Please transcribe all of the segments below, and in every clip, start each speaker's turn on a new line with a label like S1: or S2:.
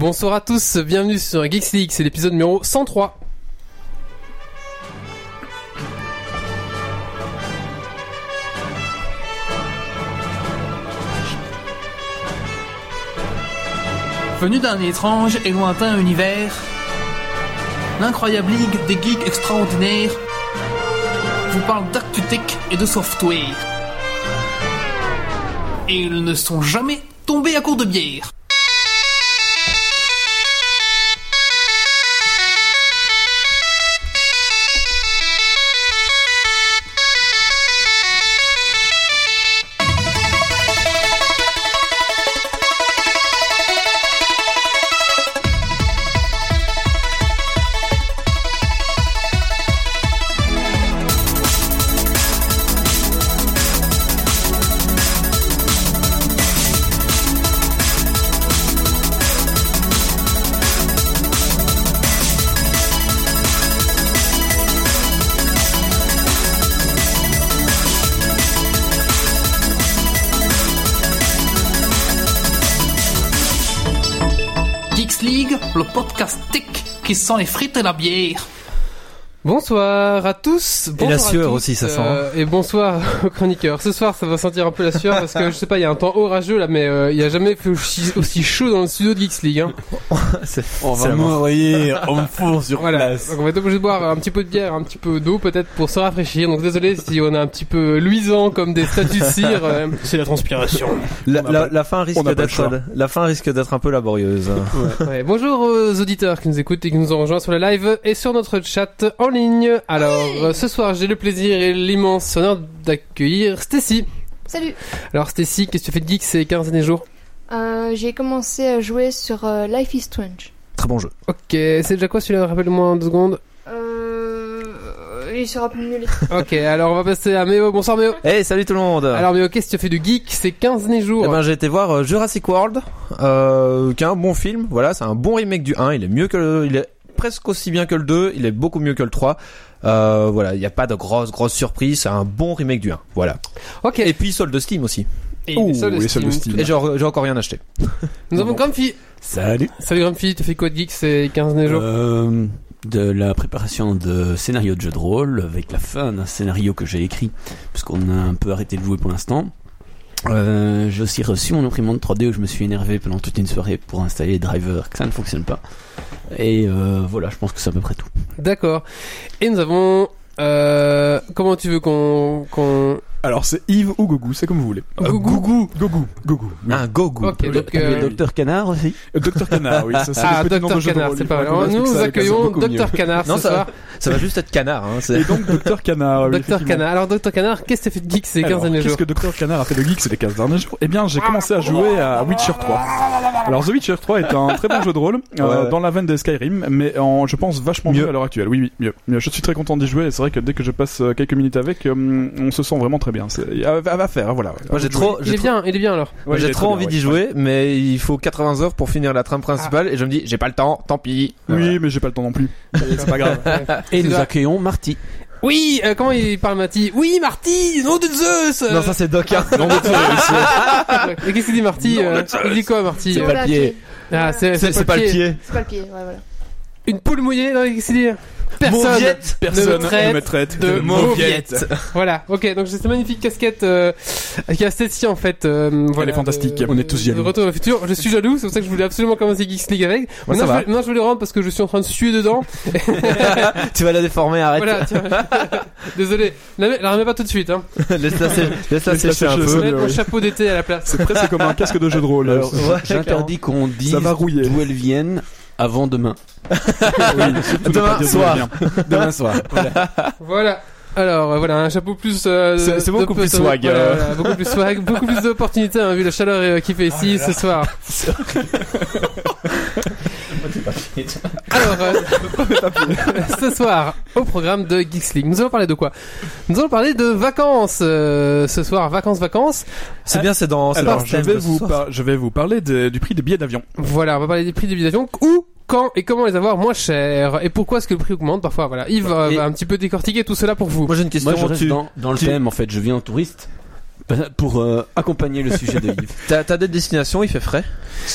S1: Bonsoir à tous, bienvenue sur Geeks League, c'est l'épisode numéro 103.
S2: Venu d'un étrange et lointain univers, l'incroyable ligue des geeks extraordinaires vous parle d'actu tech et de software. Et ils ne sont jamais tombés à court de bière. Geeks League, le podcast tech qui sent les frites et la bière.
S1: Bonsoir à tous. bonsoir
S3: la
S1: à
S3: sueur
S1: toutes,
S3: aussi, ça sent, hein.
S1: euh, et bonsoir aux chroniqueurs. Ce soir, ça va sentir un peu la sueur parce que je sais pas, il y a un temps orageux là, mais euh, il y a jamais fait aussi, aussi chaud dans le studio de Geeks League. hein.
S3: C'est-
S4: On
S3: c'est
S4: va
S3: la mort.
S4: mourir, on me fout sur
S1: Voilà.
S4: place.
S1: Donc on va être obligé de boire un petit peu de bière, un petit peu d'eau peut-être pour se rafraîchir. Donc désolé si on est un petit peu luisant comme des statues de cire. euh,
S5: C'est la transpiration.
S3: La,
S4: On a
S3: la-
S4: pas-
S3: la fin
S4: on
S3: risque
S4: a pas le choix.
S3: d'être la fin risque d'être un peu laborieuse. hein.
S1: Ouais, bonjour aux auditeurs qui nous écoutent et qui nous ont rejoints sur le live et sur notre chat en ligne. Alors, euh, ce soir, j'ai le plaisir et l'immense honneur d'accueillir Stacy.
S6: Salut
S1: Alors, Stacy, qu'est-ce que tu fais de geek ces 15 derniers jours
S6: Euh, J'ai commencé à jouer sur euh, Life is Strange.
S3: Très bon jeu.
S1: Ok, c'est déjà quoi celui-là Rappelle-moi en deux secondes.
S6: Euh... Il sera plus nul.
S1: Ok, alors on va passer à Méo. Bonsoir Méo.
S3: Hey, Eh, salut tout le monde.
S1: Alors Méo, qu'est-ce que tu fais de geek ces 15 derniers jours
S3: Ah. Eh ben, j'ai été voir euh, Jurassic World, euh, qui est un bon film. Voilà, c'est un bon remake du 1. Il est mieux que le, il est presque aussi bien que le 2. Il est beaucoup mieux que le 3. Euh, voilà, il n'y a pas de grosses grosses surprises. C'est un bon remake du 1. Voilà.
S1: Ok,
S3: Et puis solde Steam aussi.
S1: Et
S4: Ouh,
S1: les soldes
S4: les soldes
S1: Steam.
S4: Steam.
S3: Et j'ai j'ai encore rien acheté.
S1: Nous avons Grumpy.
S4: Salut.
S1: Salut Grumpy, tu fais quoi de geek ces 15 derniers jours
S5: Euh, de la préparation de scénarios de jeux de rôle avec la fin d'un scénario que j'ai écrit, parce qu'on a un peu arrêté de jouer pour l'instant. Euh, j'ai aussi reçu mon imprimante 3D où je me suis énervé pendant toute une soirée pour installer les drivers, que ça ne fonctionne pas. Et euh, voilà, je pense que c'est à peu près tout.
S1: D'accord. Et nous avons... Euh, comment tu veux qu'on... qu'on...
S4: Alors c'est Yves ou Gougou, c'est comme vous voulez.
S1: Euh, Gougou.
S4: Gougou. Gougou. Gougou. oui.
S3: Un go go.
S1: Ok, donc...
S5: Le
S1: euh,
S5: docteur Canard aussi.
S4: Euh, Docteur Canard, oui. Ça, c'est
S1: Ah,
S4: le petit nom de
S1: Docteur
S4: jeu de
S1: Canard,
S4: rôle.
S1: c'est pas
S4: Il faudra qu'on
S1: mal.
S4: explique
S1: Nous
S4: ça avec un son
S1: accueillons
S4: beaucoup mieux.
S1: Docteur Canard
S3: Non,
S1: ce
S3: ça va.
S1: soir.
S3: Ça va juste être canard. Hein, c'est-
S4: Et donc Docteur Canard. oui,
S1: Docteur
S4: effectivement.
S1: Canard. Alors, Docteur Canard, qu'est-ce que t'as fait de geek ces 15
S4: Alors,
S1: derniers
S4: Qu'est-ce
S1: jours
S4: que Dr. Canard a fait de geek ces 15 derniers jours Eh bien, j'ai commencé à jouer à Witcher 3. Alors, The Witcher 3 est un très bon jeu de rôle, euh,
S3: Ouais, ouais.
S4: dans la veine des Skyrim, mais en, je pense vachement mieux,
S3: Mieux.
S4: à l'heure actuelle. Oui, oui, mieux. mieux. Je suis très content d'y jouer, et c'est vrai que dès que je passe euh, quelques minutes avec, euh, on se sent vraiment très bien. C'est à, à, à faire, voilà.
S3: Moi, j'ai trop,
S1: Il
S3: j'ai
S1: est
S3: trop-
S1: bien, il est bien alors.
S4: Ouais, il
S3: j'ai
S4: est
S3: trop
S4: très
S3: envie
S4: bien,
S3: d'y
S4: ouais.
S3: jouer, mais il faut 80 heures pour finir la trame principale et je me dis j'ai pas le temps, tant pis.
S4: Oui, mais j'ai pas le temps non plus. C'est pas grave.
S5: Et
S1: Tu
S5: nous
S1: dois-
S5: accueillons Marty.
S1: Oui, euh, comment il parle Marty Oui, Marty, nom de Zeus euh,
S3: Non, ça c'est Doc. hein.
S1: Et qu'est-ce qu'il dit Marty
S4: Non,
S1: euh,
S4: de Zeus.
S1: Il dit quoi Marty
S6: C'est
S1: euh,
S6: pas le pied.
S1: Ah, c'est,
S3: C'est c'est pas le pied.
S6: C'est pas le pied, ouais, voilà.
S1: Une poule mouillée, non, qu'est-ce qu'il dit Personne
S3: Mauviette.
S4: Personne
S1: ne me traite
S4: ne me traite
S1: de
S4: de
S1: mauviette.
S4: mauviette.
S1: Voilà, ok, donc j'ai cette magnifique casquette euh, qui a celle-ci en fait. euh, voilà,
S4: est fantastique.
S1: de-
S4: On est tous jaloux.
S1: De retour vers le futur, je suis jaloux, c'est pour ça que je voulais absolument commencer Geeks League avec.
S3: Moi,
S1: Maintenant,
S3: ça va.
S1: je vais- maintenant, je vais le rendre parce que je suis en train de suer dedans.
S3: tu vas la déformer, arrête.
S1: Voilà, tiens. Désolé, la, la remets pas tout de suite. Hein.
S3: Laisse-la sé- laisse-la
S4: Laisse-la
S3: sécher un
S4: sécher,
S1: Je
S3: peu.
S1: vais mettre mon
S4: oui.
S1: chapeau d'été à la place.
S4: C'est presque comme un casque de jeu de rôle. Euh,
S5: Alors,
S3: ouais,
S5: j'interdis qu'on dise
S4: Ça va rouiller.
S5: d'où elles viennent avant demain.
S4: Oui, surtout ne
S3: Demain
S4: pas dire
S3: soir.
S4: bien.
S3: Demain soir.
S1: Voilà. Alors euh, voilà, un chapeau plus. euh,
S4: C'est- c'est
S1: de-
S4: beaucoup
S1: de-
S4: plus
S1: de-
S4: swag,
S1: voilà,
S4: euh.
S1: voilà, beaucoup plus swag, beaucoup plus d'opportunités hein, vu la chaleur euh, qu'il fait ici
S4: Oh
S1: ce soir. Alors, euh, ce soir, au programme de Geeks League, nous allons parler de quoi Nous allons parler de vacances euh, ce soir, vacances, vacances.
S3: C'est bien, c'est dans. c'est dans
S4: Alors,
S3: le
S4: je
S3: thème
S4: vais,
S3: de ce
S4: vous
S3: soir.
S4: par- je vais vous parler de- du prix des billets d'avion.
S1: Voilà, on va parler des prix des billets d'avion. Où, quand et comment les avoir moins chers Et pourquoi est-ce que le prix augmente parfois Voilà, Yves euh,
S3: Et-
S1: va un petit peu décortiquer tout cela pour vous.
S3: Moi j'ai une question.
S5: Moi, je reste
S3: tu-
S5: dans, dans le
S3: tu-
S5: thème, en fait. Je viens en touriste. Bah, Pour euh, accompagner le sujet de Yves.
S3: T'as t'as des destinations, il fait frais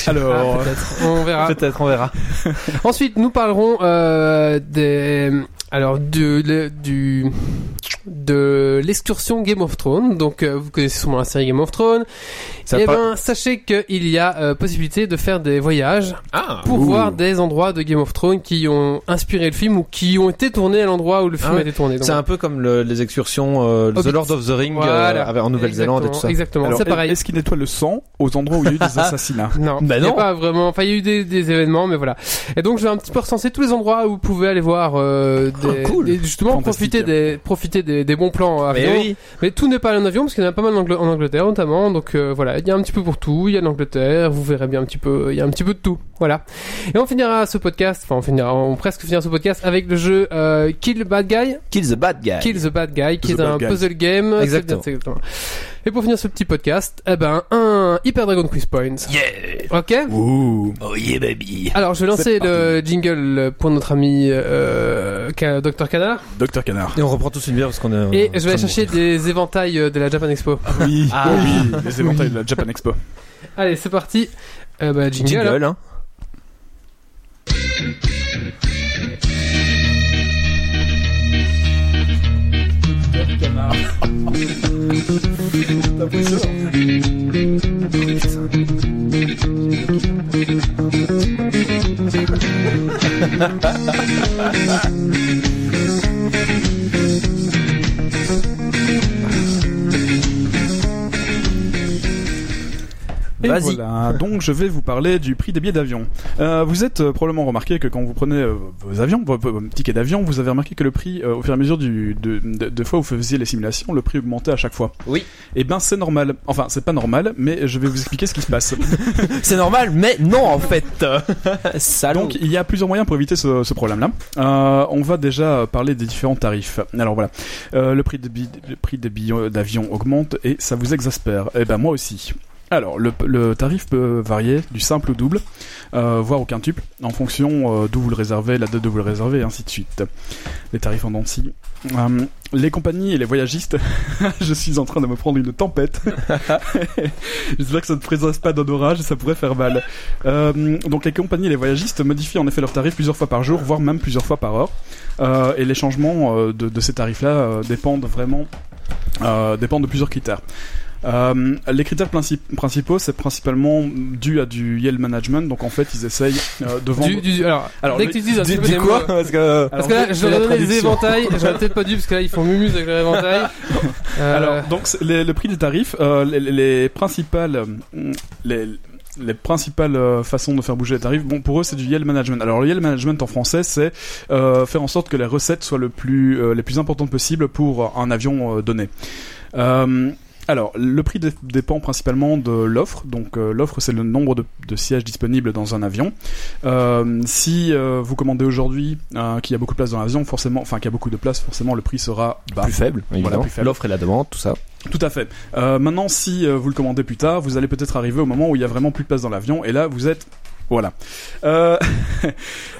S3: Ah,
S4: Alors,
S1: On verra.
S3: Peut-être, on verra.
S1: Ensuite, nous parlerons euh, des, alors du, le- du de l'excursion Game of Thrones. Donc, euh, vous connaissez sûrement la série Game of Thrones.
S3: Ça
S1: Eh
S3: par-
S1: ben, sachez qu'il y a euh, possibilité de faire des voyages
S3: Ah
S1: pour
S5: Ouh.
S1: voir des endroits de Game of Thrones qui ont inspiré le film ou qui ont été tournés à l'endroit où le film
S3: Ah ouais.
S1: a été tourné. Donc,
S3: C'est un peu comme le- les excursions euh, The
S1: Hobbit.
S3: Lord of the Ring euh,
S1: Voilà.
S3: avec- en Nouvelle-Zélande et tout
S1: Exactement,
S3: ça.
S1: Exactement,
S4: alors,
S1: c'est pareil.
S4: est-ce qu'il nettoie le sang aux endroits où il y a eu des assassinats
S1: Non,
S3: Bah
S1: il y a
S3: non.
S1: pas vraiment. Enfin, il y a eu des, des événements, mais voilà. Et donc, je vais un petit peu recenser tous les endroits où vous pouvez aller voir, euh, des,
S4: Ah, cool.
S1: des- justement
S4: Fantastique.
S1: profiter des profiter des, des bons plans. à
S3: Ah, Mais
S1: Rio.
S3: oui.
S1: Mais tout n'est pas en avion parce qu'il y en a pas mal en Angl- en Angleterre notamment. Donc euh, voilà, il y a un petit peu pour tout. Il y a l'Angleterre, vous verrez bien un petit peu. Il y a un petit peu de tout. Voilà. Et on finira ce podcast. Enfin, on finira, on presque finira ce podcast avec le jeu euh, Kill Bad Guy.
S5: Kill the bad guy.
S1: Kill the Bad Guy, qui
S4: The
S1: est
S4: Bad
S1: un
S4: Guy.
S1: puzzle game. C'est
S3: Exactement.
S1: bien, c'est exactement. Et pour finir ce petit podcast, eh ben un Hyper Dragon Quiz Points.
S5: Yeah.
S1: Ok.
S4: Ouh.
S5: Oh yeah baby.
S1: Alors, je vais lancer
S4: C'est
S1: le jingle pour notre ami euh, Ca- Dr Canard
S4: Docteur Canard.
S3: Et on reprend tous une bière parce qu'on est.
S1: et
S3: on est
S1: je
S3: en
S1: vais
S3: train
S1: aller
S3: de
S1: chercher
S3: mourir.
S1: des éventails euh, de la Japan Expo.
S4: Oui,
S3: Ah.
S4: oui, les éventails de la Japan Expo.
S1: Allez, c'est parti. Euh, bah, jingle.
S3: Jingle, hein.
S4: Et
S3: Vas-y.
S4: voilà, donc je vais vous parler du prix des billets d'avion. Euh, vous êtes euh, probablement remarqué que quand vous prenez euh, vos avions, vos, vos tickets d'avion, vous avez remarqué que le prix, euh, au fur et à mesure du, de, de- de fois où vous faisiez les simulations, le prix augmentait à chaque fois.
S3: Oui.
S4: Et ben c'est normal. Enfin, c'est pas normal, mais je vais vous expliquer ce qui se passe.
S3: C'est normal, mais non en fait. Salaud.
S4: Donc il y a plusieurs moyens pour éviter ce, ce problème-là. Euh, on va déjà euh, parler des différents tarifs. Alors voilà, Euh, le prix de bi- le prix des billets d'avion augmente et ça vous exaspère. Eh ben moi aussi. Alors le, le tarif peut varier du simple au double, euh, voire au quintuple, en fonction euh, d'où vous le réservez, la date de vous le réservez, et ainsi de suite. Les tarifs en dents de scie. Euh, les compagnies et les voyagistes, je suis en train de me prendre une tempête. J'espère que ça ne présage pas d'un orage, ça pourrait faire mal. Euh, donc les compagnies et les voyagistes modifient en effet leurs tarifs plusieurs fois par jour, voire même plusieurs fois par heure. Euh, et les changements euh, de, de ces tarifs-là euh, dépendent vraiment euh, dépendent de plusieurs critères. Euh, les critères princi- principaux, c'est principalement dû à du yield management. Donc en fait, ils essayent euh, de
S1: Du,
S4: vendre.
S1: du- alors,
S4: Alors,
S1: dès
S4: le-
S1: que tu dis un petit
S3: Dis,
S1: peu
S3: dis
S1: des
S3: quoi
S1: mots-
S3: Parce que.
S1: Parce
S4: Alors,
S1: que là,
S4: je-
S1: je leur
S4: la
S1: ai donné les
S4: traduction.
S1: éventails, j'aurais peut-être pas dû parce que là ils font mumuse avec leur éventail. Euh,
S4: Alors, donc, c'est- les- le prix des tarifs, euh, les, les- les principales, euh, les, les principales euh, façons de faire bouger les tarifs, bon, pour eux, c'est du yield management. Alors, le yield management en français, c'est euh, faire en sorte que les recettes soient le plus, euh, les plus importantes possibles pour un avion euh, donné. Euh, alors, le prix dé- dépend principalement de l'offre. Donc, euh, l'offre, c'est le nombre de, de sièges disponibles dans un avion. Euh, si euh, vous commandez aujourd'hui euh, qu'il y a beaucoup de place dans l'avion, forcément, enfin qu'il y a beaucoup de place, forcément, le prix sera bas.
S3: Plus faible,
S4: évidemment.
S3: évidemment. L'offre et la demande, tout ça.
S4: Tout à fait. Euh, maintenant, si euh, vous le commandez plus tard, vous allez peut-être arriver au moment où il y a vraiment plus de place dans l'avion, et là, vous êtes, voilà. Euh,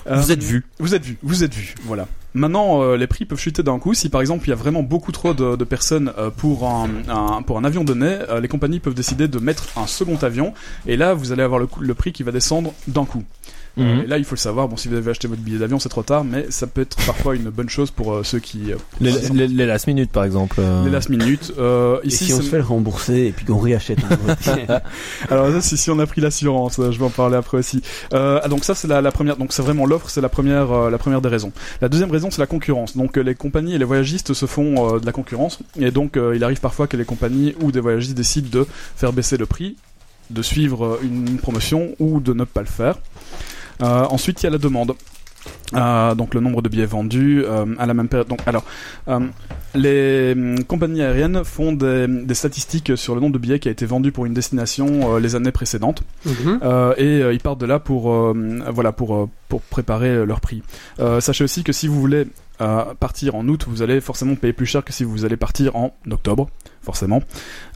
S4: euh,
S3: Vous êtes vu.
S4: Vous êtes vu. Vous êtes vu. Voilà. Maintenant, euh, les prix peuvent chuter d'un coup. Si par exemple, il y a vraiment beaucoup trop de, de personnes euh, pour un, un- pour un avion donné, euh, les compagnies peuvent décider de mettre un second avion, et là, vous allez avoir le, coût- le prix qui va descendre d'un coup.
S5: Mhm.
S4: Euh, et là, il faut le savoir. Bon, si vous avez acheté votre billet d'avion, c'est trop tard, mais ça peut être parfois une bonne chose pour euh, ceux qui euh,
S3: Les, les, les last minutes, par exemple. euh,
S4: les last minute. Euh,
S5: Et
S4: ici,
S5: si on
S4: c'est-
S5: se fait le rembourser et puis qu'on réachète un nouveau billet.
S4: Alors ça, c'est si on a pris l'assurance. euh, Je vais en parler après aussi. Euh, ah, donc ça, c'est la, la première. Donc c'est vraiment l'offre, c'est la première, euh, la première des raisons. La deuxième raison, c'est la concurrence. Donc euh, les compagnies et les voyagistes se font euh, de la concurrence, et donc euh, il arrive parfois que les compagnies ou des voyagistes décident de faire baisser le prix, de suivre euh, une promotion ou de ne pas le faire. Euh, ensuite, il y a la demande. Euh, donc le nombre de billets vendus euh, à la même période. Donc alors, euh, les hum, compagnies aériennes font des, des statistiques sur le nombre de billets qui a été vendu pour une destination euh, les années précédentes
S1: mhm.
S4: Euh, et euh, ils partent de là pour euh, voilà pour euh, pour préparer euh, leur prix. Euh, sachez aussi que si vous voulez euh, partir en août, vous allez forcément payer plus cher que si vous allez partir en octobre, forcément.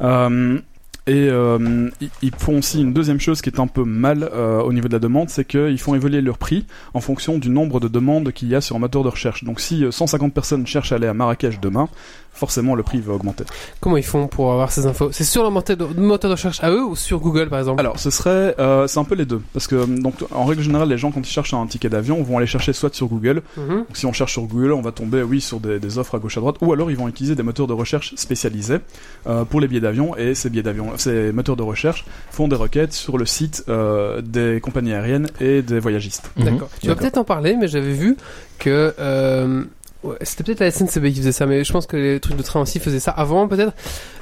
S4: Euh, et euh, ils- ils font aussi une deuxième chose qui est un peu mal euh, au niveau de la demande, c'est qu'ils font évoluer leur prix en fonction du nombre de demandes qu'il y a sur un moteur de recherche. Donc si euh, 150 personnes cherchent à aller à Marrakech demain, forcément le prix va augmenter.
S1: Comment ils font pour avoir ces infos C'est sur leur moteur de, moteur de recherche à eux ou sur Google par exemple
S4: Alors, ce serait, euh, c'est un peu les deux, parce que hum, donc en règle générale, les gens quand ils cherchent un ticket d'avion vont aller chercher soit sur Google,
S1: Mhm.
S4: donc si on cherche sur Google, on va tomber oui sur des, des offres à gauche à droite, ou alors ils vont utiliser des moteurs de recherche spécialisés euh, pour les billets d'avion et ces billets d'avion, ces moteurs de recherche font des requêtes sur le site euh, des compagnies aériennes et des voyagistes.
S1: D'accord. Tu vas peut-être en parler, mais j'avais vu que euh, ouais, c'était peut-être la SNCB qui faisait ça, mais je pense que les trucs de train aussi faisaient ça avant, peut-être.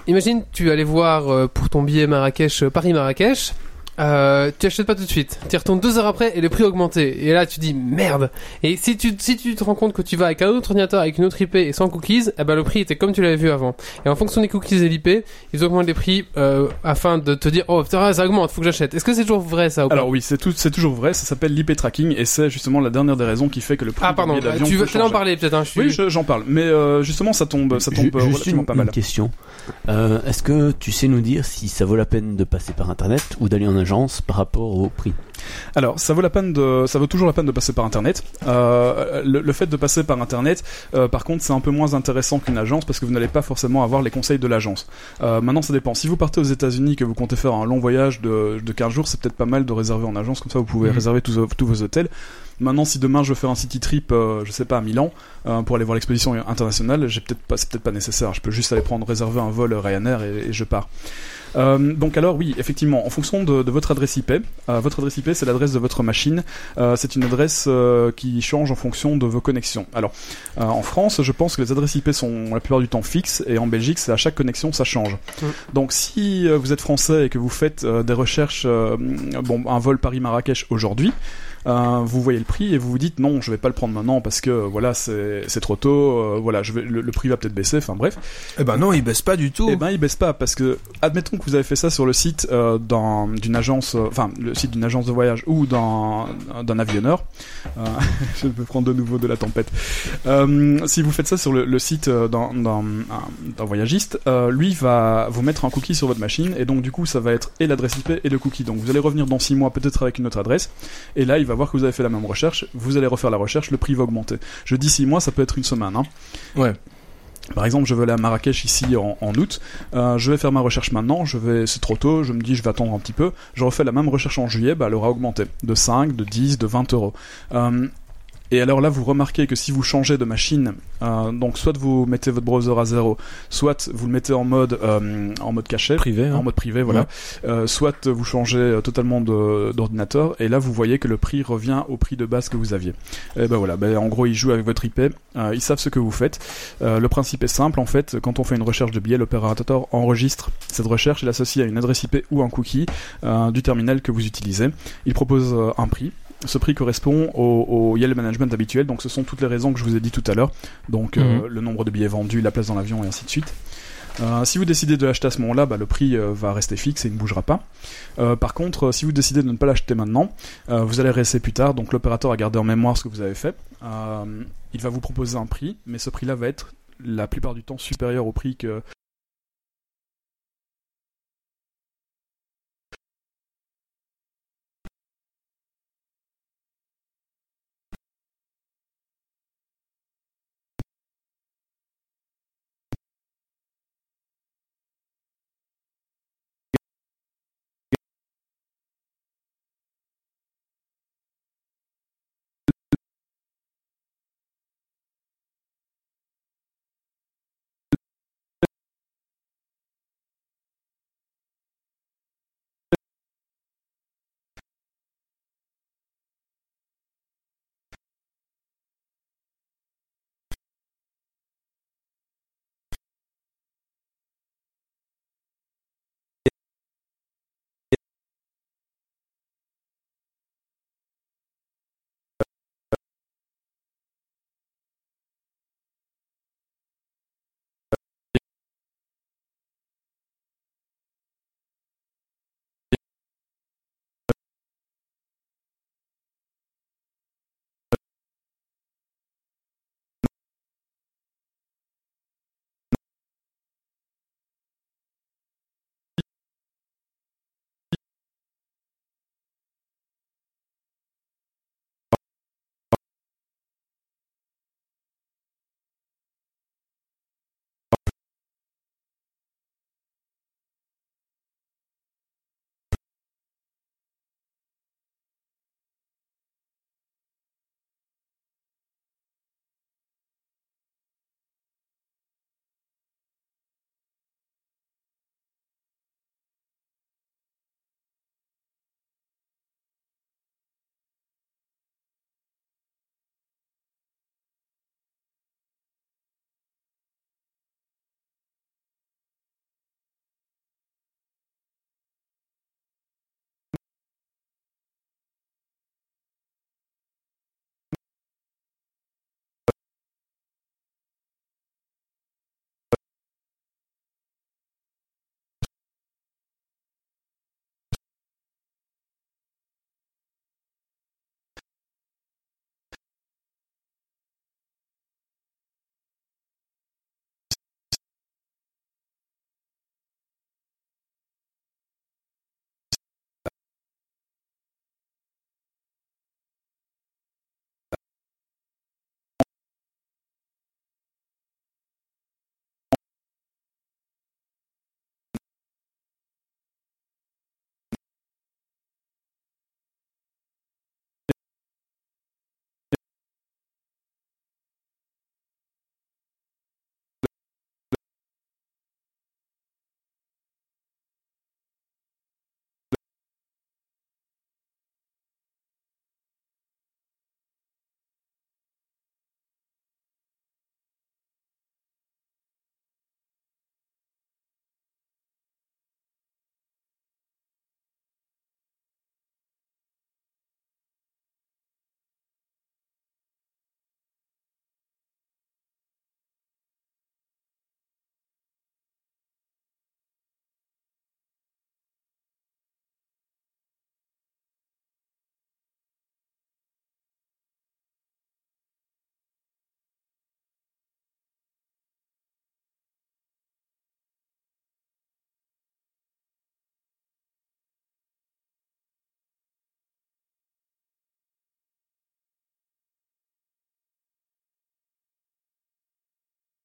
S1: Imagine, tu allais voir euh, pour ton billet Marrakech, euh, Paris-Marrakech. Euh, tu achètes pas tout de suite. Tu y retournes deux heures après et le prix augmenté. Et là, tu dis merde. Et si tu si tu te rends compte que tu vas avec un autre ordinateur, avec une autre IP et sans cookies, eh ben le prix était comme tu l'avais vu avant. Et en fonction des cookies et l'IP, ils augmentent les prix euh, afin de te dire oh putain ça augmente, faut que j'achète. Est-ce que c'est toujours vrai ça ou pas
S4: Alors oui, c'est tout, c'est toujours vrai. Ça s'appelle l'IP tracking et c'est justement la dernière des raisons qui fait que le prix
S1: Ah
S4: d'un
S1: pardon,
S4: billet d'avion
S1: tu
S4: peut
S1: veux t'allais en
S4: changer.
S1: parler peut-être. Hein, je suis...
S4: Oui, je- j'en parle. Mais euh, justement, ça tombe, ça tombe
S5: Ju-
S4: euh,
S5: juste une,
S4: relativement pas mal.
S5: une question. Euh, Est-ce que tu sais nous dire si ça vaut la peine de passer par internet ou d'aller en agence par rapport au prix
S4: Alors, ça vaut la peine de, ça vaut toujours la peine de passer par internet. Euh, le, le fait de passer par internet, euh, par contre, c'est un peu moins intéressant qu'une agence parce que vous n'allez pas forcément avoir les conseils de l'agence. Euh, maintenant, ça dépend. Si vous partez aux États-Unis que vous comptez faire un long voyage de, de 15 jours, c'est peut-être pas mal de réserver en agence. Comme ça, vous pouvez
S1: Mhm.
S4: réserver tous, tous vos hôtels. Maintenant, si demain je veux faire un city trip, euh, je sais pas à Milan euh, pour aller voir l'exposition internationale, j'ai peut-être pas, c'est peut-être pas nécessaire. Je peux juste aller prendre réserver un vol Ryanair et, et je pars. Euh, donc alors oui, effectivement, en fonction de, de votre adresse IP, euh, votre adresse IP c'est l'adresse de votre machine. Euh, c'est une adresse euh, qui change en fonction de vos connexions. Alors euh, en France, je pense que les adresses IP sont la plupart du temps fixes et en Belgique, c'est à chaque connexion ça change.
S1: Mm.
S4: Donc si euh, vous êtes français et que vous faites euh, des recherches, euh, bon, un vol Paris-Marrakech aujourd'hui. euh, vous voyez le prix et vous vous dites non, je vais pas le prendre maintenant parce que euh, voilà c'est c'est trop tôt, euh, voilà je vais, le- le prix va peut-être baisser, enfin bref.
S3: Eh ben non, il baisse pas du tout.
S4: Eh ben, il baisse pas parce que admettons que vous avez fait ça sur le site euh, d'un- d'une agence, euh, enfin le site d'une agence de voyage ou d'un d'un avionneur. Euh, je peux prendre de nouveau de la tempête. Euh, si vous faites ça sur le, le site euh, d'un- d'un un- d'un voyagiste, euh, lui va vous mettre un cookie sur votre machine et donc du coup ça va être et l'adresse IP et le cookie. Donc vous allez revenir dans six mois peut-être avec une autre adresse et là il va voir que vous avez fait la même recherche, vous allez refaire la recherche, le prix va augmenter. Je dis six mois, ça peut être une semaine. Hein.
S3: Ouais.
S4: Par exemple, je veux aller à Marrakech ici en, en août. Euh, je vais faire ma recherche maintenant. Je vais, c'est trop tôt. Je me dis, je vais attendre un petit peu. Je refais la même recherche en juillet. Bah, elle aura augmenté de 5, de 10, de 20 euros. Euh, et alors là, vous remarquez que si vous changez de machine, euh, donc soit vous mettez votre browser à zéro, soit vous le mettez en mode euh, en mode cachet,
S3: privé. hein.
S4: en mode privé, voilà.
S3: Ouais.
S4: Euh, soit vous changez euh, totalement de- d'ordinateur et là vous voyez que le prix revient au prix de base que vous aviez. Et ben voilà, ben, en gros ils jouent avec votre IP, euh, ils savent ce que vous faites. Euh, le principe est simple en fait, quand on fait une recherche de billets, l'opérateur enregistre cette recherche et l'associe à une adresse IP ou un cookie euh, du terminal que vous utilisez. Il propose euh, un prix. Ce prix correspond au, au Yale Management habituel, donc ce sont toutes les raisons que je vous ai dit tout à l'heure, donc euh,
S1: Mhm.
S4: le nombre de billets vendus, la place dans l'avion et ainsi de suite. Euh, si vous décidez de l'acheter à ce moment-là, bah, le prix euh, va rester fixe et il ne bougera pas. Euh, par contre, euh, si vous décidez de ne pas l'acheter maintenant, euh, vous allez rester plus tard, donc l'opérateur a gardé en mémoire ce que vous avez fait. Euh, il va vous proposer un prix, mais ce prix-là va être la plupart du temps supérieur au prix que...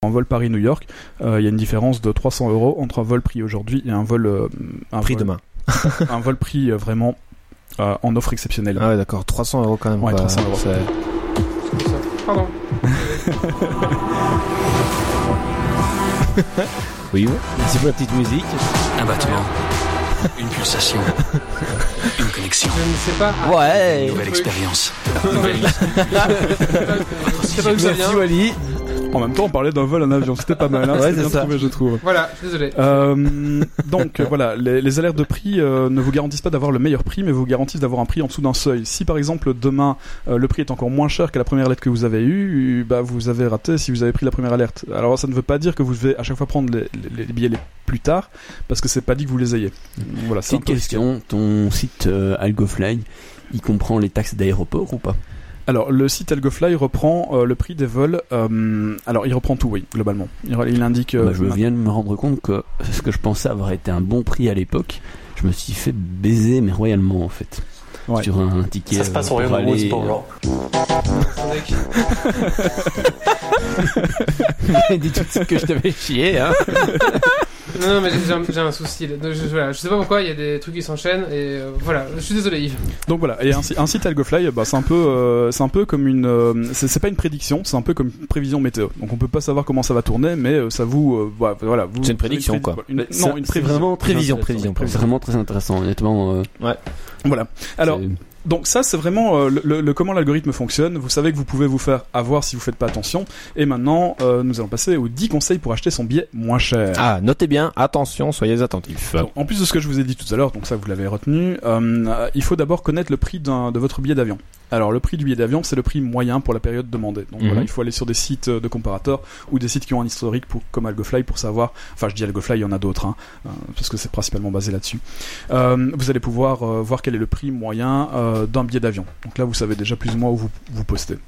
S4: un vol Paris-New York, euh, il y a une différence de 300 euros entre un vol pris aujourd'hui et un vol euh, un
S3: Prix
S4: vol,
S3: demain.
S4: un vol pris euh, vraiment euh, en offre exceptionnelle.
S3: Ah ouais, d'accord. 300 euros quand même.
S4: Ouais,
S3: quoi.
S4: 300 euros.
S3: C'est-
S1: Pardon.
S3: Oui, oui.
S5: Merci pour la petite musique.
S7: Un battement. Une pulsation. Une connexion.
S1: Je ne sais pas.
S5: Ouais.
S7: Nouvelle expérience.
S1: Je sais pas où ça vient.
S5: Wally.
S4: En même temps, on parlait d'un vol en avion, c'était pas mal, hein,
S3: Ouais,
S4: c'était
S3: c'est
S4: bien
S3: ça.
S4: trouvé, je trouve.
S1: Voilà, je suis désolé.
S4: Euh, donc euh, voilà, les, les alertes de prix euh, ne vous garantissent pas d'avoir le meilleur prix, mais vous garantissent d'avoir un prix en dessous d'un seuil. Si par exemple demain euh, le prix est encore moins cher que la première alerte que vous avez eue, euh, bah vous avez raté si vous avez pris la première alerte. Alors ça ne veut pas dire que vous devez à chaque fois prendre les, les- les billets les plus tard, parce que c'est pas dit que vous les ayez. Voilà, c'est un
S5: Petite
S4: peu-
S5: question, ton site euh, AlgoFly, il comprend les taxes d'aéroport ou pas
S4: Alors le site AlgoFly reprend euh, le prix des vols. euh, alors il reprend tout, oui, globalement. Il, re- il indique. euh,
S5: Bah, Je viens de me rendre compte que ce que je pensais avoir été un bon prix à l'époque, je me suis fait baiser mais royalement en fait.
S4: Ouais.
S5: Sur un ticket.
S8: Ça se passe au
S5: euh, pour
S8: Royaume-Uni,
S5: aller-
S8: c'est pas au genre.
S5: Dis tout de suite que je t'avais chié. Hein.
S1: Non, non, mais j'ai- j'ai un- j'ai un souci. là. Donc, je, voilà, je sais pas pourquoi, il y a des trucs qui s'enchaînent et euh, voilà, je suis désolé Yves.
S4: Donc voilà, et un, si- un site AlgoFly, bah, c'est un peu, euh, c'est un peu comme une, euh, c'est c'est pas une prédiction, c'est un peu comme une prévision météo. Donc on peut pas savoir comment ça va tourner, mais euh, ça vous, euh, voilà, voilà, vous.
S3: C'est une prédiction,
S4: prédi-
S3: quoi.
S4: une-
S3: Mais ça,
S4: non, une
S3: c'est
S4: prévision.
S3: vraiment prévision, prévision,
S5: C'est vraiment très intéressant, honnêtement. euh,
S4: Voilà. Alors
S5: c'est-
S4: donc ça, c'est vraiment euh, le, le- le comment l'algorithme fonctionne. Vous savez que vous pouvez vous faire avoir si vous faites pas attention. Et maintenant, euh, nous allons passer aux 10 conseils pour acheter son billet moins cher.
S3: Ah, notez bien, attention, soyez attentifs.
S4: Donc, en plus de ce que je vous ai dit tout à l'heure, donc ça vous l'avez retenu, euh, euh, il faut d'abord connaître le prix d'un- de votre billet d'avion. Alors le prix du billet d'avion, c'est le prix moyen pour la période demandée. Donc
S3: Mhm.
S4: voilà, il faut aller sur des sites euh, de comparateurs ou des sites qui ont un historique pour, comme AlgoFly pour savoir. Enfin, je dis AlgoFly, il y en a d'autres, hein, euh, parce que c'est principalement basé là-dessus. Euh, vous allez pouvoir euh, voir quel est le prix moyen euh, d'un billet d'avion. Donc là, vous savez déjà plus ou moins où vous, vous postez.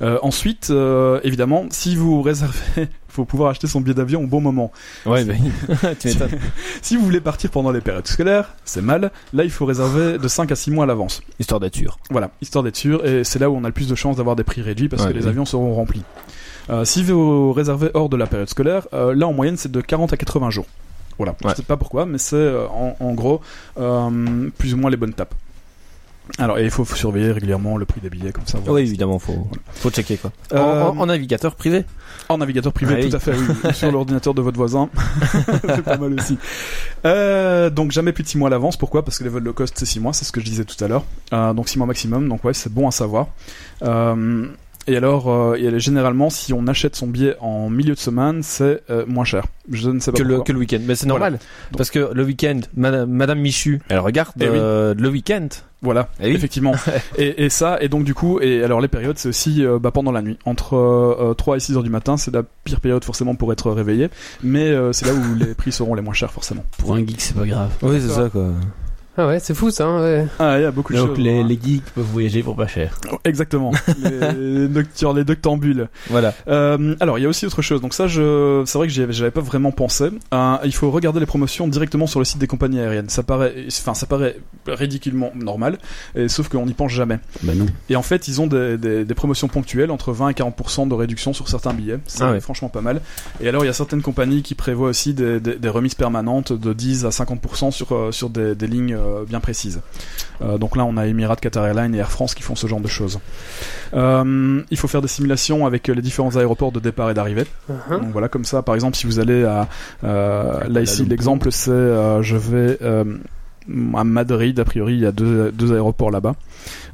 S4: Euh, ensuite, euh, évidemment, si vous réservez, faut pouvoir acheter son billet d'avion au bon moment.
S3: Ouais, bah, tu m'étonnes.
S4: Si vous voulez partir pendant les périodes scolaires, c'est mal. Là, il faut réserver de 5 à 6 mois à l'avance.
S3: Histoire d'être sûr.
S4: Voilà, histoire d'être sûr. Et c'est là où on a le plus de chances d'avoir des prix réduits parce
S3: Ouais,
S4: que les
S3: oui.
S4: avions seront remplis. Euh, si vous réservez hors de la période scolaire, euh, là en moyenne c'est de 40 à 80 jours. Voilà,
S3: Ouais.
S4: je sais pas pourquoi, mais c'est euh, en, en gros euh, plus ou moins les bonnes tapes. Alors, et il faut surveiller régulièrement le prix des billets comme ça.
S3: Oui,
S4: voilà.
S3: évidemment, faut, faut checker quoi.
S4: Euh,
S3: En, en- en navigateur privé.
S4: en navigateur privé,
S3: Ah oui.
S4: tout à fait, oui, oui. sur l'ordinateur de votre voisin. c'est pas mal aussi. Euh, donc jamais plus de 6 mois à l'avance. Pourquoi Parce que les vols low cost, c'est 6 mois, c'est ce que je disais tout à l'heure. Euh, donc 6 mois maximum, donc ouais, c'est bon à savoir. Euh, et alors, euh, et généralement, si on achète son billet en milieu de semaine, c'est euh, moins cher. Je ne sais pas
S3: que le,
S4: pourquoi.
S3: que le week-end. Mais c'est normal. Parce que le week-end, madame, madame Michu, elle regarde
S4: Eh oui.
S3: euh, le week-end.
S4: Voilà,
S3: Eh oui.
S4: effectivement. et, et ça, et donc du coup, et alors les périodes, c'est aussi euh, bah, pendant la nuit. Entre euh, euh, 3 et 6 heures du matin, c'est la pire période forcément pour être réveillé. Mais euh, c'est là où les prix seront les moins chers forcément.
S5: Pour un geek, c'est pas grave.
S3: Oui, c'est ça quoi.
S1: Ah ouais, c'est fou ça. hein, ouais.
S4: Ah, il y a beaucoup de
S5: Donc
S4: choses.
S5: les,
S4: hein.
S5: les geeks peuvent voyager pour pas cher.
S4: Exactement. les nocturnes, les noctambules.
S3: Voilà.
S4: Euh, alors, il y a aussi autre chose. Donc ça, je, c'est vrai que j'y avais- j'avais pas vraiment pensé. Euh, il faut regarder les promotions directement sur le site des compagnies aériennes. Ça paraît, enfin, ça paraît ridiculement normal. Et, sauf qu'on n'y pense jamais.
S5: Bah non.
S4: Et en fait, ils ont des, des- des promotions ponctuelles entre 20 et 40% de réduction sur certains billets. C'est
S3: Ah ouais.
S4: franchement pas mal. Et alors, il y a certaines compagnies qui prévoient aussi des, des- des remises permanentes de 10 à 50% sur, euh, sur des, des lignes euh, bien précises. Euh, donc là, on a Emirates, Qatar Airlines et Air France qui font ce genre de choses. Euh, il faut faire des simulations avec euh, les différents aéroports de départ et d'arrivée.
S1: Uh-huh.
S4: Donc voilà, comme ça, par exemple, si vous allez à... euh, là, ici,
S3: Lumpur.
S4: l'exemple, c'est... euh, je vais... euh, à Madrid, a priori, il y a deux, deux aéroports là-bas.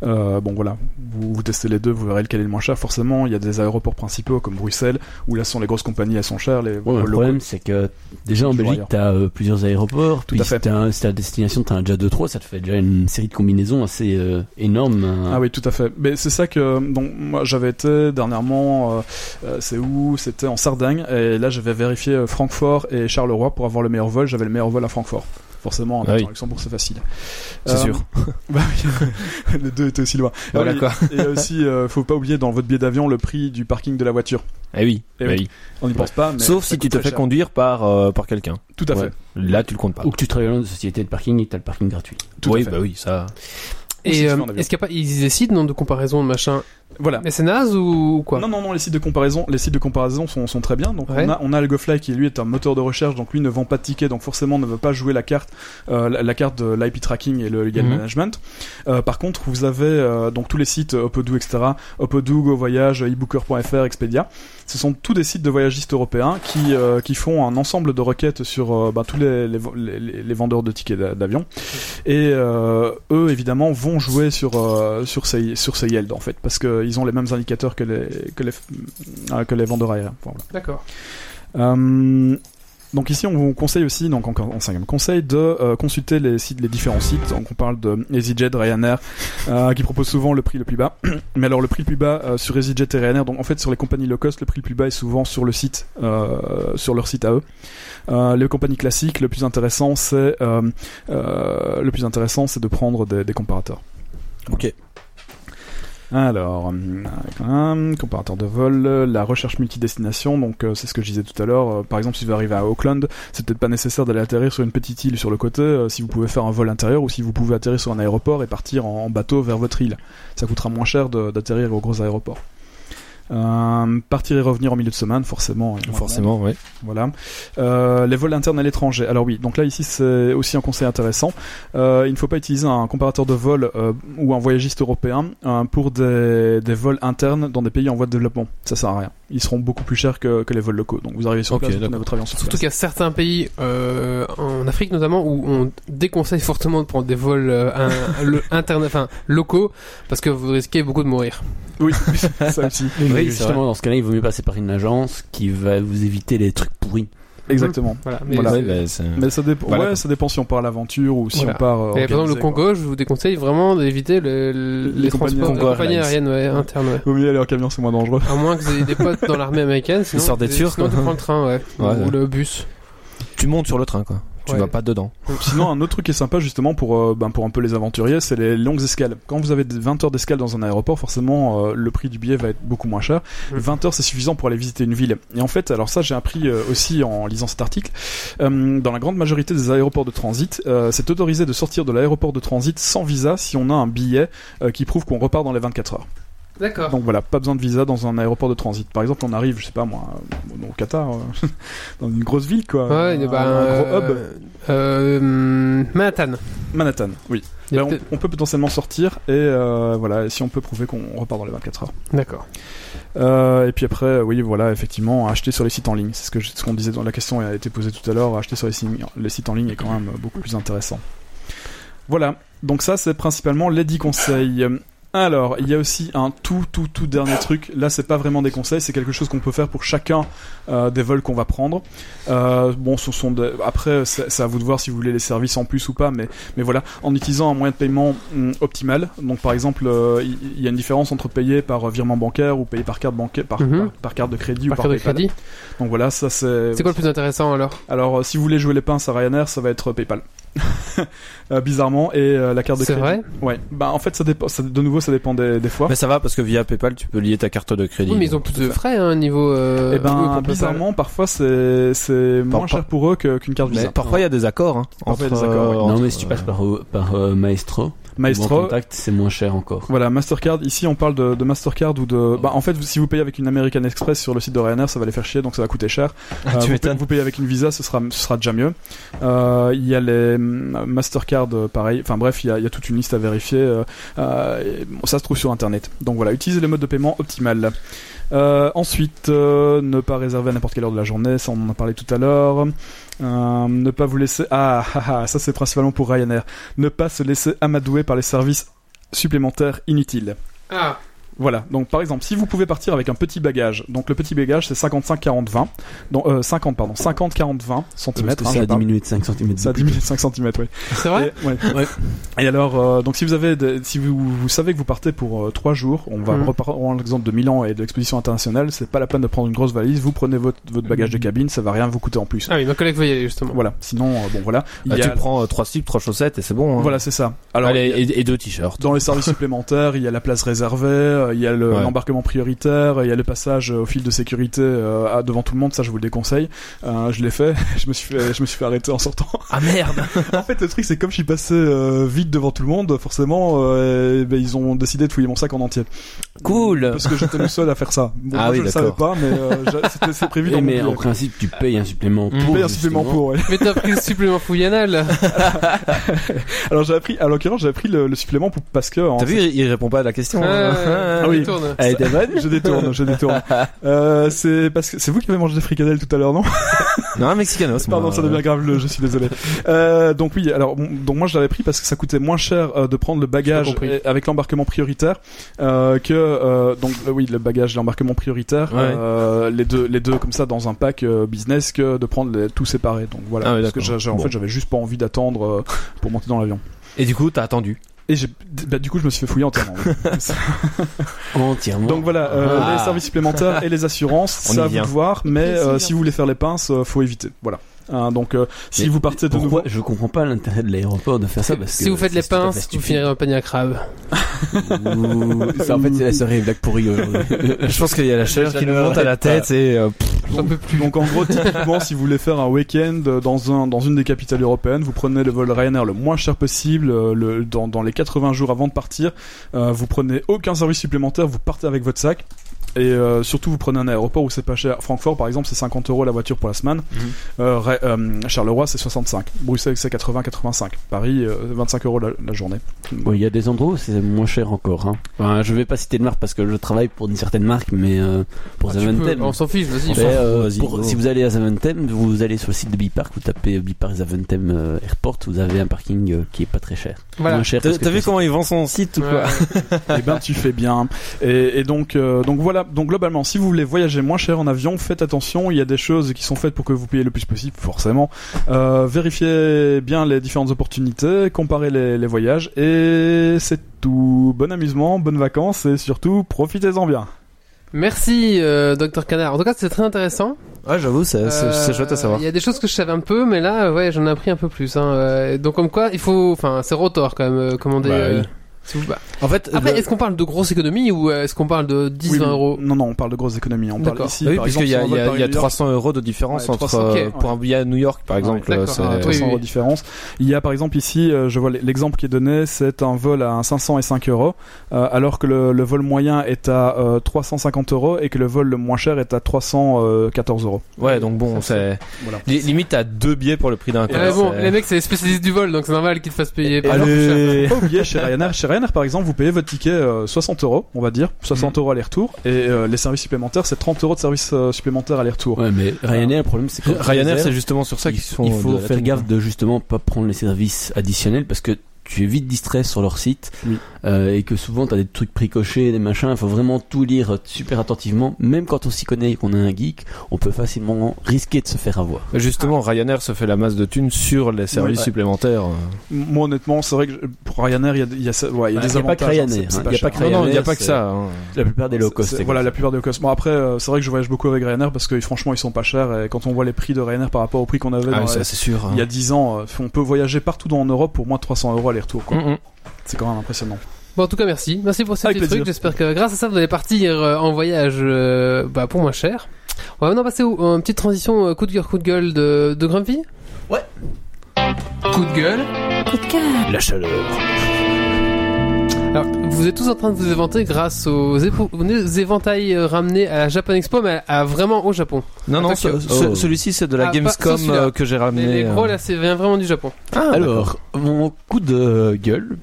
S4: Euh, bon, voilà, vous, vous testez les deux, vous verrez lequel est le moins cher. Forcément, il y a des aéroports principaux comme Bruxelles, où là sont les grosses compagnies, elles sont chères. Les
S5: Ouais, le
S4: locaux-
S5: problème, c'est que déjà en
S4: Toujours
S5: Belgique,
S4: ailleurs.
S5: t'as euh, plusieurs aéroports.
S4: Tout
S5: puis
S4: à fait.
S5: Si t'as un- si t'as destination, t'as déjà 2-3, ça te fait déjà une série de combinaisons assez euh, énorme.
S3: Hein.
S4: Ah oui, tout à fait. Mais c'est ça que donc moi j'avais été dernièrement. euh, euh, c'est où C'était en Sardaigne. Et là, j'avais vérifié euh, Francfort et Charleroi pour avoir le meilleur vol. J'avais le meilleur vol à Francfort. Forcément, en
S3: Ah oui.
S4: partant à Luxembourg, c'est facile.
S3: C'est sûr.
S4: bah oui, les deux étaient aussi loin. Ah
S3: Voilà
S4: oui,
S3: quoi.
S4: Et aussi, euh, faut pas oublier dans votre billet d'avion le prix du parking de la voiture.
S3: Eh oui.
S4: Eh
S3: bah
S4: oui.
S3: oui.
S4: On n'y pense pas. Mais
S3: Sauf
S4: ça
S3: si tu
S4: coûte
S3: te
S4: très
S3: fais
S4: cher.
S3: conduire par, euh, par quelqu'un.
S4: Tout à
S3: Ouais.
S4: fait.
S3: Là, tu le comptes pas.
S5: Ou que tu travailles dans une société de parking et que t'as le parking gratuit.
S4: Tout à
S3: oui,
S4: fait.
S3: bah oui, ça.
S4: Ou si tu
S1: Et
S4: fais
S1: euh,
S4: en avion.
S1: est-ce qu'il y a pas, ils essaient non de comparaison de machin
S4: Voilà.
S1: Mais c'est naze ou quoi
S4: Non, non, non, les sites de comparaison, les sites de comparaison sont, sont très bien. Donc,
S1: Ouais.
S4: on a, on a AlgoFly qui, lui, est un moteur de recherche, donc lui ne vend pas de tickets, donc forcément ne veut pas jouer la carte, euh, la, la carte de l'IP tracking et le legal
S3: Mhm.
S4: management. Euh, par contre, vous avez euh, donc tous les sites euh, Opodoo, etc., Opodoo, GoVoyage, ebooker.fr, Expedia. Ce sont tous des sites de voyagistes européens qui, euh, qui font un ensemble de requêtes sur euh, bah, tous les, les, les- les vendeurs de tickets d'a- d'avion. Et euh, eux, évidemment, vont jouer sur, euh, sur, ces, sur ces yields, en fait, parce qu'ils ont les mêmes indicateurs que les, que les, euh, que les vendeurs aériens. Voilà.
S1: D'accord.
S4: Euh, donc ici, on vous conseille aussi, donc encore en cinquième conseil, de euh, consulter les sites, les différents sites. Donc on parle de EasyJet, Ryanair, euh, qui proposent souvent le prix le plus bas. Mais alors le prix le plus bas euh, sur EasyJet et Ryanair, donc en fait sur les compagnies low cost, le prix le plus bas est souvent sur le site, euh, sur leur site à eux. Euh, les compagnies classiques, le plus intéressant, c'est euh, euh, le plus intéressant, c'est de prendre des, des comparateurs.
S5: Ok.
S4: Alors, hum, comparateur de vol, euh, la recherche multidestination, donc euh, c'est ce que je disais tout à l'heure. euh, par exemple, si vous arrivez à Auckland, c'est peut-être pas nécessaire d'aller atterrir sur une petite île sur le côté, euh, si vous pouvez faire un vol intérieur ou si vous pouvez atterrir sur un aéroport et partir en, en bateau vers votre île. Ça coûtera moins cher de- d'atterrir au gros aéroport. Euh, partir et revenir en milieu de semaine, forcément. il y a moins de monde.
S3: Forcément, ouais.
S4: Voilà. Euh, les vols internes à l'étranger. Alors oui, donc là ici c'est aussi un conseil intéressant. Euh, il ne faut pas utiliser un comparateur de vol euh, ou un voyagiste européen euh, pour des, des vols internes dans des pays en voie de développement. Ça sert à rien. Ils seront beaucoup plus chers que, que les vols locaux. Donc vous arrivez sur
S3: Ok,
S4: place, vous prenez
S3: d'accord.
S4: votre avion sur
S1: Surtout
S4: place.
S1: qu'il y a certains pays, euh, en Afrique notamment, où on déconseille fortement de prendre des vols euh, un- le- interne- enfin, locaux parce que vous risquez beaucoup de mourir.
S4: Oui, ça aussi.
S5: Oui,
S3: c'est vrai.
S5: justement, dans ce cas-là, il vaut mieux passer par une agence qui va vous éviter les trucs pourris.
S4: Exactement.
S1: Voilà.
S4: Voilà.
S1: c'est-
S3: Ouais, bah, c'est-
S4: Mais ça dépend.
S3: Voilà.
S4: ouais, ça dépend si on part à l'aventure ou si
S1: Voilà.
S4: on part. euh,
S1: Et par exemple,
S4: organisé,
S1: le
S4: quoi.
S1: Congo, je vous déconseille vraiment d'éviter le- le- les,
S4: Les compagnies-
S1: transports, les
S4: Congo
S1: compagnies aériennes
S3: Airlines.
S1: ouais, internes. ouais.
S4: Vaut mieux aller en camion, c'est moins dangereux.
S1: À moins que vous ayez des potes dans l'armée américaine, sinon, euh,
S3: sortent des
S1: sinon,
S3: Turcs, quoi.
S1: tu prends le train, ouais.
S3: Ouais,
S1: ou
S3: ouais.
S1: le bus.
S3: Tu montes sur le train, quoi. Tu
S1: Ouais.
S3: vas pas dedans.
S4: Sinon, un autre truc qui est sympa justement pour, euh, ben, pour un peu les aventuriers, c'est les longues escales. Quand vous avez des 20 heures d'escale dans un aéroport, forcément, euh, le prix du billet va être beaucoup moins cher.
S1: Mm.
S4: 20 heures, c'est suffisant pour aller visiter une ville. Et en fait, alors ça, j'ai appris euh, aussi en lisant cet article, euh, dans la grande majorité des aéroports de transit, euh, c'est autorisé de sortir de l'aéroport de transit sans visa si on a un billet euh, qui prouve qu'on repart dans les 24 heures.
S1: D'accord.
S4: Donc voilà, pas besoin de visa dans un aéroport de transit. Par exemple, on arrive, je sais pas moi, euh, au Qatar, euh, dans une grosse ville, quoi.
S1: Ouais,
S4: un,
S1: bah,
S4: un gros hub.
S1: euh, euh, Manhattan.
S4: Manhattan, oui.
S1: Il y a
S4: Ben, on,
S1: peut-être-
S4: on peut potentiellement sortir et euh, voilà, si on peut prouver qu'on repart dans les 24 heures.
S1: D'accord.
S4: Euh, et puis après, euh, oui, voilà, effectivement, acheter sur les sites en ligne. C'est ce que je- ce qu'on disait dans la question a été posée tout à l'heure. Acheter sur les, signes- les sites en ligne est quand même euh, beaucoup plus intéressant. Voilà. Donc ça, c'est principalement les 10 conseils. Alors, il y a aussi un tout, tout, tout dernier truc. Là, c'est pas vraiment des conseils, c'est quelque chose qu'on peut faire pour chacun euh, des vols qu'on va prendre. Euh, bon, ce sont des- après, c'est c'est à vous de voir si vous voulez les services en plus ou pas, mais mais voilà, en utilisant un moyen de paiement hum, optimal. Donc par exemple, euh, il il y, a une différence entre payer par euh, virement bancaire ou payer par carte bancaire, par,
S1: Mhm.
S4: par, par carte de crédit
S1: Par
S4: ou
S1: carte
S4: par
S1: de
S4: PayPal.
S1: crédit.
S4: Donc voilà, ça c'est.
S1: C'est quoi le plus intéressant alors
S4: Alors euh, si vous voulez jouer les pinces à Ryanair, ça va être PayPal. Euh, bizarrement et euh, la carte de
S1: C'est
S4: crédit.
S1: vrai
S4: Ouais. Bah en fait ça dépend. ça- de nouveau ça dépend des, des fois.
S3: Mais ça va parce que via PayPal, tu peux lier ta carte de crédit.
S1: Oui, mais ils ont plus de frais, hein, niveau. Euh,
S4: et ben
S1: oui, pour PayPal.
S4: bizarrement parfois c'est c'est
S3: Par-
S4: moins
S3: par-
S4: cher pour eux que- qu'une carte Visa.
S3: Mais parfois il y a des accords hein,
S4: Parfois,
S3: entre,
S4: il y a des accords, oui.
S3: euh,
S5: non,
S3: entre-
S5: mais si tu passes par, euh, par euh, Maestro, ou en
S4: Oh, Maestro,
S5: contact, c'est moins cher encore.
S4: Voilà, Mastercard. Ici, on parle de, de Mastercard ou de. Bah, en fait, si vous payez avec une American Express sur le site de Ryanair, ça va les faire chier, donc ça va coûter cher.
S3: Ah,
S4: Euh,
S3: tu
S4: vous, payez,
S3: m'étonnes.
S4: vous payez avec une Visa, ce sera, ce sera déjà mieux. Euh, Il y a les hum, Mastercard, euh, pareil. Enfin bref, il y a, il y a toute une liste à vérifier. euh, euh, et, bon, ça se trouve sur Internet. Donc voilà, utilisez les modes de paiement optimal. Euh, ensuite, euh, ne pas réserver à n'importe quelle heure de la journée, ça on en a parlé tout à l'heure. Euh, ne pas vous laisser... Ah, ah, ah, ça c'est principalement pour Ryanair. Ne pas se laisser amadouer par les services supplémentaires inutiles.
S1: Ah,
S4: Voilà, donc par exemple, si vous pouvez partir avec un petit bagage, donc le petit bagage c'est 55, 40, 20, donc, euh, 50, pardon, 50, 40, 20 cm.
S5: Parce que ça a diminué de 5 cm.
S4: hein, Ça a diminué de 5 cm, oui.
S1: c'est vrai
S4: Et, ouais. Et alors, euh, donc si vous avez, des- si vous, vous savez que vous partez pour 3 jours, on va
S1: Mhm.
S4: reprendre l'exemple de Milan et de l'exposition internationale, c'est pas la peine de prendre une grosse valise, vous prenez votre, votre bagage
S1: Mhm.
S4: de cabine, ça va rien vous coûter en plus.
S1: Ah oui, ma collègue veut y aller justement.
S4: Voilà, sinon, euh, bon voilà. Il
S5: Bah,
S3: Ah,
S4: y a-
S3: Tu prends euh, trois slips, trois chaussettes et c'est bon. hein.
S4: Voilà, c'est ça. Alors,
S3: Allez,
S4: il y a-
S3: et, et deux t-shirts.
S4: dans les services supplémentaires, il y a la place réservée, euh, euh, il y a le-
S3: Ouais.
S4: l'embarquement prioritaire, il y a le passage euh, au fil de sécurité euh, à- devant tout le monde, ça je vous le déconseille. Euh, je l'ai fait, je me suis fait, je me suis fait arrêter en sortant.
S3: Ah merde
S4: en fait, le truc c'est que comme je suis passé euh, vite devant tout le monde, forcément, euh, eh ben, ils ont décidé de fouiller mon sac en entier.
S5: Cool
S4: Parce que j'étais le seul à faire ça. Bon,
S3: Ah
S4: moi,
S3: oui,
S4: je le savais
S3: d'accord.
S4: pas, mais euh, j'a- c'était c'est prévu dans
S5: Eh,
S4: mon
S5: mais
S4: billet.
S5: en principe, tu payes un supplément
S4: Je
S5: pour.
S4: paye un supplément
S5: justement.
S4: pour, ouais.
S1: Mais t'as pris le supplément fouillis anal.
S4: Alors j'ai appris, à l'occurrence, j'ai appris le, le supplément pour parce que en
S3: T'as vu, il, il répond pas à la question. hein.
S1: Ah,
S4: Ah oui.
S1: tourne.
S3: Elle était bonne
S4: Je détourne, je détourne. Euh, c'est parce que c'est vous qui avez mangé des fricadelles tout à l'heure, non
S3: Non, un Mexicanos.
S4: Pardon,
S3: moi.
S4: ça devient grave. le- Je suis désolé. Euh, donc oui, alors bon, donc moi je l'avais pris parce que ça coûtait moins cher euh, de prendre le
S1: J'ai
S4: bagage
S1: pas compris.
S4: et- avec l'embarquement prioritaire euh, que euh, donc euh, oui le bagage, l'embarquement prioritaire,
S3: Ouais.
S4: euh, les deux les deux comme ça dans un pack euh, business que de prendre les, tout séparé. Donc voilà,
S3: Ah oui,
S4: parce que
S3: d'accord.
S4: j'ai- j'ai- en
S3: Bon.
S4: fait j'avais juste pas envie d'attendre euh, pour monter dans l'avion.
S3: Et du coup, t'as attendu.
S4: Et j'ai bah, du coup je me suis fait fouiller entièrement. oui.
S5: Entièrement.
S4: Donc voilà, euh,
S5: Ah.
S4: les services supplémentaires et les assurances,
S3: On y
S4: ça à vous de
S3: vient.
S4: voir, mais
S6: Et
S4: euh,
S6: c'est
S4: si vous voulez faire les pinces, euh, faut éviter. Voilà. Hein, donc euh, si
S5: Mais
S4: vous partez de
S5: Pourquoi
S4: nouveau,
S5: Je comprends pas l'intérêt de l'aéroport de faire ça parce que
S1: Si vous faites les
S5: c'est tout à fait
S1: pinces, vous
S5: stupide.
S1: finirez dans un panier à crabe.
S5: Ouh, ça, en fait, c'est la soirée Black euh. pourrie aujourd'hui.
S3: Je pense qu'il y a la chaleur qui nous monte à la tête et. euh, pff,
S1: J'en peux plus.
S4: donc en gros typiquement si vous voulez faire un week-end euh, dans un dans une des capitales européennes, vous prenez le vol Ryanair le moins cher possible, euh, le, dans dans les 80 jours avant de partir, euh, vous prenez aucun service supplémentaire, vous partez avec votre sac. Et euh, surtout, vous prenez un aéroport où c'est pas cher. Francfort, par exemple, c'est 50 euros la voiture pour la semaine. Euh, Ra- euh, Charleroi, c'est 65. Bruxelles, c'est 80-85. Paris, euh, 25 euros la, la journée.
S5: Bon, il y a des endroits où c'est moins cher encore. Hein. Enfin, je vais pas citer de marque parce que je travaille pour une certaine marque, mais euh, pour
S1: Ah, tu
S5: Zaventem.
S1: peux, On s'en fiche, vas-y.
S5: Mais,
S1: Enfin,
S5: euh,
S3: vas-y,
S5: pour-
S3: go.
S5: si vous allez à Zaventem, vous allez sur le site de Bipark, vous tapez euh, Bipark Zaventem euh, Airport, vous avez un parking euh, qui est pas très cher.
S1: Voilà.
S5: Moins cher
S3: T'as
S5: parce que
S3: t'as vu
S5: c'est-
S3: comment il vend son site ou quoi
S4: Eh ben, tu fais bien. Et, et donc, euh, donc voilà. Donc globalement, si vous voulez voyager moins cher en avion, faites attention. Il y a des choses qui sont faites pour que vous payiez le plus possible, forcément. Euh, vérifiez bien les différentes opportunités, comparez les, les voyages, et c'est tout. Bon amusement, bonnes vacances, et surtout profitez-en bien.
S1: Merci, euh, Docteur Canard. En tout cas, c'était très intéressant.
S3: Ouais, j'avoue, c'est c'est- c'est
S1: Euh,
S3: chouette à savoir.
S1: Il y a des choses que je savais un peu, mais là, euh, ouais, j'en ai appris un peu plus. Hein. Euh, Donc, comme quoi, il faut. Enfin, c'est rotor quand même, euh, commander.
S3: Bah,
S1: euh,
S3: oui. Euh,
S1: si vous- bah.
S3: En fait,
S1: Après,
S3: le-
S1: est-ce qu'on parle de grosses économies ou euh, est-ce qu'on parle de 10-20
S4: Oui, mais-
S1: euros
S4: Non, non, on parle de grosses économies. On parle
S1: D'accord.
S4: ici,
S3: Ah oui,
S4: par
S3: parce
S4: exemple,
S3: qu'il y a,
S4: si on
S3: il y
S4: vole
S3: a-
S4: par
S3: il y a
S4: New York,
S3: 300 euros de différence
S4: Ouais,
S3: entre
S4: 300,
S3: euh,
S4: ok,
S3: pour un billet à New York par exemple.
S1: d'accord,
S3: c'est-
S1: ah,
S4: Ouais,
S1: oui,
S4: 300
S1: oui.
S4: euros de différence. Il y a par exemple ici, euh, je vois l- l'exemple qui est donné, c'est un vol à un 505 euros, euh, alors que le, le vol moyen est à euh, 350 euros et que le vol le moins cher est à 314 euros.
S3: Ouais, donc bon, c'est
S4: Voilà.
S3: li- limite t'as deux billets pour le prix d'un.
S1: Ouais,
S3: quoi,
S1: bon,
S3: c'est-
S1: les mecs, c'est les spécialistes du vol, donc c'est normal qu'ils te fassent payer. par leur plus cher.
S3: Allez.
S4: Pas oublier chez Ryanair, chez Ryanair par exemple, vous payez votre ticket euh, 60 euros, on va dire, 60 euros aller-retour, et euh, les services supplémentaires, c'est 30 euros de services euh, supplémentaires aller-retour.
S5: Ouais, mais Ryanair, le problème, c'est que
S3: Ryanair, c'est justement sur ça
S5: il,
S3: qu'ils sont.
S5: il faut
S3: de la hein.
S5: faire
S3: tombe,
S5: gaffe de justement pas prendre les services additionnels parce que tu es vite distrait sur leur site
S4: Oui.
S5: euh, et que souvent t'as des trucs précochés, des machins. Il faut vraiment tout lire euh, super attentivement. Même quand on s'y connaît et qu'on est un geek, on peut facilement risquer de se faire avoir.
S3: quoi. Justement, Ryanair se fait la masse de thunes sur les services
S4: Ouais.
S3: supplémentaires.
S4: M- Moi honnêtement, c'est vrai que je- pour Ryanair, il y a, il y a ça- ouais, il y a
S5: Ouais,
S4: des
S5: il y a pas
S4: avantages.
S5: que
S4: hein, c'est-
S5: Ryanair,
S4: c'est
S5: hein, il y a pas
S4: cher.
S5: que
S3: Non, non, il n'y a
S5: Ryanair,
S3: pas que
S5: c'est-
S3: ça. hein.
S5: La plupart des low cost.
S4: C'est-
S5: c'est
S4: Voilà,
S5: comme
S4: la
S5: ça.
S4: plupart des low cost. Bon, après, euh, c'est vrai que je voyage beaucoup avec Ryanair parce que franchement, ils sont pas chers. Et quand on voit les prix de Ryanair par rapport au prix qu'on avait
S3: Ah,
S4: dans
S3: ça,
S4: la-
S3: c'est sûr.
S4: il y a 10 ans, euh, on peut voyager partout dans- en Europe pour moins de 300 euros aller-retour. quoi.
S3: Mm, mm.
S4: C'est quand même impressionnant.
S1: Bon, en tout cas, merci. Merci pour ce
S4: Avec
S1: petit truc.
S4: plaisir.
S1: J'espère que grâce à ça, vous allez partir euh, en voyage euh, bah, pour moins cher. On va maintenant passer au- à une petite transition euh, coup de cœur, coup de gueule de, de Grumpy.
S5: Ouais.
S1: Coup de gueule.
S6: Coup de cœur.
S5: La chaleur.
S1: Alors, vous êtes tous en train de vous éventer grâce aux, épo- aux éventails euh, ramenés à la Japan Expo, mais à, à vraiment au Japon.
S3: Non, non,
S1: Attaque-
S3: ce- ce-
S5: Oh.
S3: celui-ci, c'est de la
S1: Ah, pas-
S3: Gamescom
S1: ça, celui-là.
S3: euh, que j'ai
S1: Mais
S3: ramené.
S1: les gros,
S3: euh.
S1: là, c'est vient vraiment du Japon.
S3: Ah, d'accord.
S5: Alors, mon coup de gueule,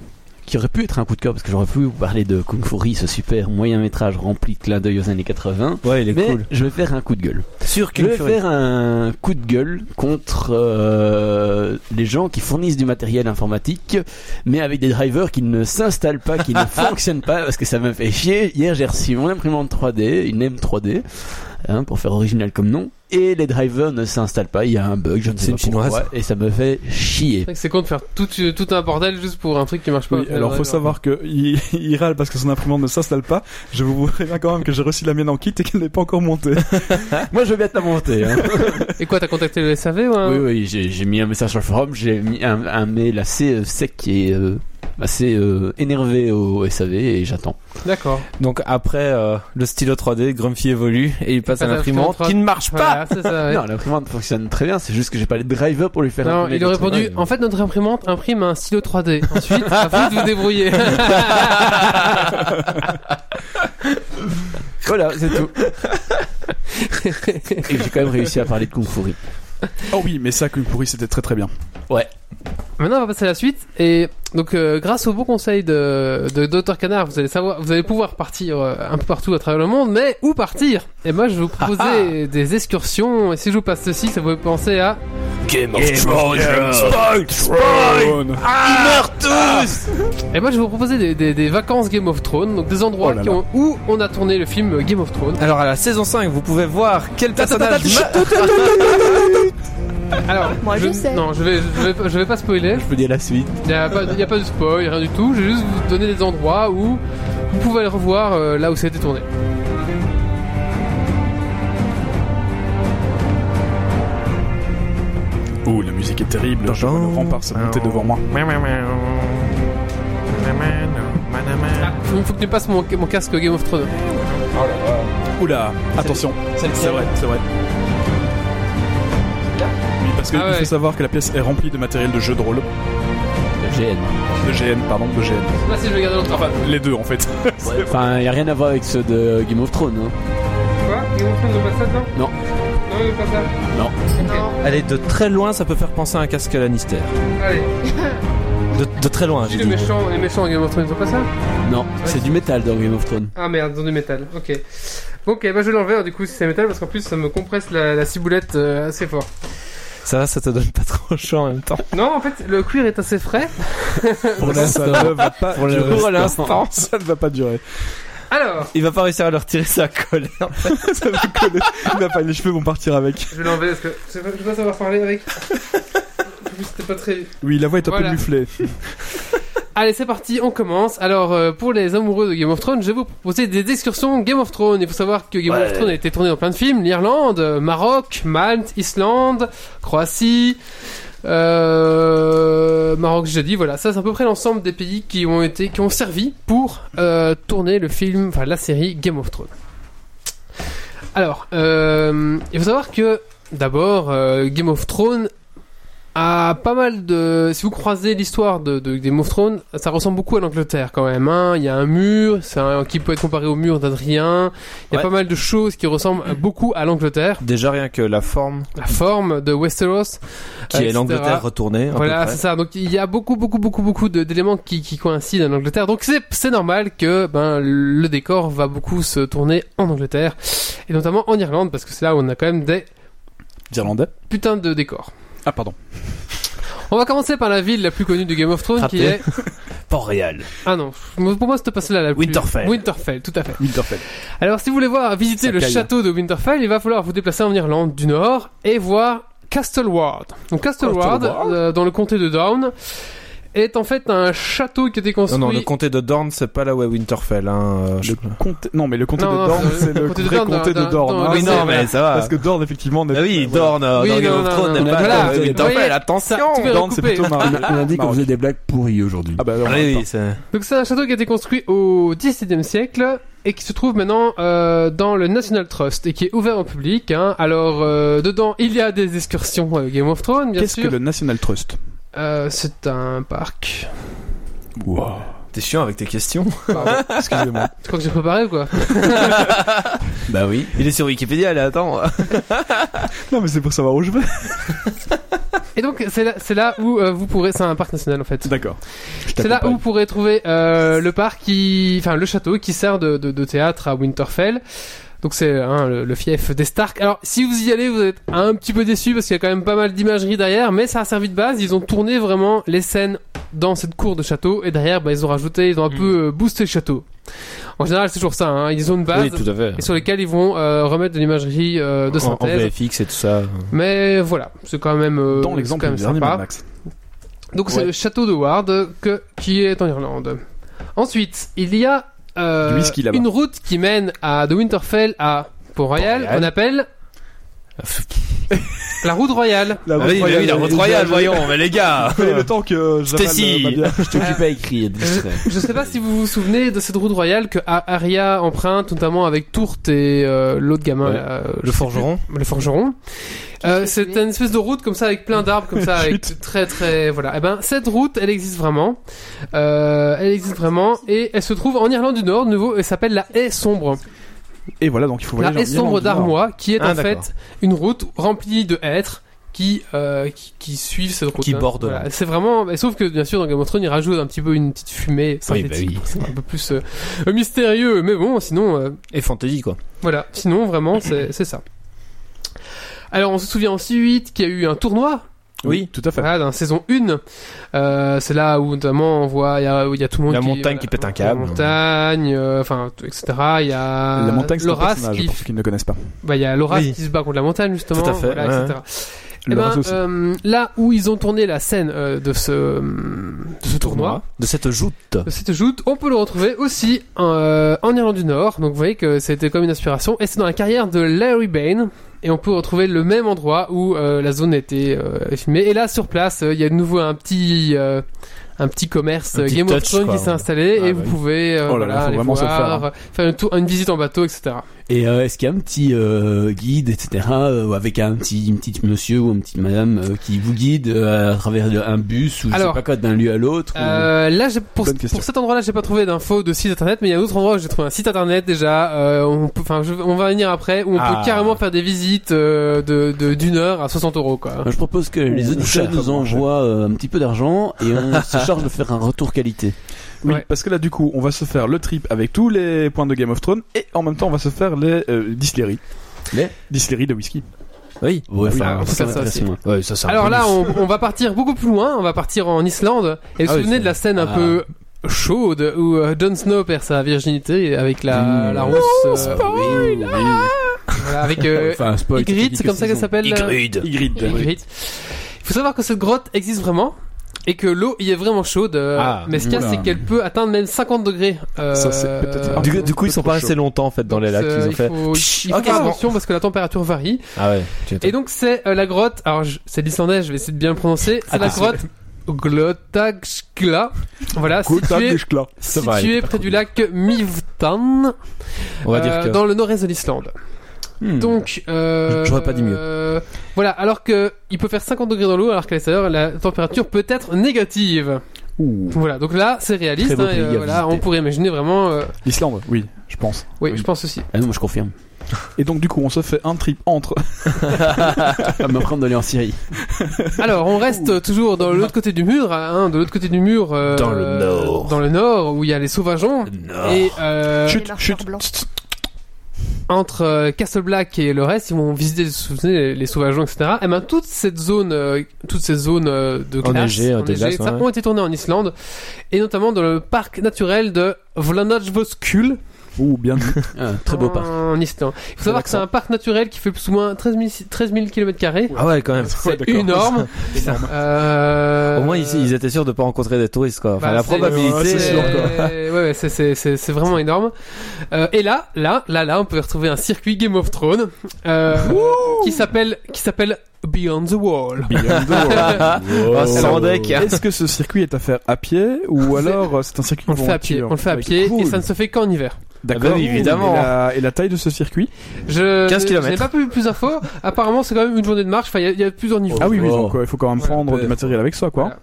S5: qui aurait pu être un coup de cœur, parce que j'aurais pu vous parler de Kung Fury, ce super moyen métrage rempli de clins d'œil aux années 80.
S3: Ouais, il est
S5: Mais
S3: cool.
S5: je vais faire un coup de gueule.
S3: Sur
S5: Je vais faire un coup de gueule contre euh, les gens qui fournissent du matériel informatique, mais avec des drivers qui ne s'installent pas, qui ne fonctionnent pas, parce que ça me fait chier. Hier, j'ai reçu mon imprimante 3D, une M3D, hein, pour faire original comme nom, et les drivers ne s'installent pas. Il y a un bug, je ne
S3: C'est
S5: sais
S3: une
S5: pas pourquoi,
S3: chinoise.
S5: et ça me fait chier.
S1: C'est vrai que C'est con de faire tout, euh, tout un bordel juste pour un truc qui marche pas.
S4: Oui, alors faut savoir que il, il râle parce que son imprimante ne s'installe pas. Je vous préviens quand même que j'ai reçu la mienne en kit et qu'elle n'est pas encore montée.
S5: Ah, Moi, je veux bien te la monter. Hein.
S1: Et quoi, t'as contacté le SAV ou un-
S5: oui, oui, j'ai j'ai mis un message sur le forum, j'ai mis un, un mail assez euh, sec et euh, assez euh, énervé au SAV et j'attends.
S1: D'accord.
S3: Donc après euh, le stylo 3D, Grumpy évolue et il passe à
S1: passe à
S3: l'imprimante
S1: l'imprimante
S3: qui ne marche pas.
S1: Voilà, c'est ça. ouais.
S5: Non, l'imprimante fonctionne très bien, c'est juste que j'ai pas les drivers pour lui faire
S1: Non,
S5: imprimer
S1: il
S5: des
S1: aurait
S5: trucs.
S1: répondu
S5: Ouais.
S1: En fait, notre imprimante imprime un stylo 3D. Ensuite, à vous de vous débrouiller.
S5: Voilà, c'est tout. et j'ai quand même réussi à parler de Kung Fury.
S4: Oh oui, mais ça, que pourri, c'était très très bien.
S1: Maintenant, on va passer à la suite. Et donc, euh, grâce au bon conseil de, de Dr Canard, vous allez savoir, vous allez pouvoir partir euh, un peu partout à travers le monde. Mais où partir Et moi, je vais vous
S4: Ah
S1: proposer des excursions. Et si je vous passe ceci, ça vous fait penser à
S7: Game of Thrones.
S4: Oh,
S1: Et moi, je vais vous proposer des, des- des vacances Game of Thrones, donc des endroits
S4: Oh là
S1: qui
S4: là.
S1: ont- où on a tourné le film Game of Thrones.
S3: Alors à la saison 5, vous pouvez voir quel personnage. ma-
S1: Alors,
S6: Moi, je sais.
S1: Non, je vais, je vais, je vais pas spoiler.
S5: Je peux dire la suite.
S1: Il n'y a, pas- y a pas de spoil, rien du tout. Je vais juste vous donner des endroits où vous pouvez le revoir euh, là où ça a été tourné.
S4: Ouh, Oh, la musique est terrible. Oh. Je vois le rempart se monter devant moi.
S1: Ah, il faut que tu me passes mon, mon casque Game of Thrones.
S4: Oula, attention. C'est vrai, c'est vrai. Oui, parce qu'il
S1: Ah ouais.
S4: faut savoir que la pièce est remplie de matériel de jeu de rôle.
S5: La GN.
S4: De GN, pardon, de
S1: Je
S4: GN.
S1: sais pas si je vais garder longtemps.
S4: Enfin, les deux en fait.
S5: Enfin, y a rien à voir avec ceux de Game of Thrones. hein.
S1: Quoi Game of Thrones, pas ça dedans
S5: Non.
S1: Non, il pas ça.
S5: Non.
S3: Allez, de très loin, ça peut faire penser à un casque Lannister.
S1: Allez,
S3: De, de très loin, j'ai
S1: les
S3: dit.
S1: méchants, les méchants Game of Thrones, ils ont pas ça
S5: Non, c'est du métal dans Game of Thrones.
S1: Ah merde, dans du métal, ok. Ok, bah je vais l'enlever du coup si c'est métal parce qu'en plus ça me compresse la, la ciboulette euh, assez fort.
S3: Ça va, ça te donne pas trop chaud en même temps.
S1: Non, en fait, le cuir est assez frais.
S4: Pour l'instant, ça ne va pas
S3: Pour
S1: Euh,
S4: durer.
S3: l'instant.
S4: Ça ne va pas durer.
S1: Alors,
S3: Il va pas réussir à leur tirer sa colère.
S4: Ça va coller. Il n'a pas les cheveux vont partir avec.
S1: je vais l'enlever parce que je sais pas- je vais pas savoir parler avec. En plus, C'était pas très.
S4: Oui, la voix est un
S1: Voilà.
S4: peu muflée.
S1: Allez, c'est parti, on commence. Alors, euh, pour les amoureux de Game of Thrones, je vais vous proposer des excursions Game of Thrones. Il faut savoir que Game of Thrones a été tourné dans plein de films l'Irlande, euh, Maroc, Malte, Islande, Croatie. Euh, Maroc, j'ai dit, voilà, ça c'est à peu près l'ensemble des pays qui ont été, qui ont servi pour euh, tourner le film, enfin la série Game of Thrones. Alors, euh, il faut savoir que d'abord, euh, Game of Thrones a pas mal de. Si vous croisez l'histoire de, de Game of Thrones, ça ressemble beaucoup à l'Angleterre quand même. hein. Il y a un mur, c'est un- qui peut être comparé au mur d'Adrien. Il y a
S3: Ouais.
S1: pas mal de choses qui ressemblent beaucoup à l'Angleterre.
S3: Déjà rien que la forme
S1: La forme de Westeros,
S3: qui
S1: euh,
S3: est
S1: etc.
S3: l'Angleterre retournée. à peu
S1: Voilà,
S3: près.
S1: c'est ça. Donc il y a beaucoup, beaucoup, beaucoup, beaucoup de- d'éléments qui, qui coïncident en Angleterre. Donc c'est c'est normal que ben le décor va beaucoup se tourner en Angleterre et notamment en Irlande parce que c'est là où on a quand même des
S4: Irlandais.
S1: putains de décors.
S4: Ah pardon.
S1: On va commencer par la ville la plus connue de Game of Thrones qui
S5: Raté.
S1: est
S5: Port-Réal.
S1: ah non pour moi c'était pas celle-là la plus-
S5: Winterfell.
S1: Winterfell, tout à fait.
S4: Winterfell.
S1: Alors si vous voulez voir visiter
S5: Ça
S1: le
S5: caille.
S1: château de Winterfell, il va falloir vous déplacer en Irlande du Nord et voir Castleward. Donc Castleward,
S4: Castleward.
S1: euh, dans le comté de Down, est en fait un château qui a été
S3: Non,
S1: construit.
S3: non, le comté de Dorne, c'est pas là où est Winterfell. Hein. euh, je-
S4: Le comté... Non, mais le comté
S1: Non, non,
S4: de Dorne,
S1: c'est-
S4: c'est le
S1: comté de
S4: vrai
S1: Dorne,
S4: comté
S1: dans-
S4: de Dorne.
S1: dans-
S4: hein.
S1: dans-
S3: oui,
S1: c'est-
S3: non,
S1: voilà.
S3: mais Ah, ça va.
S4: Parce que Dorne, effectivement, n'est
S3: Ah oui,
S4: voilà.
S3: Dorne, euh,
S1: Oui,
S3: dans Game
S1: non,
S3: of
S1: non,
S3: Thrones,
S1: non,
S3: n'est
S1: non,
S3: pas
S1: voilà,
S3: dans
S1: vous voyez,
S3: Winterfell, attention
S1: ça, tu peux
S3: Dorne, c'est
S1: recouper.
S3: plutôt marrant.
S5: On a dit qu'on faisait des blagues pourries aujourd'hui.
S4: Ah bah alors,
S3: Ah oui, oui, c'est...
S1: Donc c'est un château qui a été construit au XVIIe siècle et qui se trouve maintenant euh, dans le National Trust et qui est ouvert au public. hein. Alors euh, dedans il y a des excursions euh, Game of Thrones bien
S4: Qu'est-ce que
S1: sûr.
S4: le National Trust
S1: Euh, c'est un parc.
S4: Wow.
S3: T'es chiant avec tes questions.
S1: Pardon.
S4: Excusez-moi.
S1: tu crois que j'ai préparé ou quoi
S5: Bah oui.
S3: Il est sur Wikipédia, là, attends.
S4: Non, mais c'est pour savoir où je vais.
S1: Et donc c'est là, c'est là où euh, vous pourrez, c'est un parc national en fait.
S4: D'accord.
S1: C'est là où vous pourrez trouver euh, le parc qui, enfin le château qui sert de, de- de théâtre à Winterfell. Donc c'est hein, le, le fief des Stark. Alors si vous y allez, vous êtes un petit peu déçu parce qu'il y a quand même pas mal d'imagerie derrière, mais ça a servi de base. Ils ont tourné vraiment les scènes dans cette cour de château et derrière, bah, ils ont rajouté, ils ont un
S4: Mm.
S1: peu euh, boosté le château. En général, c'est toujours ça. hein, Ils ont une base.
S3: à fait.
S1: et sur lesquelles ils vont euh, remettre de l'imagerie euh, de
S3: En, en
S1: synthèse.
S3: VFX et tout ça.
S1: Mais voilà, c'est quand même euh,
S4: Dans
S1: c'est
S4: l'exemple
S1: quand même
S4: du dernier
S1: sympa.
S4: Mad Max.
S1: Donc c'est
S4: Ouais.
S1: le château de Ward que, qui est en Irlande. Ensuite, il y a euh,
S4: Du whisky là-bas.
S1: une route qui mène à de Winterfell à Port-Royal.
S3: Port-Royal.
S1: On appelle La route royale.
S4: La
S3: Ah oui, oui, la route royale, voyons, mais les gars.
S4: Mais le temps que j'avale
S3: Stacy.
S4: ma bière.
S5: Je t'occupe à écrire, distrait.
S1: Euh, Je sais pas si vous vous souvenez de cette route royale que A- Aria emprunte, notamment avec Tourte et euh, l'autre gamin,
S5: Ouais.
S1: là, euh, je
S3: Le
S1: sais
S3: forgeron.
S1: plus, le forgeron. Euh,
S6: Qu'est-ce que
S1: C'était une espèce de route comme ça avec plein d'arbres comme ça, avec très très voilà. Et ben cette route, elle existe vraiment, Euh, elle existe vraiment et elle se trouve en Irlande du Nord de nouveau. Elle s'appelle la haie sombre.
S4: Et voilà, donc il faut
S1: La
S4: voyager
S1: haie
S4: en Irlande
S1: sombre
S4: du Nord.
S1: d'Armois, qui est
S3: Ah,
S1: en
S3: d'accord.
S1: fait une route remplie de hêtres qui, euh, qui, qui suivent cette route.
S5: Qui
S1: hein.
S5: bordent
S1: Voilà. C'est vraiment. et sauf que bien sûr, dans Game of Thrones, il rajoute un petit peu une petite fumée
S5: Oui, bah
S1: synthétique.
S5: oui.
S1: pour que ce soit Un peu plus euh, euh, mystérieux, mais bon, sinon, euh,
S3: Et Fantasy, quoi.
S1: voilà. Sinon, vraiment, c'est c'est ça. Alors, on se souvient aussi vite qu'il y a eu un tournoi
S4: Oui, tout à fait.
S1: voilà, dans la saison 1. Euh, c'est là où notamment on voit, il y a, il y a tout le monde
S3: La
S1: qui,
S3: montagne
S1: voilà,
S3: qui pète un
S1: La
S3: câble.
S1: montagne, euh, enfin, tout- etc. Il y a
S4: la montagne, c'est un
S1: Loras
S4: personnage,
S1: Euh, qui
S4: pour ceux qui ne connaissent pas.
S1: bah, il y a Laura
S3: Oui.
S1: qui se bat contre la montagne, justement.
S3: Tout à fait,
S1: voilà,
S3: ouais.
S1: etc. Eh
S4: Loras
S1: ben,
S4: aussi.
S1: euh, là où ils ont tourné la scène euh, de ce, de ce tournoi,
S3: De cette joute.
S1: de cette joute, on peut le retrouver aussi euh, en Irlande du Nord. Donc vous voyez que c'était comme une inspiration. Et c'est dans la carrière de Larry Bain. Et on peut retrouver le même endroit où euh, la zone était euh, filmée. Et là, sur place, euh, il y a de nouveau un petit... euh, un petit commerce
S3: Un
S1: euh,
S3: petit
S1: Game of
S3: touch,
S1: Thrones
S3: quoi.
S1: qui s'est installé
S3: Ah,
S1: et
S3: bah
S1: vous
S3: oui.
S1: pouvez euh,
S4: Oh là là,
S1: voilà,
S4: faut
S1: aller
S4: vraiment se le faire,
S1: voir,
S4: hein.
S1: faire une, tour- une visite en bateau, etc.
S5: Et euh, est-ce qu'il y a un petit euh, guide, etc., euh, avec un petit, une petite monsieur ou une petite madame euh, qui vous guide euh, à travers le- un bus ou je
S1: Alors,
S5: sais pas quoi, d'un lieu à l'autre ou-
S1: Euh, là, j'ai- pour,
S4: Mmh. Bonne question.
S1: pour cet endroit-là, j'ai pas trouvé d'infos de site internet, mais il y a un autre endroit où j'ai trouvé un site internet déjà. euh, on peut, enfin, je- on va venir après où on
S3: Ah.
S1: peut carrément faire des visites euh, de de- d'une heure à 60 euros quoi.
S5: Moi, Je propose que les auditeurs nous envoient euh, un petit peu d'argent et on se charge de faire un retour qualité.
S4: Oui,
S1: Ouais.
S4: parce que là, du coup, on va se faire le trip avec tous les points de Game of Thrones et en même temps, on va se faire les euh, distilleries.
S5: Les
S4: Distilleries de whisky.
S3: Oui.
S5: Ouais, enfin,
S1: on peut faire
S5: ça
S1: ça
S5: m'intéresse
S1: aussi.
S5: moins.
S3: Ouais, ça, c'est un
S1: Alors
S3: bonus.
S1: là, on, on va partir beaucoup plus loin. On va partir en Islande. Et vous
S3: Ah
S1: vous
S3: oui,
S1: souvenez
S3: c'est-
S1: de la scène un
S5: ah.
S1: peu chaude où euh, Jon Snow perd sa virginité avec la
S5: Mmh.
S1: la rousse. euh,
S5: Oui, oui, oui.
S1: voilà, avec euh,
S5: Enfin, spoil,
S1: Ygritte, c'est comme ça qu'elle s'appelle. euh,
S3: Ygrude.
S4: Ygritte.
S1: Ygritte. Il faut savoir que cette grotte existe vraiment et que l'eau y est vraiment chaude. euh,
S3: Ah,
S1: mais ce qu'il y a,
S5: oula.
S1: c'est qu'elle peut atteindre même 50 degrés. euh,
S4: Ça, c'est peut-être-
S1: euh,
S3: Du, du coup, ils sont pas
S4: Trop
S3: restés longtemps, en fait, dans les lacs.
S1: euh,
S3: Ils ont
S1: il
S3: fait.
S1: faut,
S3: Psh,
S1: il faut
S3: ok,
S1: faire
S3: c'est bon.
S1: attention parce que la température varie.
S3: Ah ouais. tu m'étonnes.
S1: Et donc c'est euh, la grotte. Alors je- c'est l'islandais, je vais essayer de bien le prononcer. C'est la grotte Glotagskla. Voilà, située,
S4: Kutagishkla.
S3: ça va,
S1: située près du lac Mivtan,
S3: on va
S1: euh,
S3: dire que.
S1: dans le nord-est de l'Islande.
S5: Hmm.
S1: Donc, euh,
S3: J'aurais pas dit mieux.
S1: euh, voilà, alors que il peut faire 50 degrés dans l'eau, alors qu'à l'extérieur la température peut être négative. Voilà, donc là c'est réaliste.
S5: Très beau
S1: hein, et,
S5: pays
S1: euh,
S5: à
S1: voilà,
S5: visiter.
S1: on pourrait imaginer vraiment. euh,
S4: L'Islande, oui, je pense.
S1: oui,
S4: Oui.
S1: je pense aussi.
S5: Ah non, moi je confirme.
S4: Et donc, du coup, on se fait un trip entre.
S5: Ah, mais après, on doit aller en Syrie.
S1: Alors, on reste euh, toujours dans l'autre côté du mur, hein, de l'autre côté du mur. euh,
S3: Dans le nord. Ah.
S1: Dans le nord, où il y a les sauvageons. Et euh,
S6: Chut.
S4: chute,
S6: les marcheurs
S4: chute.
S6: blancs.
S4: Tst,
S1: entre euh, Castle Black et le reste, ils vont visiter, vous vous souvenez, les, les sauvageons, etc. Et ben toute cette zone, euh, toutes ces zones euh, de glace,
S3: Enneigées, euh, de
S1: enneigées,
S3: glace,
S1: ça,
S3: ouais.
S1: ont été tournées en Islande, et notamment dans le parc naturel de Vlandavoskul
S4: Ouh, bien dit.
S5: Ah, très
S1: Oh.
S5: beau parc.
S1: en Islande. Il faut savoir que c'est un parc naturel qui fait plus ou moins 13 000, 13 000 km
S3: Ah ouais, quand même.
S1: C'est énorme. Euh,
S3: Au moins, ils, ils étaient sûrs de pas rencontrer des touristes, quoi. Enfin,
S1: bah,
S3: la
S1: c'est-
S3: probabilité.
S4: ouais,
S1: c'est-
S4: sûr, quoi.
S1: ouais, euh, ouais, c'est- c'est- c'est c'est vraiment énorme. Euh, et là, là, là, là, on peut retrouver un circuit Game of Thrones euh, qui s'appelle qui s'appelle Beyond the Wall.
S4: Beyond the wall.
S3: Oh, sans deck.
S4: Est-ce que ce circuit est à faire à pied ou alors euh, c'est un circuit
S1: On le
S4: qu'on
S1: fait à
S4: voiture
S1: pied, on le fait à
S4: Ok,
S1: pied et
S4: cool.
S1: ça ne se fait qu'en hiver.
S4: D'accord.
S3: Ah bah oui, évidemment.
S4: Et la, et la taille de ce circuit
S1: Je
S3: 15
S1: je
S3: kilomètres.
S1: n'ai pas plus plus d'infos. Apparemment, c'est quand même une journée de marche. Enfin, il y a- il y, a plusieurs niveaux.
S4: Ah oui, oui,
S5: Oh.
S4: donc euh, il faut quand même
S1: Voilà.
S4: prendre du
S5: Euh,
S4: matériel avec soi, quoi.
S1: voilà.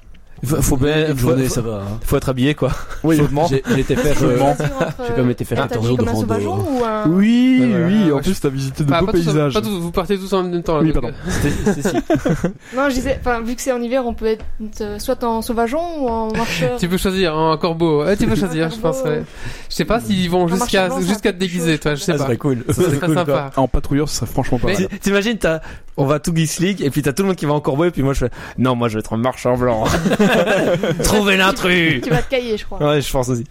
S3: Faut, faut bien-
S5: Une journée,
S3: faut-
S5: ça va. hein.
S3: faut être habillé, quoi.
S4: Oui.
S3: Chaudement.
S5: J'ai j'ai été faire. euh, j'ai quand même été faire 14 jours de
S6: comme un
S5: rando.
S6: sauvageon ou un...
S4: Oui,
S1: Ouais,
S4: oui,
S1: voilà.
S4: en plus t'as visité de
S1: Enfin,
S4: beaux
S1: Bah, pas tous-
S4: paysages.
S1: pas tous, vous partez tous en même temps. là,
S4: Oui,
S1: donc,
S4: pardon.
S1: euh,
S5: C'était- c'était-
S6: Non, je disais, enfin, vu que c'est en hiver, on peut être euh, soit en sauvageon ou en marcheur.
S1: euh, Tu peux choisir en corbeau. Ouais, tu peux choisir, je
S6: corbeau.
S1: pense. ouais. Je sais pas s'ils vont
S6: Un
S1: jusqu'à
S6: marcheur blanc, ça
S1: jusqu'à
S6: fait
S1: te déguiser,
S6: chaud,
S1: toi. Je sais
S5: ça
S1: pas.
S5: serait cool.
S1: Ça serait très sympa.
S4: En patrouilleur, ce serait franchement pas
S1: Mais-
S4: mal.
S3: T- T'imagines, t'as- on va tout Geeks League, et puis t'as tout le monde qui va en corbeau, et puis moi je fais, non, moi je vais être en marchand blanc. Trouvez l'intrus!
S6: euh, Tu vas te cailler, je crois.
S3: Ouais, je pense aussi.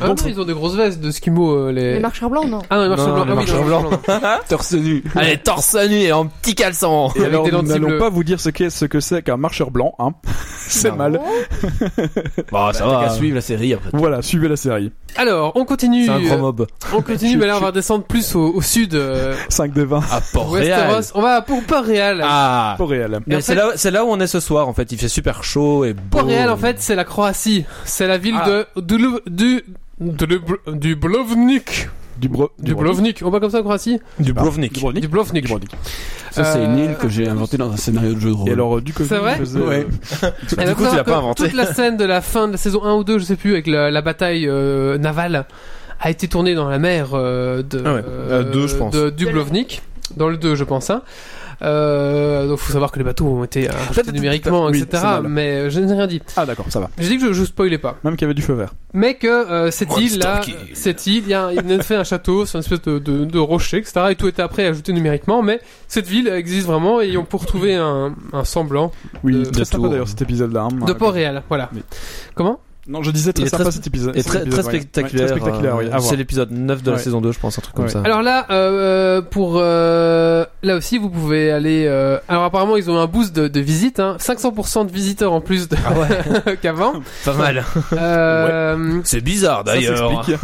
S1: Ah non, ils ont des grosses vestes de skimo euh, les...
S6: Les marcheurs blancs, non.
S1: Ah non, les marcheurs
S3: Non,
S1: blancs.
S3: les
S1: ah oui,
S3: marcheurs
S1: non,
S3: blancs.
S1: blancs.
S5: Torse nu.
S3: Allez, torse nu et en petit caleçon!
S4: Et
S1: avec
S4: alors,
S1: des
S4: nous
S1: lentilles
S4: n'allons
S1: bleues.
S4: pas vous dire ce qu'est ce que c'est qu'un marcheur blanc, hein. c'est
S3: Non.
S4: mal.
S6: Oh,
S3: Bon, ça
S5: T'as qu'à
S3: Bah, va.
S5: suivre la série après.
S4: Voilà, suivez la série.
S1: Alors, on continue.
S3: C'est un gros
S1: euh,
S3: mob.
S1: on continue, mais là, on va redescendre plus au, au sud. euh,
S4: 5 des 20.
S3: À Port-Réal.
S1: Westeros. On va pour Port-Réal.
S3: Ah.
S4: Au réel.
S1: Mais en
S3: Mais c'est
S1: fait-
S3: là, c'est là où on est ce soir en fait. Il fait super chaud et beau.
S1: Port-Réal, en fait, c'est la Croatie. C'est la ville
S3: Oh. Ah.
S1: de, de Lu- du, de Lu- du Blovnik.
S4: Du bro.
S1: Du Blovnik. On va comme ça en Croatie
S3: du
S4: Ah.
S3: Brovnik.
S4: Du Brownie.
S1: Du Blovnik.
S4: Du Brownie.
S5: Ça, c'est
S1: Euh,
S5: une île que j'ai inventée dans un scénario de jeu de rôle.
S4: Et alors, euh, du Covid,
S1: C'est vrai
S4: il faisait,
S5: Ouais.
S4: euh,
S1: Elle
S3: Bah, du
S1: va
S3: coup,
S1: faire
S3: tu l'as pas
S1: comme
S3: inventé.
S1: Toute la scène de la fin de la saison 1 ou 2, je sais plus, avec la, la bataille euh, navale, a été tournée dans la mer euh, de,
S3: Ah ouais, euh, deux, je pense.
S1: de- du
S6: De-
S1: Blovnik. Dans le 2, je pense. Hein. Euh, donc, faut savoir que les bateaux ont été euh,
S4: fait,
S1: rajoutés numériquement,
S4: oui,
S1: etc.
S4: c'est mal.
S1: Mais euh, je n'ai rien dit.
S4: Ah, d'accord, ça va.
S1: J'ai dit que je, je spoilais pas.
S4: Même qu'il y avait du feu vert.
S1: Mais que euh, cette
S7: Monster
S1: île là,
S7: Kill.
S1: cette île, il y a, il a fait un château sur une espèce de, de, de rocher, etc. Et tout était après ajouté numériquement, mais cette ville existe vraiment et on peut retrouver un, un semblant
S4: Oui,
S1: De-
S4: très
S3: de
S4: sympa
S3: tour.
S4: d'ailleurs cet épisode-là. hein.
S1: de port réel. Voilà.
S4: Oui.
S1: Comment
S4: Non, je disais
S3: Il
S4: très
S3: est
S4: sympa
S3: très-
S4: cet épisode.
S3: Et
S4: cet
S3: très, très
S4: épisode, ouais.
S3: spectaculaire.
S4: Ouais, très spectaculaire, oui.
S3: euh,
S4: À voir.
S3: C'est l'épisode 9 de la
S4: Ouais.
S3: saison 2, je pense, un truc comme
S4: Ouais.
S3: ça.
S1: Alors là, euh, pour euh, là aussi, vous pouvez aller. euh, alors apparemment, ils ont un boost de, de visite, hein, 500% de visiteurs en plus de- qu'avant.
S3: pas mal.
S1: Euh,
S3: C'est bizarre
S4: Ça
S3: d'ailleurs.
S4: s'explique.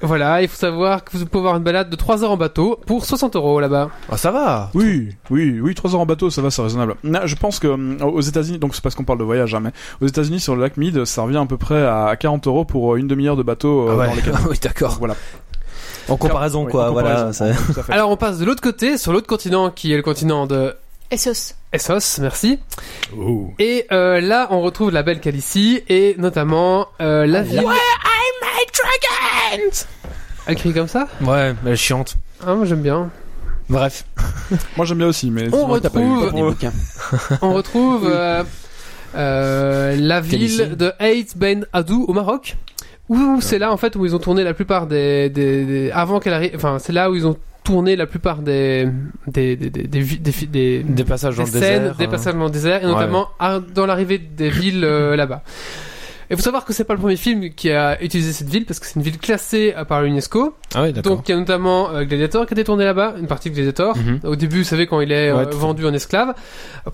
S1: Voilà, il faut savoir que vous pouvez avoir une balade de 3 heures en bateau pour 60 euros là-bas.
S3: Ah, ça va.
S4: Oui, oui, oui, trois heures en bateau, ça va, c'est raisonnable. Non, je pense que hum, aux États-Unis, donc c'est parce qu'on parle de voyage, hein, mais aux États-Unis sur le lac Mead, ça revient à peu près à 40 euros pour euh, une demi-heure de bateau euh,
S3: Ah ouais.
S4: dans les canaux.
S3: oui, d'accord.
S4: Voilà.
S3: En comparaison,
S4: Oui,
S3: quoi.
S4: en
S3: Voilà.
S4: comparaison,
S3: ça-
S4: tout à fait.
S1: Alors on passe de l'autre côté, sur l'autre continent qui est le continent de
S6: Essos.
S1: Essos, merci.
S4: Oh.
S1: Et euh, là, on retrouve la belle Calicie et notamment euh, la ville. Where are my dragons Elle crie comme ça
S3: Ouais, elle est chiante.
S1: Ah, moi j'aime bien.
S3: Bref.
S4: Moi j'aime bien aussi, mais
S3: Oh,
S1: On
S4: sinon, t'as pas eu le
S1: retrouve-
S4: temps.
S5: Des bouquins.
S1: On retrouve euh, euh, la ville
S5: Calicie.
S1: de Ait Ben Adou au Maroc.
S3: Ah.
S1: Où c'est là en fait où ils ont tourné la plupart des, des, des- avant qu'elle arrive. Enfin, c'est là où ils ont tourné la plupart des des des des, des, vi- des fi- des-
S3: Des passages dans
S1: des
S3: le
S1: scènes,
S3: désert.
S1: des
S3: hein.
S1: passages dans le désert, et
S3: Ouais.
S1: notamment à- dans l'arrivée des villes euh, là-bas. Et faut savoir que c'est pas le premier film qui a utilisé cette ville parce que c'est une ville classée euh, par l'UNESCO.
S3: Ah oui, d'accord.
S1: Donc il y a notamment euh, Gladiator qui a été tourné là-bas, une partie de Gladiator.
S3: Mhm.
S1: Au début, vous savez quand il est euh,
S3: Ouais, tout à fait.
S1: vendu en esclave.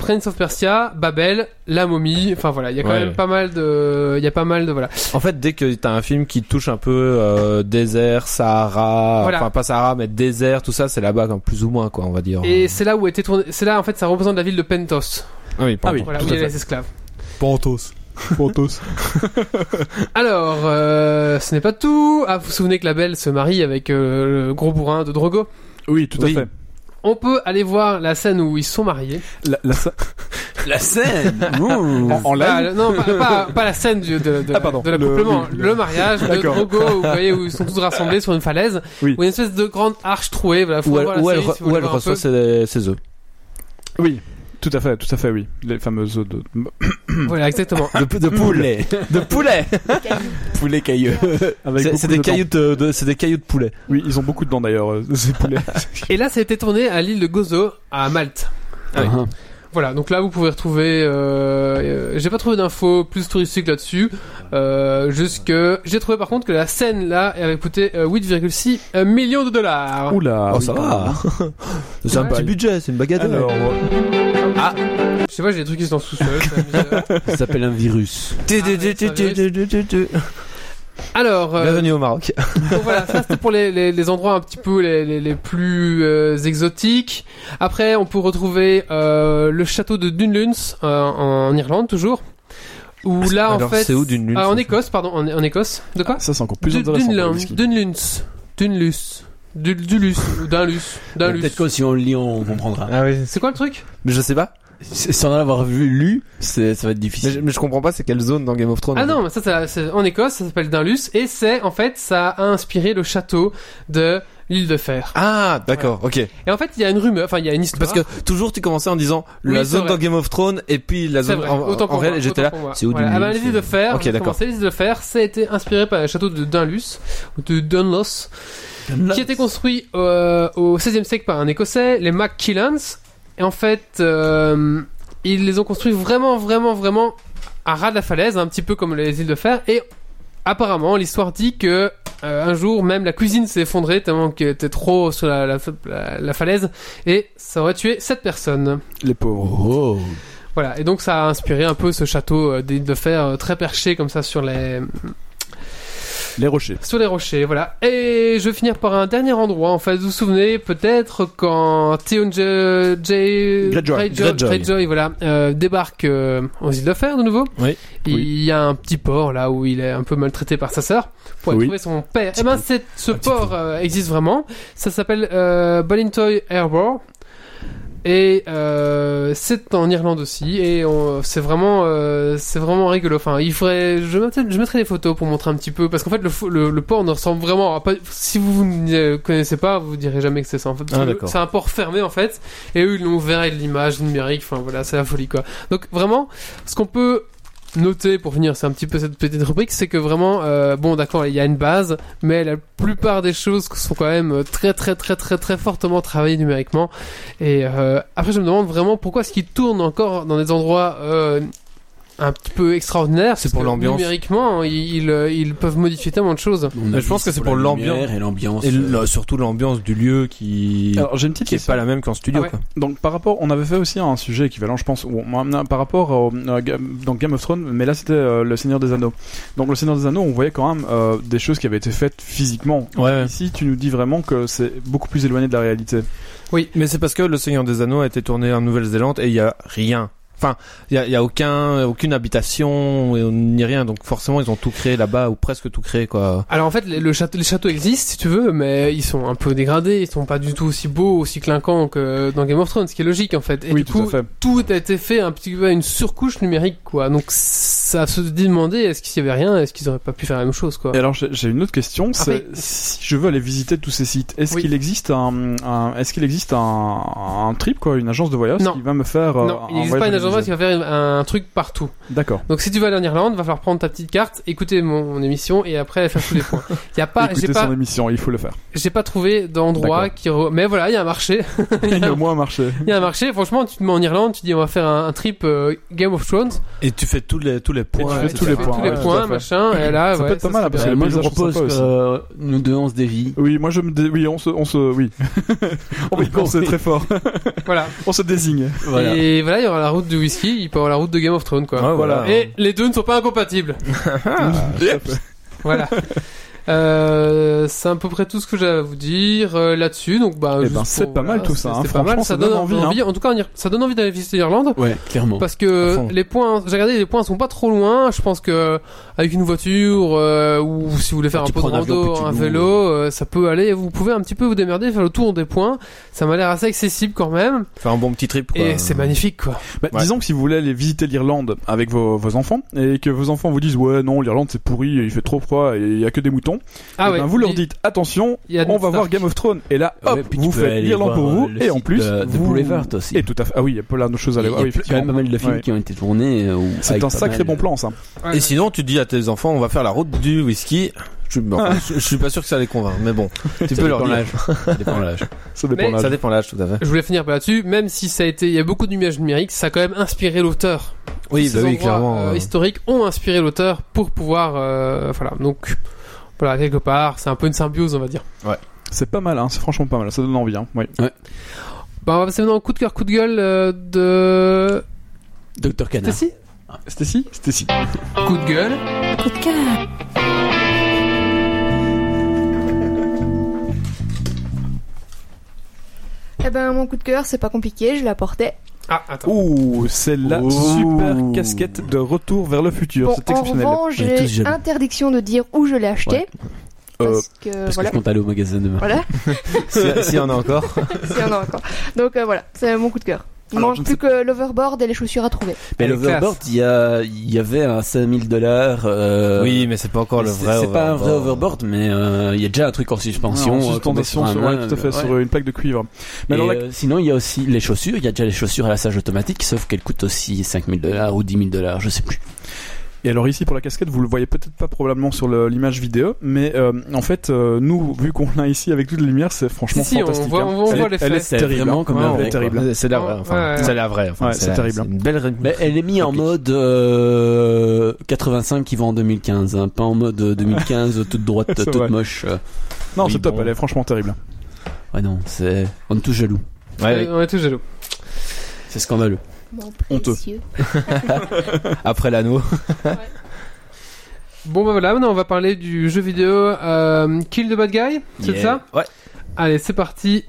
S1: Prince of Persia, Babel, La Momie. Enfin voilà, il y a quand
S3: Ouais,
S1: même
S3: ouais.
S1: pas mal de, il y a pas mal de voilà.
S3: En fait, dès que t'as un film qui touche un peu euh, désert, Sahara,
S1: Voilà.
S3: enfin pas Sahara, mais désert, tout ça, c'est là-bas, comme plus ou moins, quoi, on va dire.
S1: Et c'est là où a été tourné, c'est là en fait ça représente la ville de Pentos.
S3: Ah oui,
S4: Ah oui.
S1: Voilà,
S4: tout
S1: où il y
S4: à
S1: a les esclaves.
S3: Pantos.
S4: Pontos.
S1: Alors, euh, ce n'est pas tout. Ah, vous vous souvenez que la belle se marie avec euh, le gros bourrin de Drogo
S4: Oui, tout
S3: Oui.
S4: à fait.
S1: On peut aller voir la scène où ils sont mariés.
S4: La, la sa-
S5: La scène Ouh.
S4: en, en
S3: Bah,
S4: live,
S1: Pas- Bah, non, pas, pas- pas la scène du- de, de,
S4: Ah, pardon.
S1: de l'accouplement.
S4: Le-
S1: Le,
S4: le-
S1: mariage de
S4: D'accord.
S1: Drogo, où, vous voyez, où ils sont tous rassemblés sur une falaise.
S4: Oui.
S1: Où il y a une espèce de grande arche trouée. Voilà, faut
S3: Où elle,
S1: voir la
S3: où elle,
S1: série
S3: re-
S1: si vous
S3: où
S1: voulez
S3: elle
S1: voir un
S3: reçoit
S1: peu.
S3: ses, ses œufs.
S4: oui. Tout à fait, tout à fait, oui. Les fameuses œufs de
S1: Voilà, exactement.
S3: Ah,
S5: de, de poulet.
S3: De poulet
S5: poulet cailleux.
S4: avec
S3: C'est
S4: beaucoup
S3: c'est des,
S4: de dents.
S3: cailloux de, de- c'est des cailloux de poulet.
S4: Oui, ils ont beaucoup de dents d'ailleurs, euh, ces poulets.
S1: Et là, ça a été tourné à l'île de Gozo, à Malte.
S5: Ah, hein.
S1: Voilà, donc là vous pouvez retrouver. Euh, euh, j'ai pas trouvé d'infos plus touristiques là-dessus. Euh, jusque j'ai trouvé par contre que la scène là elle avait coûté euh, 8,6 euh, millions de dollars.
S4: Oula.
S3: oh,
S4: oui,
S3: ça
S4: quand
S3: va.
S4: même.
S1: Euh,
S3: c'est un
S1: Ouais.
S3: petit budget, c'est une bagatelle.
S4: Alors, euh,
S1: Je sais pas, j'ai des trucs qui sont sous sol. ça m'amuse.
S5: Ça s'appelle un virus.
S3: Tu- tu-
S1: Ah,
S3: tu-
S1: oui,
S3: tu-
S1: ça va,
S3: tu- tu- tu- tu-
S1: Alors, euh,
S3: Bienvenue au Maroc.
S1: donc voilà, ça c'était pour les, les, les endroits un petit peu les, les, les plus euh, exotiques. Après, on peut retrouver euh, le château de Dunluns euh, en Irlande toujours. Où là en
S3: Alors,
S1: fait,
S3: Ah, c'est où Dunluns,
S1: Ah,
S3: en
S1: en
S3: fait
S1: Écosse, pardon, en, en Écosse. De quoi
S4: ça c'est encore plus
S1: Du-
S4: intéressant. pour le
S1: Dunlun,
S4: whisky.
S1: Dunluns. Dunlus. Du- Dulus. Ou
S3: Euh,
S1: Dunlus. Dunlus.
S5: Peut-être que si on le lit, on comprendra.
S3: Ah oui.
S1: C'est quoi le truc
S3: Mais je sais pas.
S5: S- Sans l'avoir vu, lu, c'est- ça va
S3: Mais
S5: être
S3: je,
S5: difficile.
S3: mais je comprends pas c'est quelle zone dans Game of Thrones.
S1: Ah non, mais ça, ça- c'est en Écosse, ça s'appelle Dunlus. Et c'est, en fait, ça a inspiré le château de l'île de fer.
S3: Ah, d'accord, ok.
S1: Et en fait, il y a une rumeur, enfin, il y a une histoire.
S3: Parce que toujours tu commençais en disant
S1: Oui,
S3: la
S1: c'est
S3: zone
S1: vrai.
S3: dans Game of Thrones et puis la
S1: C'est
S3: zone
S1: vrai,
S3: en,
S1: autant
S3: en
S1: pour
S3: réel
S1: moi,
S3: et j'étais là.
S1: autant pour moi.
S3: C'est où
S1: Voilà.
S3: Dunlus
S1: Ah ben, les îles de fer,
S3: Ok, d'accord.
S1: c'est les îles de fer, ça a été inspiré par le château de Dunlus, ou de Dunlos, qui a été construit euh, au 16e siècle par un Écossais, les MacKillans. Et en fait, euh, ils les ont construits vraiment, vraiment, vraiment à ras de la falaise, un petit peu comme les îles de fer. Et apparemment, l'histoire dit que euh, un jour, même la cuisine s'est effondrée tellement qu'elle était trop sur la, la- la- la falaise, et ça aurait tué sept personnes.
S4: Les pauvres.
S5: Oh.
S1: Voilà. Et donc, ça a inspiré un peu ce château euh, d'îles de fer euh, très perché comme ça sur les
S4: Les rochers.
S1: Sur les rochers, voilà. Et je vais finir par un dernier endroit, en fait. Vous vous souvenez peut-être quand Theon J- J-
S4: Greyjoy.
S1: Greyjoy,
S3: Greyjoy.
S1: Greyjoy, voilà, euh, débarque euh, aux îles de Fer de nouveau.
S3: Oui.
S1: Il
S4: Oui.
S1: y a un petit port là où il est un peu maltraité par sa sœur pour aller
S4: Oui.
S1: trouver son père.
S5: Petit
S1: Eh ben,
S5: peu.
S1: c'est- ce
S5: Un petit
S1: port
S5: peu.
S1: euh, existe vraiment. Ça s'appelle euh, Ballintoy Harbour. Et euh, c'est en Irlande aussi, et on- c'est vraiment, euh, c'est vraiment rigolo. Enfin, il faudrait, je mettrai, je mettrai des photos pour montrer un petit peu, parce qu'en fait, le, fo- le, le port ne ressemble vraiment. À pas, si vous ne connaissez pas, vous direz jamais que c'est ça. En fait, Parce
S3: Ah,
S1: que
S3: d'accord.
S1: c'est un port fermé en fait, et eux ils l'ont ouvert avec de l'image numérique. Enfin voilà, c'est la folie quoi. Donc vraiment, ce qu'on peut noter pour finir, c'est un petit peu cette petite rubrique, c'est que vraiment, euh, bon d'accord, il y a une base, mais la plupart des choses sont quand même très très très très très fortement travaillées numériquement. Et euh, après, je me demande vraiment pourquoi est-ce qu'ils tournent encore dans des endroits euh, un petit peu extraordinaires.
S3: C'est
S1: parce
S3: pour
S1: que
S3: l'ambiance.
S1: Numériquement, ils, ils, euh, ils peuvent modifier tellement de choses.
S5: On a
S3: Je
S5: dit,
S3: pense que c'est pour
S5: la
S3: l'ambiance.
S5: lumière Et l'ambiance.
S3: Et
S5: euh,
S3: le- surtout l'ambiance du lieu qui
S4: Alors j'ai une petite
S3: qui est
S4: question.
S3: pas la même qu'en studio.
S1: Ah ouais.
S3: quoi.
S4: Donc par rapport, on avait fait aussi un sujet équivalent, je pense, où on- on- par rapport au- euh, Ga- dans Game of Thrones, mais là c'était euh, le Seigneur des Anneaux. Donc le Seigneur des Anneaux, on voyait quand même euh, des choses qui avaient été faites physiquement.
S3: Ouais.
S4: Ici, tu nous dis vraiment que c'est beaucoup plus éloigné de la réalité.
S3: Mais c'est parce que Le Seigneur des Anneaux a été tourné en Nouvelle-Zélande et il y a rien. Enfin, il y a, il y a aucun, aucune habitation et on- ni rien. Donc forcément, ils ont tout créé là-bas ou presque tout créé quoi.
S1: Alors en fait, les, le château, les châteaux existent si tu veux, mais ils sont un peu dégradés, ils sont pas du tout aussi beaux, aussi clinquants que dans Game of Thrones, ce qui est logique en fait. Et
S4: oui,
S1: du
S4: tout
S1: coup,
S4: à fait.
S1: tout a été fait un petit peu à une surcouche numérique quoi. Donc ça se demander est-ce qu'il y avait rien, est-ce qu'ils auraient pas pu faire la même chose quoi.
S4: Et alors j'ai j'ai une autre question,
S1: Ah,
S4: c'est
S1: oui.
S4: si je veux aller visiter tous ces sites, est-ce
S1: Oui.
S4: qu'il existe un, un- est-ce qu'il existe un, un trip quoi, une agence de voyage
S1: Non.
S4: qui va me faire euh,
S1: Non,
S4: un
S1: il n'existe pas
S4: voyage
S1: une agence
S4: organisé
S1: qui va faire un truc partout.
S4: D'accord.
S1: Donc si tu vas aller en Irlande, va falloir prendre ta petite carte, écouter mon, mon émission et après faire tous les points. Il y a pas, j'ai
S4: Écoutez son
S1: pas,
S4: émission, il faut le faire.
S1: j'ai pas trouvé d'endroit
S4: D'accord.
S1: qui, re- mais voilà, il y a un marché.
S4: Il y a au moins un marché.
S1: Il y a un marché. Franchement, tu te mets en Irlande, tu dis on va faire un, un trip euh, Game of Thrones.
S3: Et tu fais tous les tous les points.
S4: fais
S1: Ouais,
S4: tous
S1: tu
S4: les
S1: fais
S4: points,
S1: tous les
S4: ouais, tout
S1: points,
S4: à fait.
S1: machin. Et là,
S4: Ça
S1: ouais,
S4: peut être pas mal, hein, parce
S1: c'est
S4: que
S5: euh,
S1: bien.
S5: moi
S4: les
S5: je
S4: paysages sont
S5: propose que
S4: sympas aussi.
S5: euh, nous deux on se dévie.
S4: Oui, moi je me, dé- oui, on se, on se, oui, on va y penser très fort.
S1: Voilà.
S4: On se désigne.
S5: Voilà.
S1: Et voilà, il y aura la route du whisky, il peut y avoir la route de Game of Thrones, quoi.
S3: Ouais, voilà.
S1: Et les deux ne sont pas incompatibles. voilà. Euh, c'est à peu près tout ce que j'avais à vous dire euh, là-dessus. Donc, bah,
S4: Eh
S1: juste
S4: ben, c'est
S1: pour-
S4: pas mal tout ça,
S1: c'est-
S4: hein.
S1: c'est pas
S4: Franchement,
S1: mal. Ça, donne envie. En tout cas, en Ir- ça donne envie d'aller visiter l'Irlande.
S5: Ouais, clairement.
S1: Parce
S3: À
S1: que
S3: fond.
S1: les points, j'ai regardé, les points sont pas trop loin. Je pense que avec une voiture euh, ou si vous voulez faire
S5: Tu
S1: un peu de
S5: prends un avion,
S1: rando,
S5: puis tu
S1: un
S5: loues.
S1: vélo, euh, ça peut aller. Vous pouvez un petit peu vous démerder, faire le tour des points. Ça m'a l'air assez accessible quand même.
S3: Faire un bon petit trip. Quoi.
S1: Et c'est magnifique quoi.
S4: Bah,
S3: Ouais.
S4: Disons que si vous voulez aller visiter l'Irlande avec vos, vos enfants et que vos enfants vous disent ouais non l'Irlande c'est pourri, il fait trop froid et il y a que des moutons,
S1: Ah
S4: eh ben, vous leur
S1: il-
S4: dites attention,
S1: il y a
S4: on va
S1: Stark.
S4: voir Game of Thrones et là hop
S5: Ouais, puis tu
S4: vous
S5: peux
S4: faites
S5: aller
S4: l'Irlande
S5: voir,
S4: pour vous
S5: euh, le
S4: et en
S5: site
S4: plus
S5: de- The
S4: vous...
S5: Boulevard aussi.
S4: Et tout à fait. Ah oui, il y a plein de choses à
S5: Il y
S4: aller
S5: a
S4: voir. oui,
S5: plein- quand même pas
S4: effectivement.
S5: mal de films
S4: Ouais.
S5: qui ont été tournés. euh, où-
S4: C'est
S5: avec
S4: un
S5: pas
S4: sacré
S5: mal-
S4: bon plan ça.
S1: Ouais,
S3: Et sinon, tu dis à tes enfants, on va faire la route du whisky. Je, bon, enfin, je, je suis pas sûr que ça les convainc, mais bon, tu peux leur
S5: dépend
S3: dire.
S5: Ça dépend de l'âge.
S4: Ça dépend
S1: Mais-
S4: de l'âge.
S3: Ça dépend de l'âge, tout à fait.
S1: Je voulais finir par là-dessus, même si ça a été, il y a beaucoup d'image numérique, ça a quand même inspiré l'auteur.
S3: Oui,
S1: Tous
S3: bah
S1: ces
S3: oui,
S1: endroits,
S3: clairement.
S1: euh,
S3: euh,
S1: historiques ont inspiré l'auteur pour pouvoir, euh, voilà. Donc, voilà, quelque part, c'est un peu une symbiose, on va dire.
S4: C'est pas mal hein, c'est franchement pas mal, ça donne envie hein. Oui.
S1: Bah, on va passer maintenant au coup de cœur, coup de gueule euh, de.
S5: Docteur Canard.
S1: Stacy
S4: Stacy, Stacy.
S1: Coup de gueule.
S6: Eh ben, mon coup de cœur, c'est pas compliqué, je la portais.
S1: Ah, attends.
S4: Ouh, c'est la
S5: Ouh. Oh,
S4: super casquette de retour vers le futur,
S6: Bon,
S4: c'est
S6: en
S4: exceptionnel.
S6: revanche,
S5: On est tous
S6: j'ai
S5: jaloux.
S6: interdiction de dire où je l'ai acheté.
S5: Ouais.
S4: Euh,
S6: Parce que,
S5: Parce
S6: voilà.
S5: que je compte aller au magasin demain.
S6: Voilà,
S3: si- S'il y en a encore.
S6: s'il y en a encore. Donc euh, voilà, c'est mon coup de cœur. Il
S4: Alors, je
S6: manque
S4: ne
S6: plus que l'overboard et les chaussures à trouver.
S5: Mais
S1: Elle est
S5: l'overboard,
S1: classe.
S5: il y, a- il y avait un 5000 dollars. euh,
S3: oui, mais c'est pas encore le
S5: C'est-
S3: vrai.
S5: C'est pas un vrai
S3: overboard.
S5: overboard, mais euh, il y a déjà un truc en suspension.
S4: Ouais, en
S5: euh, qu'on met
S4: suspension,
S5: sur un
S4: sur- euh, ouais, tout
S5: meuble,
S4: à fait,
S5: ouais.
S4: sur une plaque de cuivre.
S5: Et,
S4: Mais alors, la-
S5: euh, sinon, il y a aussi les chaussures. Il y a déjà les chaussures à lassage automatique, sauf qu'elles coûtent aussi 5000 dollars ou 10 000 dollars, je sais plus.
S4: et alors ici pour la casquette, vous le voyez peut-être pas probablement sur le- l'image vidéo, mais euh, en fait, euh, nous, vu qu'on l'a ici avec toutes les lumières, c'est franchement
S1: Si, si, on
S4: fantastique.
S1: voit-
S4: hein.
S1: on voit
S4: elle, est-
S1: les
S4: elle est
S1: faits.
S5: C'est
S4: terrible.
S5: vraiment
S4: hein.
S5: comme
S4: Ouais,
S5: un
S4: elle
S5: vrai,
S4: est terrible.
S3: C'est la vraie. Enfin,
S1: Ouais, ouais.
S3: c'est la vraie. Enfin,
S4: Ouais, c'est
S3: la-
S4: terrible.
S3: Une belle.
S5: Mais elle est mise en mode euh, 85 qui va en 2015, hein, pas en mode euh, 2015 toute droite,
S4: C'est
S5: toute
S4: vrai.
S5: moche. euh.
S4: Non,
S3: Oui,
S4: c'est top,
S3: bon.
S4: elle est franchement terrible.
S5: Ouais non, c'est on est tous jaloux.
S3: Ouais, oui.
S1: Euh, On est tous jaloux.
S5: C'est scandaleux.
S6: Mon
S4: Honteux.
S6: précieux.
S3: Après l'anneau.
S1: Bon bah voilà, maintenant on va parler du jeu vidéo euh, Kill the Bad Guy, c'est
S3: Yeah.
S1: ça
S3: Ouais.
S1: Allez, c'est parti.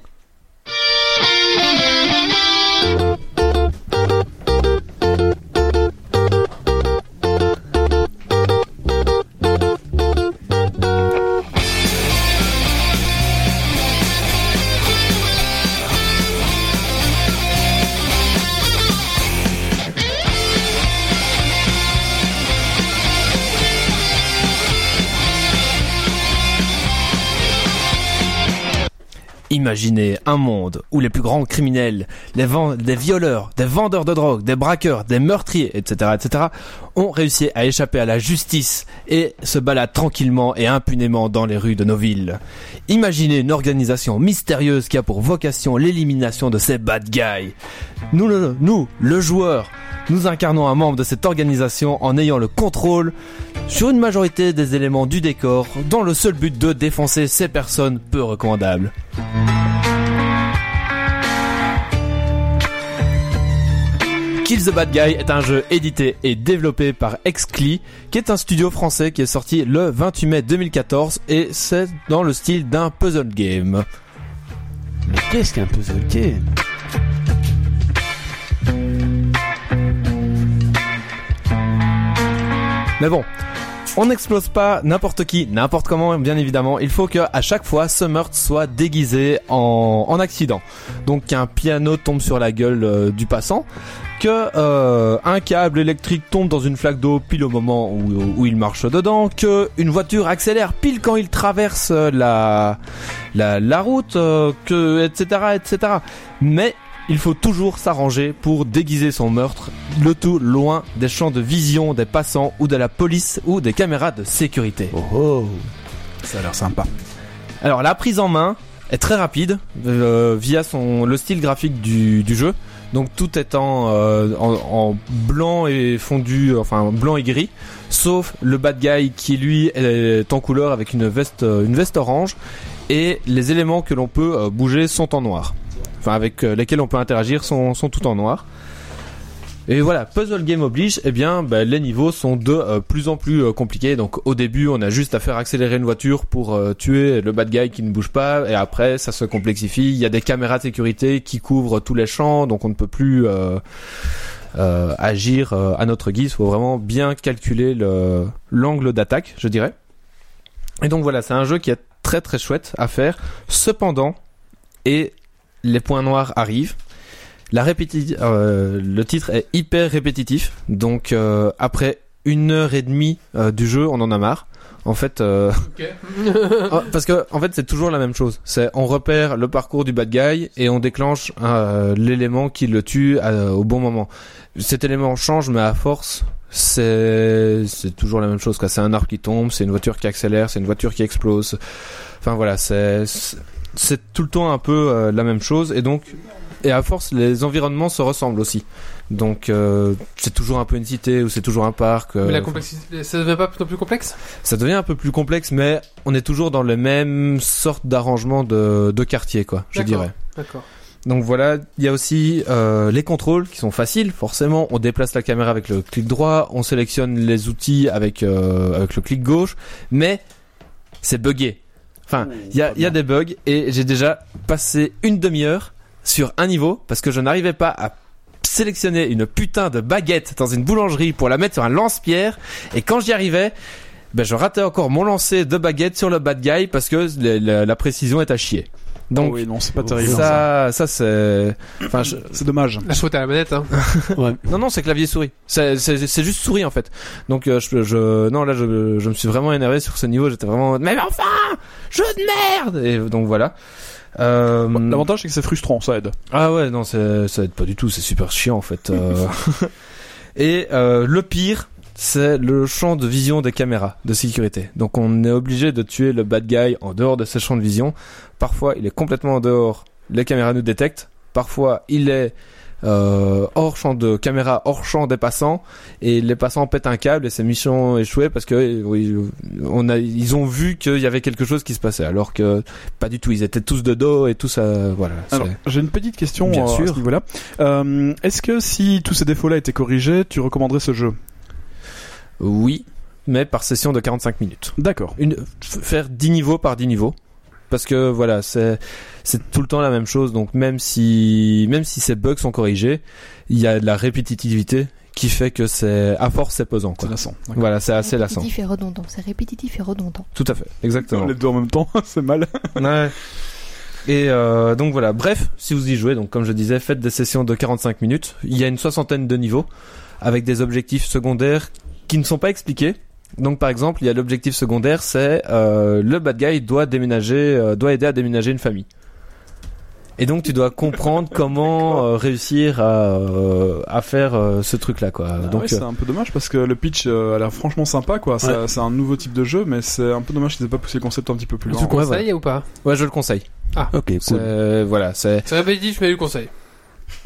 S3: Imaginez un monde où les plus grands criminels, les ven- des violeurs, des vendeurs de drogue, des braqueurs, des meurtriers, etc., etc., ont réussi à échapper à la justice et se baladent tranquillement et impunément dans les rues de nos villes. Imaginez une organisation mystérieuse qui a pour vocation l'élimination de ces bad guys. Nous, le, nous, le joueur, nous incarnons un membre de cette organisation en ayant le contrôle sur une majorité des éléments du décor dans le seul but de défoncer ces personnes peu recommandables. Kill the Bad Guy est un jeu édité et développé par Excli, qui est un studio français qui est sorti le 28 mai 2014 et c'est dans le style d'un puzzle game.
S5: Mais qu'est-ce qu'un puzzle game
S3: Mais bon, on n'explose pas n'importe qui, n'importe comment, bien évidemment. Il faut que à chaque fois ce meurtre soit déguisé en, en accident. Donc qu'un piano tombe sur la gueule euh, du passant, que euh, un câble électrique tombe dans une flaque d'eau pile au moment où, où il marche dedans, que une voiture accélère pile quand il traverse euh, la la, la route, euh, que etc etc. Mais il faut toujours s'arranger pour déguiser son meurtre, le tout loin des champs de vision des passants ou de la police ou des caméras de sécurité.
S5: Oh oh
S4: Ça a l'air sympa.
S3: Alors la prise en main est très rapide euh, via son le style graphique du, du jeu. Donc tout étant euh, en, en blanc et fondu, enfin blanc et gris, sauf le bad guy qui lui est en couleur avec une veste euh, une veste orange et les éléments que l'on peut euh, bouger sont en noir. Enfin avec euh, lesquels on peut interagir sont sont tout en noir. Et voilà, puzzle game oblige, eh bien, bah, les niveaux sont de euh, plus en plus euh, compliqués. Donc au début, on a juste à faire accélérer une voiture pour euh, tuer le bad guy qui ne bouge pas. Et après, ça se complexifie. Il y a des caméras de sécurité qui couvrent tous les champs, donc on ne peut plus euh, euh, agir euh, à notre guise. Il faut vraiment bien calculer le- l'angle d'attaque, je dirais. Et donc voilà, c'est un jeu qui est très très chouette à faire. Cependant, et les points noirs arrivent. La répéti- euh, le titre est hyper répétitif, donc euh, après une heure et demie euh, du jeu, on en a marre. En fait, euh, ah, parce que en fait, c'est toujours la même chose. C'est on repère le parcours du bad guy et on déclenche euh, l'élément qui le tue euh, au bon moment. Cet élément change, mais à force, c'est c'est toujours la même chose. quoi. C'est un arbre qui tombe, c'est une voiture qui accélère, c'est une voiture qui explose. Enfin voilà, c'est c'est- c'est tout le temps un peu euh, la même chose et donc et à force les environnements se ressemblent aussi. Donc euh, c'est toujours un peu une cité ou c'est toujours un parc. euh,
S1: Mais la complexité, ça devient pas plutôt plus complexe
S3: ça devient un peu plus complexe, mais on est toujours dans les mêmes sortes d'arrangement de, de quartier, quoi, je
S1: D'accord.
S3: dirais.
S1: D'accord.
S3: Donc voilà, il y a aussi euh, les contrôles qui sont faciles, forcément. On déplace la caméra avec le clic droit, on sélectionne les outils avec, euh, avec le clic gauche, mais c'est buggé. Enfin, il y a, il y a des bugs et j'ai déjà passé une demi-heure sur un niveau parce que je n'arrivais pas à sélectionner une putain de baguette dans une boulangerie pour la mettre sur un lance-pierre et quand j'y arrivais, ben je ratais encore mon lancer de baguette sur le bad guy parce que le- le- la précision est à chier. Donc
S4: oui, non, c'est pas terrible.
S3: ça,
S4: Ça...
S3: ça c'est. Enfin, je-
S4: C'est dommage.
S1: La faute à la manette, hein.
S3: non, non, c'est clavier souris. C'est c'est- c'est juste souris en fait. Donc euh, je, je, non, là, je, je me suis vraiment énervé sur ce niveau. J'étais vraiment. Mais enfin, jeu de merde. Et donc voilà. Euh,
S4: L'avantage, c'est que c'est frustrant, ça aide.
S3: ah ouais, non, c'est- ça aide pas du tout. C'est super chiant en fait. Euh, Et euh, le pire. C'est le champ de vision des caméras de sécurité. Donc on est obligé de tuer le bad guy en dehors de ce champ de vision. Parfois, il est complètement en dehors. Les caméras nous détectent. Parfois, il est euh, hors champ de caméra, hors champ des passants. Et les passants pètent un câble et c'est mission échouée parce que euh, oui, on a, ils ont vu qu'il y avait quelque chose qui se passait. Alors que pas du tout. Ils étaient tous de dos et tout ça. Voilà.
S4: Alors,
S3: c'est-
S4: j'ai une petite question
S3: Bien
S4: euh, à
S3: sûr.
S4: ce niveau-là. Euh, Est-ce que si tous ces défauts-là étaient corrigés, tu recommanderais ce jeu
S3: Oui. mais par session de 45 minutes.
S4: D'accord.
S3: Une, f- faire 10 niveaux par 10 niveaux. Parce que voilà, c'est c'est tout le temps la même chose. Donc même si même si ces bugs sont corrigés, il y a de la répétitivité qui fait que c'est à force c'est pesant.
S4: C'est
S3: Quoi.
S4: lassant. D'accord.
S3: Voilà, c'est assez lassant.
S6: Répétitif et redondant. C'est répétitif et redondant.
S3: Tout à fait, exactement.
S4: Les deux en même temps, c'est mal.
S3: Ouais. Et euh, donc voilà, bref, si vous y jouez, donc comme je disais, faites des sessions de 45 minutes. Il y a une soixantaine de niveaux avec des objectifs secondaires qui ne sont pas expliqués. Donc par exemple, il y a l'objectif secondaire, c'est euh, le bad guy doit déménager, euh, doit aider à déménager une famille. Et donc tu dois comprendre comment euh, réussir à, euh, à faire euh, ce truc-là, quoi.
S4: Ah
S3: donc
S4: ouais, c'est
S3: euh,
S4: un peu dommage parce que le pitch euh, a l'air franchement sympa quoi. C'est c'est un nouveau type de jeu, mais c'est un peu dommage qu'ils aient pas poussé le concept un petit peu plus
S1: Tu
S4: loin.
S1: le
S3: ouais,
S1: conseilles ou pas
S3: euh, ouais, je le conseille.
S5: Ok,
S3: C'est-
S5: cool.
S3: Voilà, c'est
S1: C'est répétitif, mais du conseil.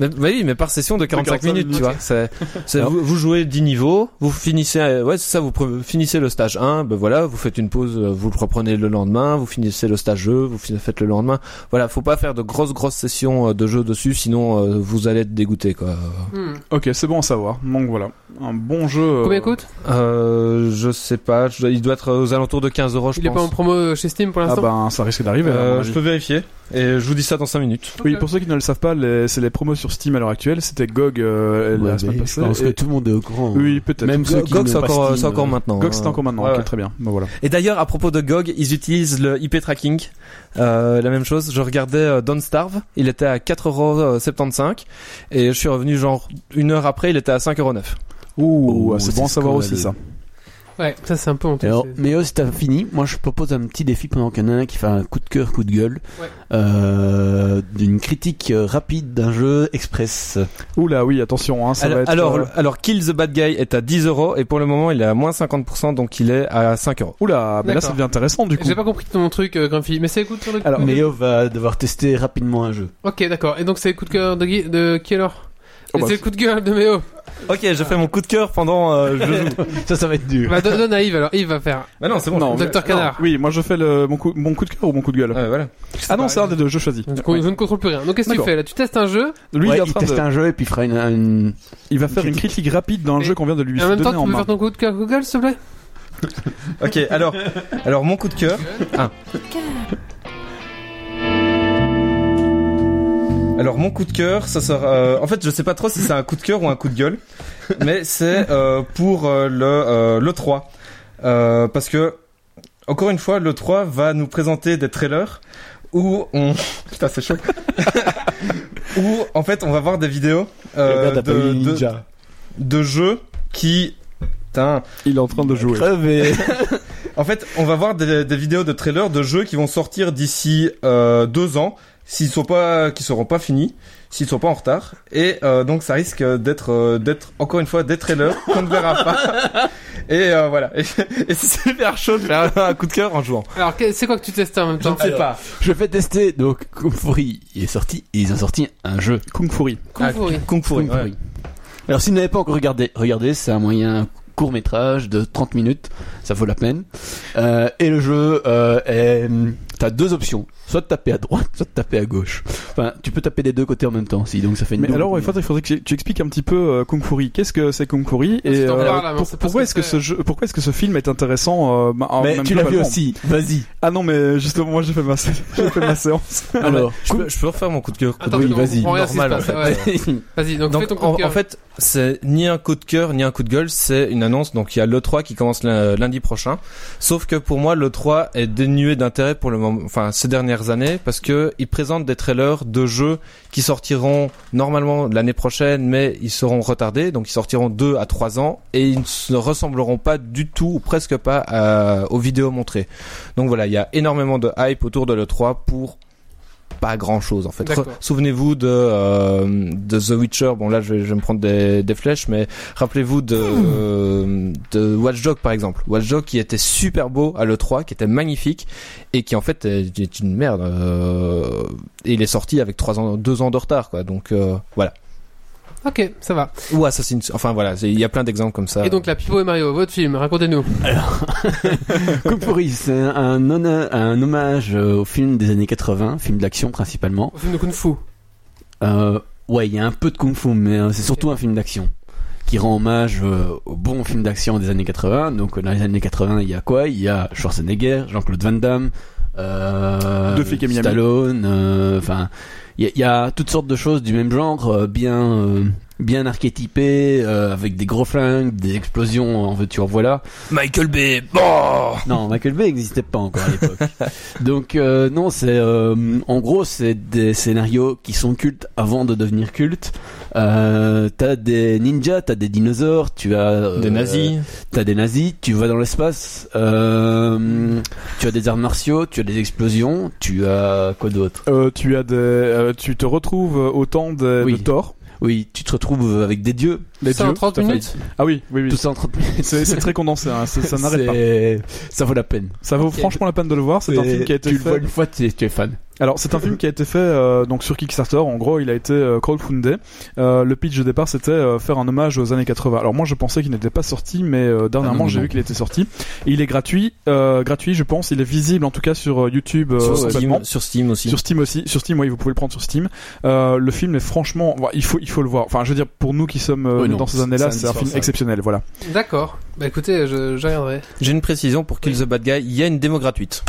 S3: Mais, bah oui, mais par session de 45,
S4: 45
S3: minutes,
S4: minutes,
S3: tu vois. C'est, c'est- vous, vous jouez 10 niveaux, vous finissez, euh, ouais, c'est ça, vous pre- finissez le stage 1, ben voilà, vous faites une pause, euh, vous le reprenez le lendemain, vous finissez le stage 2, vous fin- faites le lendemain. Voilà, faut pas faire de grosses, grosses sessions euh, de jeu dessus, sinon euh, vous allez être dégoûté, quoi.
S1: Hmm.
S3: Euh,
S4: Ok, c'est bon à savoir. Donc voilà, un bon jeu. euh,
S1: Combien coûte
S3: Euh, je sais pas, je dois- il doit être euh, aux alentours de 15 euros, je
S1: Il est
S3: pense.
S1: pas en promo chez Steam pour
S4: Ah
S1: l'instant
S4: ben, ça risque d'arriver. à mon
S3: Euh,
S4: avis.
S3: je peux vérifier, et je vous dis ça dans 5 minutes.
S4: Oui, pour ceux qui ne le savent pas, les- c'est les promos sur Steam à l'heure actuelle. C'était GOG euh,
S5: Ouais,
S4: la semaine
S5: mais
S4: passée.
S5: Je pense que
S4: et-
S5: tout le monde est au courant. hein.
S4: Oui, peut-être.
S5: Même ceux
S3: Go-
S5: qui
S3: GOG,
S5: n'ont
S3: c'est
S5: pas
S3: encore,
S5: Steam,
S3: c'est encore
S5: euh,
S3: maintenant.
S4: GOG, c'est
S3: hein.
S4: encore maintenant.
S3: Ouais,
S4: ok,
S3: ouais.
S4: très bien. Ben voilà.
S3: Et d'ailleurs, à propos de GOG, ils utilisent le IP tracking. Euh, la même chose, je regardais euh, Don't Starve, il était à 4,75€ et je suis revenu genre une heure après, il était à 5,09€.
S4: Ouh,
S5: Oh,
S4: c'est
S5: c'est
S4: bon à savoir
S5: scandaleux.
S4: aussi ça. bah.
S1: Ouais, ça c'est un peu honteux.
S5: Alors,
S1: c'est-
S5: mais oh, si t'as fini, moi je propose un petit défi pendant qu'il y en a un qui fait un coup de cœur, coup de gueule,
S1: Ouais.
S5: euh, d'une critique euh, rapide d'un jeu express.
S4: Oula, oui, attention, hein, ça
S3: Alors,
S4: va être.
S3: alors,
S4: euh,
S3: alors, Kill the Bad Guy est à 10€ et pour le moment, il est à moins 50% donc il est à 5€.
S4: Oula, mais là,
S1: D'accord.
S4: ça devient intéressant du coup.
S1: J'ai pas compris ton truc, euh, Grumpy, mais c'est écoute sur le.
S4: Alors,
S5: Mais oh, va devoir tester rapidement un jeu.
S1: Ok, d'accord. Et donc c'est le coup de cœur de, Guy- de qui alors
S4: Oh,
S1: Et
S4: bah,
S1: C'est le coup de gueule de Méo.
S3: Ok, je fais mon coup de cœur pendant... euh, je joue.
S5: Ça, ça va être dur.
S1: Bah, don- donne à Yves alors. Yves va faire.
S3: bah non, c'est bon.
S4: Non,
S3: je-
S1: Docteur Canard.
S4: Oui, moi je fais le, mon, coup, mon coup de cœur ou mon coup de gueule
S3: Ouais, voilà.
S4: Ah non, c'est un des deux, je choisis.
S1: Donc, on- Je ne contrôle plus rien. Donc qu'est-ce que tu
S4: D'accord.
S1: fais là Tu testes un jeu
S4: Lui, il, est
S5: Ouais,
S4: en
S5: il
S4: train de-
S5: teste un jeu et puis il fera une, une-
S4: il va faire une critique rapide d'un
S1: Et-
S4: jeu qu'on vient de lui
S1: et en même
S4: donner
S1: temps tu
S4: en
S1: peux
S4: main.
S1: faire ton coup de cœur Google s'il te plaît
S3: Ok, alors, alors mon coup de cœur. Ah. Alors mon coup de cœur, ça sera. euh, en fait, je sais pas trop si c'est un coup de cœur ou un coup de gueule, mais c'est euh, pour euh, le euh, le 3 Euh, parce que encore une fois, le 3 va nous présenter des trailers où on. Putain, c'est chaud. où en fait, on va voir des vidéos euh,
S5: Le gars
S3: de,
S5: d'appel
S3: de-
S5: Ninja.
S3: de jeux qui. Putain.
S4: Il est en train de jouer.
S5: Crevé.
S3: En fait, on va voir des, des vidéos de trailers de jeux qui vont sortir d'ici euh, deux ans, s'ils sont pas, qui seront pas finis, s'ils sont pas en retard, et euh, donc ça risque euh, d'être, euh, d'être encore une fois des trailers qu'on ne verra pas. Et euh, voilà. Et, et c'est super chaud de faire un coup de cœur en jouant.
S1: Alors que- c'est quoi que tu testes en même temps
S3: Je sais pas.
S5: je fais tester. Donc, Kung Fury il est sorti et ils ont sorti un jeu.
S4: Kung Fury.
S1: Kung Fury.
S3: Kung Fu.
S5: Kung Fury. Alors, si vous n'avez pas encore regardé, regardez, c'est un moyen court métrage de 30 minutes, ça vaut la peine. Euh, et le jeu, euh, est- t'as deux options, soit de taper à droite, soit de taper à gauche. Enfin, tu peux taper des deux côtés en même temps, si donc ça fait une.
S4: Mais
S5: double-
S4: alors, il faudrait, il faudrait que tu expliques un petit peu euh, Kung Fury. Qu'est-ce que c'est Kung Fury
S1: Parce
S4: et
S1: que t'en parles, mais on
S4: euh, pour-
S1: sait pas
S4: pourquoi
S1: ce
S4: est-ce
S1: que
S4: que ce jeu, pourquoi est-ce que ce film est intéressant euh, bah, en
S5: Mais
S4: même
S5: tu l'as vu
S4: globalement
S5: aussi. Vas-y.
S4: Ah non, mais justement, moi j'ai fait ma, sé- j'ai fait ma séance.
S5: Alors,
S3: Je peux, je peux refaire mon coup de cœur.
S1: Attends,
S5: Oui,
S1: on
S5: vas-y,
S1: comprend rien, c'est
S3: normal,
S1: pas
S3: en
S1: ça, ouais. Vas-y, donc, fais
S3: Donc
S1: ton coup
S3: en,
S1: de cœur.
S3: en fait, c'est ni un coup de cœur ni un coup de gueule, c'est une annonce. Donc il y a le 3 qui commence lin- euh, lundi prochain. Sauf que pour moi, le 3 est dénué d'intérêt pour le moment, enfin ces dernières années, parce que il présente des trailers de jeux qui sortiront normalement l'année prochaine, mais ils seront retardés, donc ils sortiront 2 à 3 ans et ils ne se ressembleront pas du tout ou presque pas à- aux vidéos montrées. Donc voilà, il y a énormément de hype autour de le 3 pour pas grand chose en fait.
S1: D'accord.
S3: Re- Souvenez-vous de, euh, de The Witcher. Bon là, je vais, je vais me prendre des, des flèches, mais rappelez-vous de, euh, de Watch Dogs par exemple. Watch Dogs qui était super beau à le 3, qui était magnifique et qui en fait est, est une merde. euh, et il est sorti avec trois ans, deux ans de retard quoi. Donc euh, voilà.
S1: Ok, ça va.
S3: Ou Assassin's. Enfin voilà, c'est- il y a plein d'exemples comme
S4: Euh.
S3: ça.
S1: Et donc là, Pipo et Mario, votre film, racontez-nous.
S5: Kung Fury, c'est un, honna- un hommage euh, au film des années 80, film d'action principalement.
S1: Au film de Kung Fu.
S5: Euh, ouais, il y a un peu de kung fu, mais euh, c'est surtout un film d'action qui rend hommage euh, aux bons films d'action des années 80. Donc euh, dans les années 80, il y a quoi Il y a Schwarzenegger, Jean-Claude Van Damme, euh,
S4: Deux flics à Miami.
S5: Stallone, euh, enfin il y, a- il y a toutes sortes de choses du même genre, euh, bien euh, bien archétypées, euh, avec des gros flingues, des explosions, en veux-tu en voilà.
S3: Michael Bay. Oh
S5: Non, Michael Bay n'existait pas encore à l'époque. Donc euh, non, c'est euh, en gros c'est des scénarios qui sont cultes avant de devenir cultes. Euh, t'as des ninjas, t'as des dinosaures, tu as euh,
S3: Des nazis.
S5: t'as des nazis, tu vas dans l'espace, euh, tu as des arts martiaux, tu as des explosions, tu as quoi d'autre
S4: Euh, tu as des, euh, tu te retrouves au temps de,
S5: Oui.
S4: de Thor.
S5: Oui, tu te retrouves avec des dieux.
S4: Les
S1: Ça en
S4: dieux,
S1: 30
S4: tout à fait.
S1: minutes
S4: Ah oui, oui,
S5: Tout
S4: oui.
S5: ça en 30 minutes.
S4: C'est c'est très condensé, hein, ça, ça n'arrête pas.
S5: C'est- Ça vaut la peine.
S4: Ça vaut franchement la peine de le voir. C'est un
S5: Mais
S4: film qui a été
S5: tu le
S4: fait.
S5: vois une fois, tu es, tu es fan.
S4: Alors c'est un film qui a été fait euh, donc sur Kickstarter. En gros, il a été euh, crowdfundé. Euh, le pitch de départ, c'était euh, faire un hommage aux années 80. Alors moi, je pensais qu'il n'était pas sorti, mais euh,
S5: Ah non,
S4: dernièrement,
S5: non,
S4: j'ai
S5: non.
S4: vu qu'il était sorti. Et il est gratuit, euh, gratuit, je pense. Il est visible en tout cas sur euh, YouTube. euh,
S3: sur,
S4: complètement.
S3: Steam, sur Steam aussi.
S4: Sur Steam aussi. Sur Steam, oui, vous pouvez le prendre sur Steam. Euh, le film est franchement, voilà, il faut, il faut le voir. Enfin, je veux dire, pour nous qui sommes euh,
S5: Oui, non,
S4: dans ces
S5: c'est-
S4: années-là,
S5: c'est
S4: c'est un film
S5: indispensable.
S4: exceptionnel. Voilà.
S1: D'accord. Bah écoutez, je, je regarderai.
S3: J'ai une précision pour Kill the Bad Guy. Il y a une démo gratuite.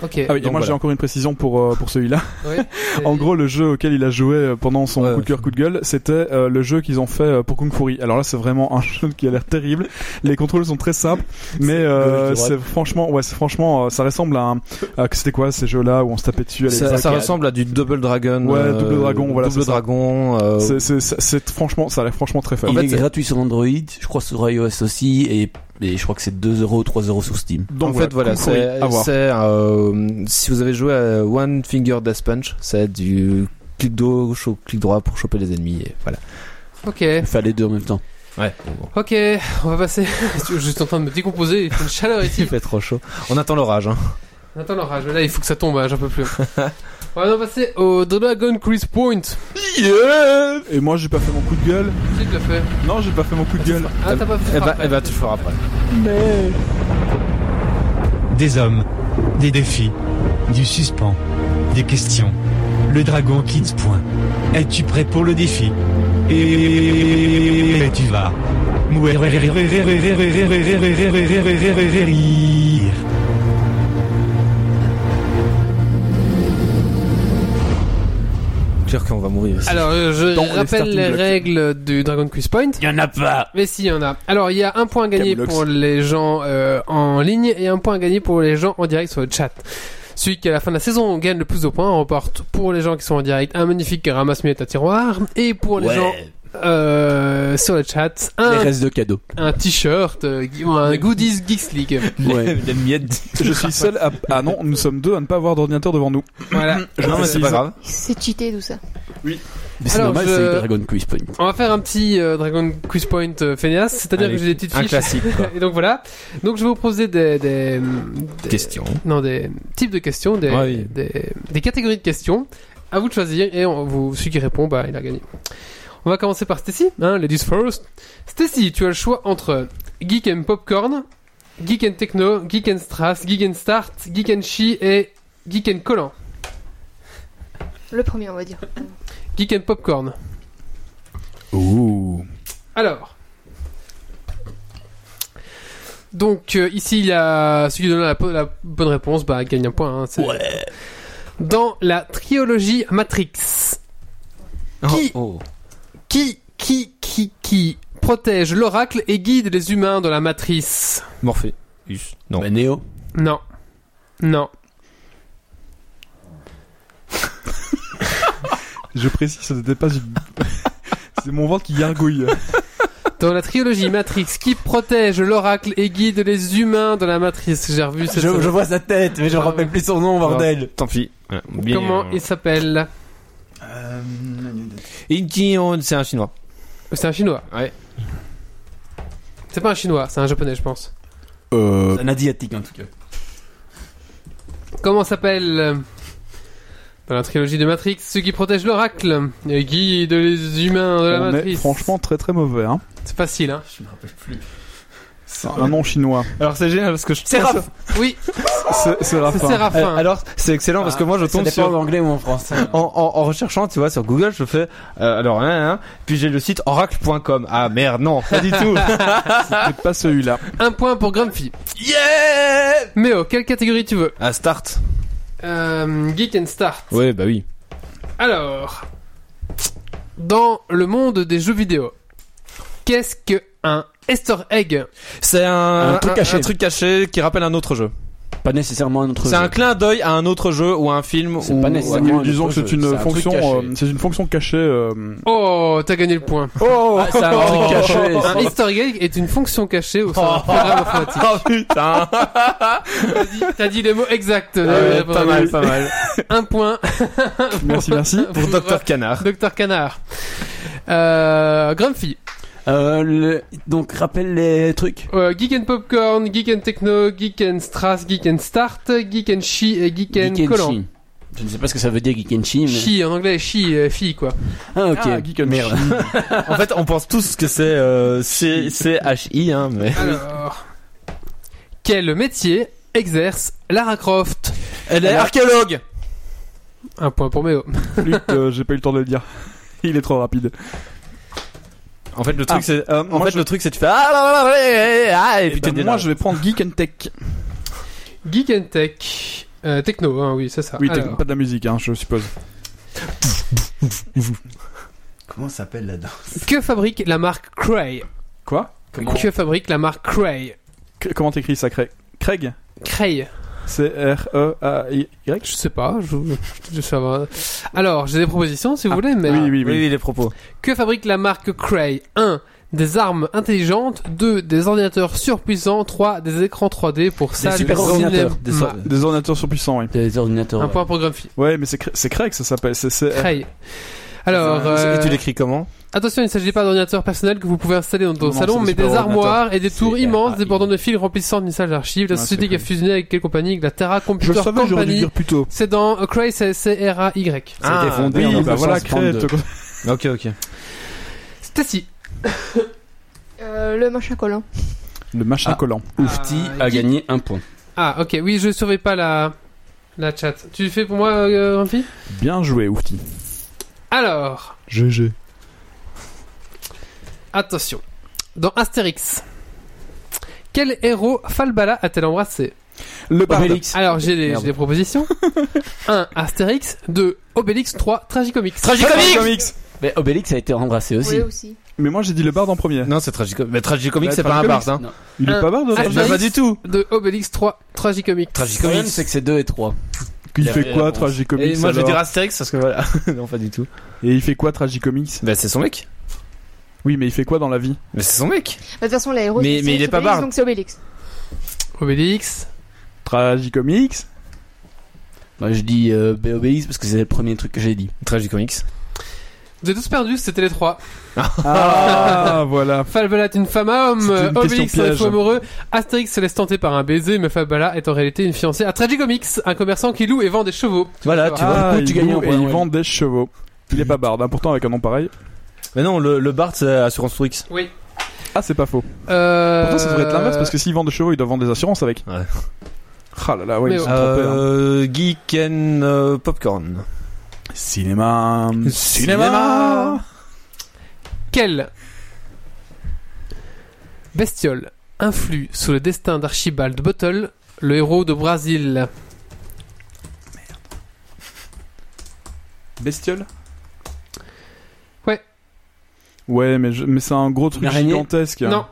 S1: Ok.
S4: Ah oui, et
S3: Donc
S4: moi j'ai
S3: voilà.
S4: encore une précision pour euh, pour celui-là.
S1: Ouais.
S4: En gros, le jeu auquel il a joué euh, pendant son
S3: Ouais.
S4: coup de cœur, coup de gueule, c'était euh, le jeu qu'ils ont fait euh, pour Kung Fury. Alors là, c'est vraiment un jeu qui a l'air terrible. Les contrôles sont très simples, mais euh,
S5: gauche, droite.
S4: c'est franchement, ouais, c'est franchement, euh, ça ressemble à un. à- que C'était quoi ces jeux-là où on se tapait dessus à
S3: Ça,
S4: l'époque
S3: ça ressemble à du Double Dragon. euh,
S4: Ouais, Double Dragon, voilà,
S3: Double
S4: c'est ça.
S3: Dragon. euh,
S4: C'est- c'est- c'est c'est franchement, ça a l'air franchement très fun.
S5: il
S3: fait,
S5: est
S3: c'est-
S5: gratuit sur Android, je crois sur iOS aussi, et, et je crois que c'est 2 euros, 3 euros sur Steam.
S4: Donc
S3: en fait, voilà,
S4: Kung Fury,
S3: c'est,
S4: à voir.
S3: c'est, euh, si vous avez joué à One Finger Death Punch, c'est du clic gauche au clic droit pour choper les ennemis. Et voilà.
S1: Ok.
S5: Il fallait les deux en même temps.
S3: Ouais.
S1: Ok. On va passer. je suis juste en train de me décomposer. Il fait une chaleur
S3: Il
S1: ici.
S3: fait trop chaud. On attend l'orage. Hein.
S1: Attends l'orage. Là, il faut que ça tombe. hein, J'en peux plus. On va donc passer au Dragon Cruise Point.
S4: Yeah euh, Et moi, j'ai pas fait mon coup de gueule.
S1: Qui te l'a fait
S4: Non, j'ai pas fait mon coup de gueule.
S1: Ah, t'as pas fait.
S3: Eh ben,
S1: frappe.
S3: eh ben, tu le feras après.
S8: Des hommes, des défis, du suspens, des questions. Le dragon quitte point. Es-tu prêt pour le défi Et tu vas. Mourir.
S3: Sûr qu'on va mourir ici.
S1: Alors, euh, je
S4: Dans les
S1: rappelle
S4: starting
S1: les
S4: blocks.
S1: règles du Dragon Quiz Point.
S5: Il y en a pas
S1: Mais si, il y en a. Alors, il y a un point gagné
S4: Camoulox.
S1: pour les gens euh, en ligne et un point gagné pour les gens en direct sur le chat. Celui qui, à la fin de la saison, gagne le plus de points remporte pour les gens qui sont en direct un magnifique ramasse-miettes à tiroir et pour les gens euh, sur le chat
S5: Les
S1: un,
S5: restes de cadeaux.
S1: un t-shirt, euh, gui- ou un Goodies Geeks League.
S5: Ouais.
S3: les miettes.
S4: Je suis seul. À... Ah non, nous sommes deux à ne pas avoir d'ordinateur devant nous.
S1: voilà.
S4: Je
S3: Non, mais c'est
S4: précise.
S3: pas grave.
S6: C'est cheaté tout ça.
S5: Mais c'est
S1: Alors,
S5: normal,
S1: je-
S5: c'est Dragon Quiz Point.
S1: On va faire un petit euh, Dragon Quiz Point euh, feignasse, c'est-à-dire
S3: Allez,
S1: que j'ai des petites
S3: Un
S1: fiches.
S3: classique. Quoi.
S1: Et donc voilà. Donc je vais vous proposer des, des, des-
S3: Question.
S1: non des types de questions, des,
S3: Ouais, oui.
S1: des, des catégories de questions. À vous de choisir et on, vous, celui qui répond, bah, il a gagné. On va commencer par Stacy, hein, ladies first. Stacy, tu as le choix entre Geek and Popcorn, Geek and Techno, Geek and Strass, Geek and Start, Geek and She et Geek and Collant.
S6: Le premier, on va dire.
S1: Geek and Popcorn.
S4: Ouh.
S1: Alors. Donc euh, ici il y a celui qui donne la, po- la bonne réponse bah gagne un point. hein, c'est- Dans la trilogie Matrix, qui
S5: Oh,
S1: qui qui qui qui protège l'oracle et guide les humains dans la matrice
S3: Morphée. Ben, Non.
S5: Bah, Néo.
S1: Non, non.
S4: Je précise, ce n'était pas une. c'est mon ventre qui gargouille.
S1: Dans la trilogie Matrix, qui protège l'oracle et guide les humains dans la matrice J'ai revu cette.
S5: vois sa tête, mais je
S1: me rappelle
S5: plus son nom,
S3: bordel. Tant pis. Ouais, bien,
S1: Comment
S3: euh,
S1: il s'appelle
S3: Yin Ki Hong, c'est un chinois.
S1: C'est un chinois.
S3: Ouais.
S1: C'est pas un chinois, c'est un japonais je pense.
S4: Euh,
S5: C'est un asiatique en tout cas.
S1: Comment s'appelle euh, dans la trilogie de Matrix celui qui protège l'oracle et guide les humains de la
S5: Euh,
S4: on est
S1: matrice
S4: franchement très très mauvais. Hein.
S1: c'est facile hein.
S4: C'est un nom chinois.
S3: Alors c'est génial parce que je.
S1: C'est hein. Raph. Oui,
S4: C'est
S1: c'est
S4: Séraphin.
S3: Euh,
S1: Séraphin.
S3: Alors c'est excellent parce que moi je
S5: Ça
S3: tombe
S5: dépend
S3: sur.
S5: en anglais ou en français.
S3: En, en, en recherchant, tu vois, sur Google, je fais euh, alors hein, hein, puis j'ai le site oracle.com. Ah merde, non, pas du tout.
S4: C'est pas celui-là.
S1: Un point pour Grumpy.
S3: yeah.
S1: Mais oh, quelle catégorie tu veux
S3: Ah start.
S1: Euh, Geek and Start.
S3: Oui, bah oui.
S1: Alors, dans le monde des jeux vidéo, qu'est-ce que un Easter egg
S3: C'est un,
S5: Un truc caché.
S3: un truc caché qui rappelle un autre jeu.
S5: Pas nécessairement un autre
S3: C'est
S5: jeu.
S3: un clin d'œil à un autre jeu ou à un film.
S5: C'est
S3: ou-
S5: pas
S3: ou à-
S5: nécessaire.
S4: Mais
S5: Ouais,
S4: disons
S5: le
S4: que c'est
S5: projet,
S4: une
S5: c'est un truc
S4: fonction,
S5: caché.
S4: euh, c'est une fonction cachée. euh,
S1: Oh, t'as gagné le point.
S5: Oh, c'est un truc caché.
S1: Un Easter egg est une fonction cachée au sein d'un programme informatique.
S3: Oh putain.
S1: T'as dit, t'as dit les mots exacts.
S3: Euh,
S1: Euh,
S3: pas mal, pas mal.
S1: Un point
S4: Merci, merci.
S3: Pour Docteur Canard.
S1: Docteur Canard. Euh, Grumpy,
S5: Euh, le- Donc rappelle les trucs.
S1: Euh, Geek and Popcorn, Geek and Techno, Geek and Strass, Geek and Start, Geek and She et Geek and
S5: Geek and
S1: Collant.
S5: Chi. Je ne sais pas ce que ça veut dire Gikenshi, mais.
S1: She en anglais, she, euh, fille quoi.
S5: Ah ok.
S4: Ah, Geek and
S5: Merde.
S4: Chi.
S3: En fait, on pense tous que c'est euh, C H I hein, mais
S1: Alors, quel métier exerce Lara Croft
S3: elle est archéologue.
S1: Un point pour Méo.
S4: Flûte, euh, j'ai pas eu le temps de le dire. Il est trop rapide.
S3: En fait, le truc
S4: Ah.
S3: c'est euh, en
S4: Moi,
S3: fait
S4: je-
S3: le truc c'est tu fais ah, ah, ah, ah, ah, et puis
S4: Eh ben,
S3: t'es des
S4: moi,
S3: larmes.
S4: je vais prendre Geek and Tech.
S1: Geek and Tech. Euh, techno, hein, oui, c'est ça.
S4: Oui, tech-
S5: Ah,
S1: Alors,
S4: pas de la musique, hein, je suppose.
S5: Comment ça s'appelle là-dedans
S1: que fabrique la marque Cray
S4: Quoi
S1: Que fabrique la marque Cray
S4: Qu- Comment t'écris ça, Craig Craig E
S1: Cray
S4: C-R-E-A-Y
S1: Je sais pas, je, je- je sais pas. Alors, j'ai des propositions si vous voulez,
S5: Ben,
S1: mais.
S4: Ah, Oui, oui,
S3: Oui,
S4: oui.
S3: oui, les propos.
S1: Que fabrique la marque Cray 1. Des armes intelligentes. 2. Des ordinateurs surpuissants. 3. Des écrans 3D pour ça.
S5: super ordinateurs.
S4: Mm.
S5: Des sor-
S4: Des ordinateurs surpuissants, oui.
S5: Des ordinateurs.
S1: Un
S5: ouais.
S1: point pour Grumpy.
S4: Ouais, mais c'est Cra- c'est Craig, ça s'appelle. C'est
S5: Euh.
S4: c'est-
S1: Cray. Alors,
S3: Et tu
S1: euh,
S3: l'écris comment
S1: attention, il ne s'agit pas d'ordinateurs personnels que vous pouvez installer dans
S4: Non,
S1: votre
S4: non,
S1: salon,
S4: c'est des
S1: mais des
S4: super
S1: armoires et des tours
S5: C'est
S1: immenses
S5: RAI.
S1: débordant de fils remplissant une salle d'archives. La
S4: Ouais,
S1: société
S4: c'est
S1: qui a
S4: cool.
S1: fusionné avec quelle compagnie La Terra
S4: Je
S1: Computer
S4: le savais, j'aurais dû
S1: Company.
S4: dire plus tôt.
S1: C'est dans euh, Cray, c'est C-R-A-Y.
S5: a été fondé en
S4: Oui, bah
S5: 1932.
S4: voilà, Craig.
S3: Ok, ok.
S1: Stacy.
S6: Euh, le machin collant.
S4: Le machin
S5: Ah.
S4: collant.
S5: Oufti
S1: Ah,
S5: a
S1: Geek-
S5: gagné un point.
S1: Ah, ok, oui, je surveille pas la, la chat. Tu le fais pour moi, euh, Grumpy
S4: Bien joué, Oufti.
S1: Alors,
S4: GG.
S1: attention. Dans Astérix, quel héros Falbala a-t-elle embrassé
S4: Le barde.
S5: Obélix.
S1: Alors, j'ai des,
S5: Merde.
S1: j'ai des propositions. 1. Astérix. 2. Obélix. 3. Tragicomix.
S4: Tragicomics
S5: Mais Obélix a été embrassé aussi.
S6: Oui, aussi.
S4: Mais moi, j'ai dit le barde en premier.
S3: Non, c'est tragicomique. Mais tragicomique,
S4: Bah,
S3: c'est pas un
S4: tragicomique.
S3: barde. Hein.
S5: Non.
S4: Il est
S1: Un.
S4: pas barde,
S1: Ah,
S4: Tragicomics
S1: Astérix.
S3: Bah, pas du tout.
S1: 2. Obélix. 3. Tragicomix.
S5: Le problème, c'est que c'est 2 et 3.
S4: Il fait
S3: Et
S4: quoi,
S3: bon. Et
S4: Tragicomics
S3: moi, je vais
S4: alors
S3: dire Astérix parce que voilà. non, pas du tout.
S4: Et il fait quoi, Tragicomics
S3: Bah, c'est son mec.
S4: Oui, mais il fait quoi dans la vie
S3: Mais c'est son mec.
S6: Bah, De toute façon, l'aéro,
S3: Mais-
S6: c'est
S3: mais il est
S6: Obélix,
S3: pas barbe.
S6: Donc c'est Obélix.
S1: Obélix.
S4: Tragicomics
S5: Moi, je dis euh, B- Obélix parce que c'est le premier truc que j'ai dit.
S3: Tragicomics.
S1: Vous avez tous perdu, c'était les trois.
S4: Ah, voilà.
S1: Falbala est une femme à homme,
S4: C'était une
S1: Obélix
S4: question
S1: est un
S4: piège.
S1: fou amoureux, Astérix se laisse tenter par un baiser, mais Falbala est en réalité une fiancée à Tragicomix, un commerçant qui loue et vend des chevaux.
S3: Voilà, tu
S1: Ah,
S3: vois.
S4: Ah,
S5: du coup, tu
S4: il
S5: gagnes
S4: loue
S5: un
S4: et
S5: point,
S4: il
S5: ouais.
S4: vend des chevaux. Il est pas barde, hein, pourtant avec un nom pareil.
S3: Mais non, le, le barde, c'est Assurance Twix.
S1: Oui.
S4: Ah, c'est pas faux.
S1: Euh...
S4: Pourtant, ça devrait être l'inverse parce que s'ils vendent des chevaux, ils doivent vendre des assurances avec.
S3: Ouais.
S4: Ah là là, ouais,
S1: Mais
S4: ils se sont trompés. hein.
S3: Euh, geek and euh, Popcorn.
S4: Cinéma.
S3: Cinéma.
S1: Quelle bestiole influe sur le destin d'Archibald Bottle, le héros de Brésil
S4: Bestiole
S1: Ouais.
S4: Ouais, mais, je- mais c'est un gros truc
S5: Une araignée
S4: gigantesque.
S1: Non.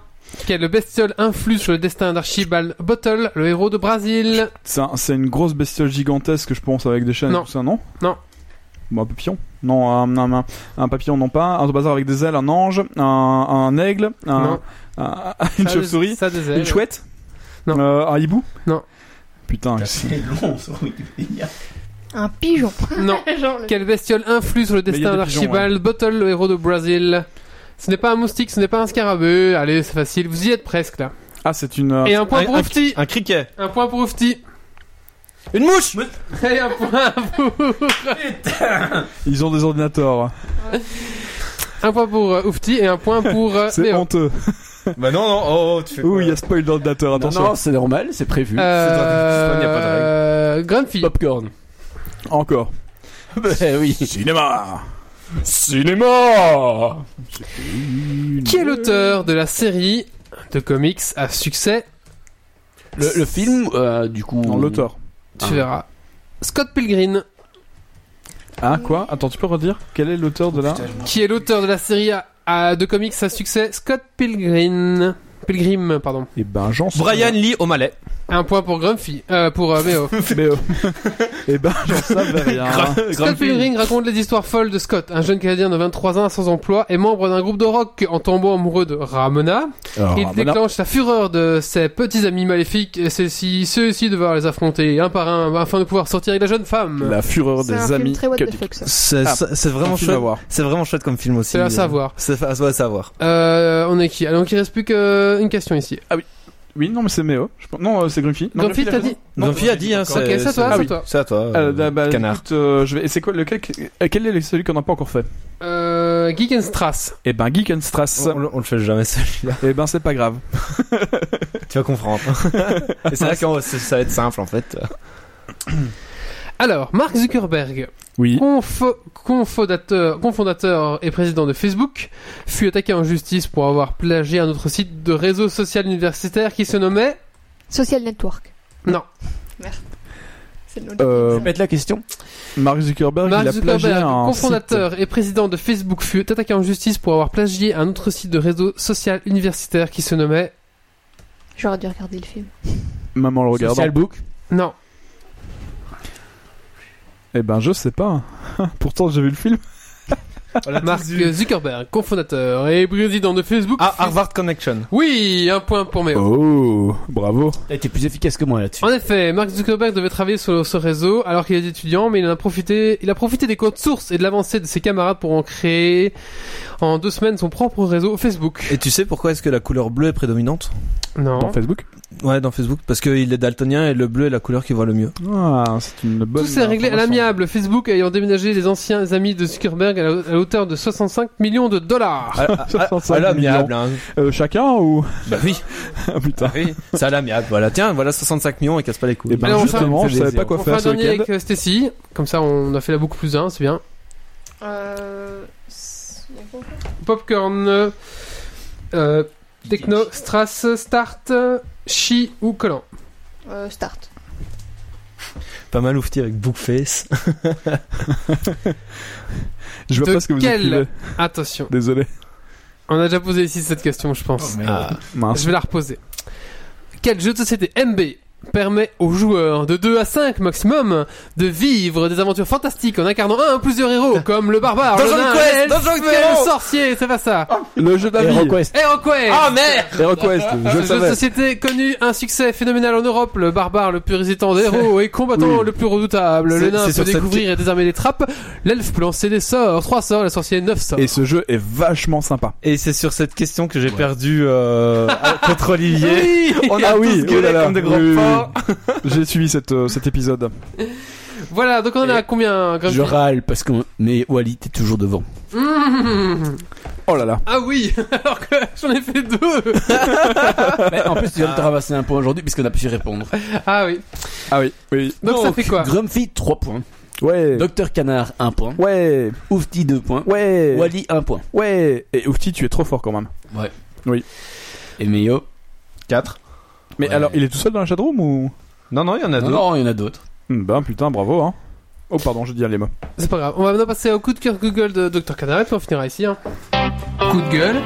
S1: Quelle bestiole influe sur le destin d'Archibald Bottle, le héros de Brésil
S4: C'est un- c'est une grosse bestiole gigantesque, je pense, avec des chaînes
S1: Non.
S4: et tout ça, non
S1: Non.
S4: Bon, un papillon Non, un, un- un- un papillon, non pas. Un bazar avec des ailes, un ange, un, un aigle, un-
S1: Non.
S4: un- une
S1: Ça,
S4: chauve-souris,
S1: ça, des ailes.
S4: une chouette
S1: Non.
S4: Euh, un hibou
S1: Non.
S4: Putain,
S6: Un
S1: Non.
S6: pigeon. Genre le-
S1: Quelle bestiole influe sur le
S4: Mais il y a
S1: destin
S4: des pigeons,
S1: d'Archibald Bottle, le héros de Brésil Ce n'est pas un moustique, ce n'est pas un scarabée. Allez, c'est facile, vous y êtes presque là.
S4: ah, c'est une. euh,
S1: Et un point pour
S3: un-
S1: Oufti
S3: Un criquet.
S1: Un point pour Oufti
S3: Une mouche.
S1: Et un point pour...
S4: Ils ont des ordinateurs.
S1: Un point pour euh, Oufti et un point pour euh,
S4: C'est
S1: Léo.
S4: honteux.
S3: Bah non, non, oh, oh, tu fais quoi
S4: Ouh, il y a spoil dans le dateur,
S5: Non,
S4: attention.
S5: non, c'est normal, c'est prévu.
S3: il y a pas de règle.
S1: Euh, Grumpy.
S5: Popcorn.
S4: Encore.
S5: Eh oui.
S4: Cinéma
S5: Cinéma
S1: Qui est l'auteur de la série de comics à succès
S5: le, le film, euh, du coup.
S4: Non, l'auteur.
S1: Tu
S5: Ah.
S1: verras. Scott Pilgrim,
S4: Ah, quoi Attends, tu peux redire Quel est l'auteur de la.
S1: qui est l'auteur de la série à- à- de comics à succès, Scott Pilgrim. Pilgrim, pardon.
S4: Eh ben, Jean.
S3: Brian Lee O'Malley.
S1: Un point pour Grumpy, euh, pour euh, Méo.
S4: Mais, euh, eh ben, j'en savais rien.
S1: Scott Pilgrim raconte les histoires folles de Scott, un jeune Canadien de 23 ans sans emploi et membre d'un groupe de rock en tombant amoureux de Ramona.
S4: Alors,
S1: Il
S4: maintenant-
S1: déclenche la fureur de ses petits amis maléfiques et ceux-ci ceux devoir les affronter un par un afin de pouvoir sortir avec la jeune femme.
S4: La fureur
S6: C'est
S4: des
S6: un film
S4: amis.
S6: très what
S4: que
S6: the
S4: tu-
S6: fuck, ça.
S3: C'est
S4: Ah,
S3: c'est- c'est
S4: un
S3: vraiment
S4: film à
S3: chouette.
S4: voir.
S3: C'est vraiment chouette comme film aussi.
S1: C'est à savoir.
S3: C'est fa- ouais, à savoir.
S1: Euh, on est qui Alors, donc il reste plus qu'une question ici.
S4: Oui, non, mais c'est Méo. je pense- Non, euh, c'est Grumpy. Non,
S1: Grumpy,
S4: il a
S1: t'as
S4: raison.
S1: dit
S4: Non,
S3: Grumpy a dit, hein,
S1: Ok, c'est à toi,
S4: Ah
S1: c'est à
S4: oui.
S1: toi.
S3: C'est à toi.
S4: Euh,
S3: euh,
S4: bah, bah,
S3: canard.
S4: écoute, euh, je vais. Et c'est quoi lequel euh, Quel est celui qu'on n'a pas encore fait
S1: Euh, Geek and Strass.
S4: Eh ben, Geek and Strass.
S3: On, le- on le fait jamais, celui-là.
S4: Eh ben, c'est pas grave.
S3: tu vas comprendre. Et c'est vrai que ça va être simple, en fait.
S1: Alors, Mark Zuckerberg,
S4: Oui.
S1: confo- confondateur, confondateur et président de Facebook, fut attaqué en justice pour avoir plagié un autre site de réseau social universitaire qui se nommait...
S6: Social Network.
S1: Non.
S6: Merde. C'est le nom
S4: Euh,
S6: de la
S5: Faites la question.
S4: Mark Zuckerberg, Oh, il
S1: Mark
S4: a plagié
S1: Zuckerberg,
S4: un
S1: cofondateur et président de Facebook, fut attaqué en justice pour avoir plagié un autre site de réseau social universitaire qui se nommait...
S6: J'aurais dû regarder le film.
S4: site. Maman le regarde.
S5: Social Book.
S1: Non.
S4: Eh ben, je sais pas. Pourtant, j'ai vu le film.
S1: Mark Zuckerberg, cofondateur et président de Facebook...
S3: Ah, Harvard Connection.
S1: Oui, un point pour Méo.
S4: Oh, bravo.
S5: T'as été plus efficace que moi là-dessus.
S1: En effet, Mark Zuckerberg devait travailler sur ce réseau alors qu'il était étudiant, mais il en a profité, il a profité des codes sources et de l'avancée de ses camarades pour en créer en deux semaines son propre réseau Facebook.
S3: Et tu sais pourquoi est-ce que la couleur bleue est prédominante
S1: Non.
S4: Dans Facebook.
S3: Ouais, dans Facebook. Parce qu'il est daltonien et le bleu est la couleur qui voit le mieux.
S4: Ah, c'est une bonne.
S1: Tout s'est réglé à
S4: information.
S1: l'amiable. Facebook ayant déménagé les anciens amis de Zuckerberg à la- à hauteur de 65 millions de dollars.
S4: Ah,
S3: À, à- à- à l'amiable, hein.
S4: Euh, chacun ou
S3: Bah oui,
S4: Ah putain.
S3: oui. C'est à l'amiable. Voilà, tiens, voilà 65 millions et casse pas les couilles.
S4: Eh ben
S1: Allez, on fait-
S4: justement,
S3: on fait
S4: je savais
S3: plaisir.
S4: pas quoi
S1: On fait
S4: faire
S1: un
S4: ce
S1: dernier
S4: week-end.
S1: avec euh, Stacy. Comme ça, on a fait la boucle plus un, c'est bien.
S6: Euh... c'est-
S1: Popcorn, euh, euh, Techno, Strass, Start, euh, Chi ou Collant.
S6: Euh, start.
S3: Pas mal oufti avec Bookface.
S4: Je vois
S1: De
S4: pas ce que vous
S1: quel-
S4: écrivez.
S1: Attention.
S4: Désolé.
S1: On a déjà posé ici cette question, je pense.
S3: Ah,
S4: Mince.
S1: Je vais la reposer. Quel jeu de société MB permet aux joueurs de 2 à 5 maximum de vivre des aventures fantastiques en incarnant un ou plusieurs héros comme le barbare, le
S3: Dungeon
S1: nain,
S3: Quest,
S1: l'elfe,
S3: Dungeon
S1: le
S3: Quest.
S1: sorcier, c'est pas ça.
S4: Le
S3: Euh,
S4: jeu d'avis.
S5: HeroQuest.
S1: Hero Quest
S3: Ah, merde
S4: HeroQuest, je
S3: Ah,
S1: ce
S4: le
S1: jeu de
S4: savais.
S1: société connu un succès phénoménal en Europe, le barbare le plus résistant des héros et combattant
S4: Oui.
S1: le plus redoutable, le
S3: C'est-
S1: nain
S3: c'est
S1: peut
S3: sur cette
S1: découvrir et désarmer des trappes, l'elfe peut lancer des sorts, 3 sorts, la sorcière 9 sorts.
S4: Et ce jeu est vachement sympa.
S3: Et c'est sur cette question que j'ai perdu euh, contre Olivier.
S1: Oui
S3: On a
S4: ah oui,
S3: tous gueulé
S4: oh là là,
S3: comme des grands
S4: oui, oui,
S3: porcs.
S4: J'ai suivi cette, euh, cet épisode.
S1: Voilà, donc on en a à combien Grumpy
S5: Je râle parce que. Mais Wally, t'es toujours devant.
S1: Mmh.
S4: Oh là là.
S1: Ah oui, alors que j'en ai fait deux.
S5: Mais en plus, tu viens de te ramasser un point aujourd'hui puisqu'on a pu y répondre.
S1: Ah oui.
S4: Ah oui, oui.
S1: Donc, ça fait quoi
S5: Grumpy, 3 points.
S4: Ouais.
S5: Docteur Canard, 1 point.
S4: Ouais.
S5: Oufti, 2 points.
S4: Ouais.
S5: Wally, 1 point.
S4: Ouais. Et Oufti, tu es trop fort quand même.
S5: Et Meyo.
S3: 4.
S4: Mais
S5: Ouais.
S4: alors, il est tout seul dans la chatroom ou
S3: Non, non, il y en a
S5: Non,
S3: deux.
S5: non, il y en a d'autres.
S4: Hmm, Ben putain, bravo hein. Oh pardon, je dis les mots.
S1: C'est pas grave. On va maintenant passer au coup de cœur Google de Dr. Canard et puis on finira ici. hein. Coup de gueule.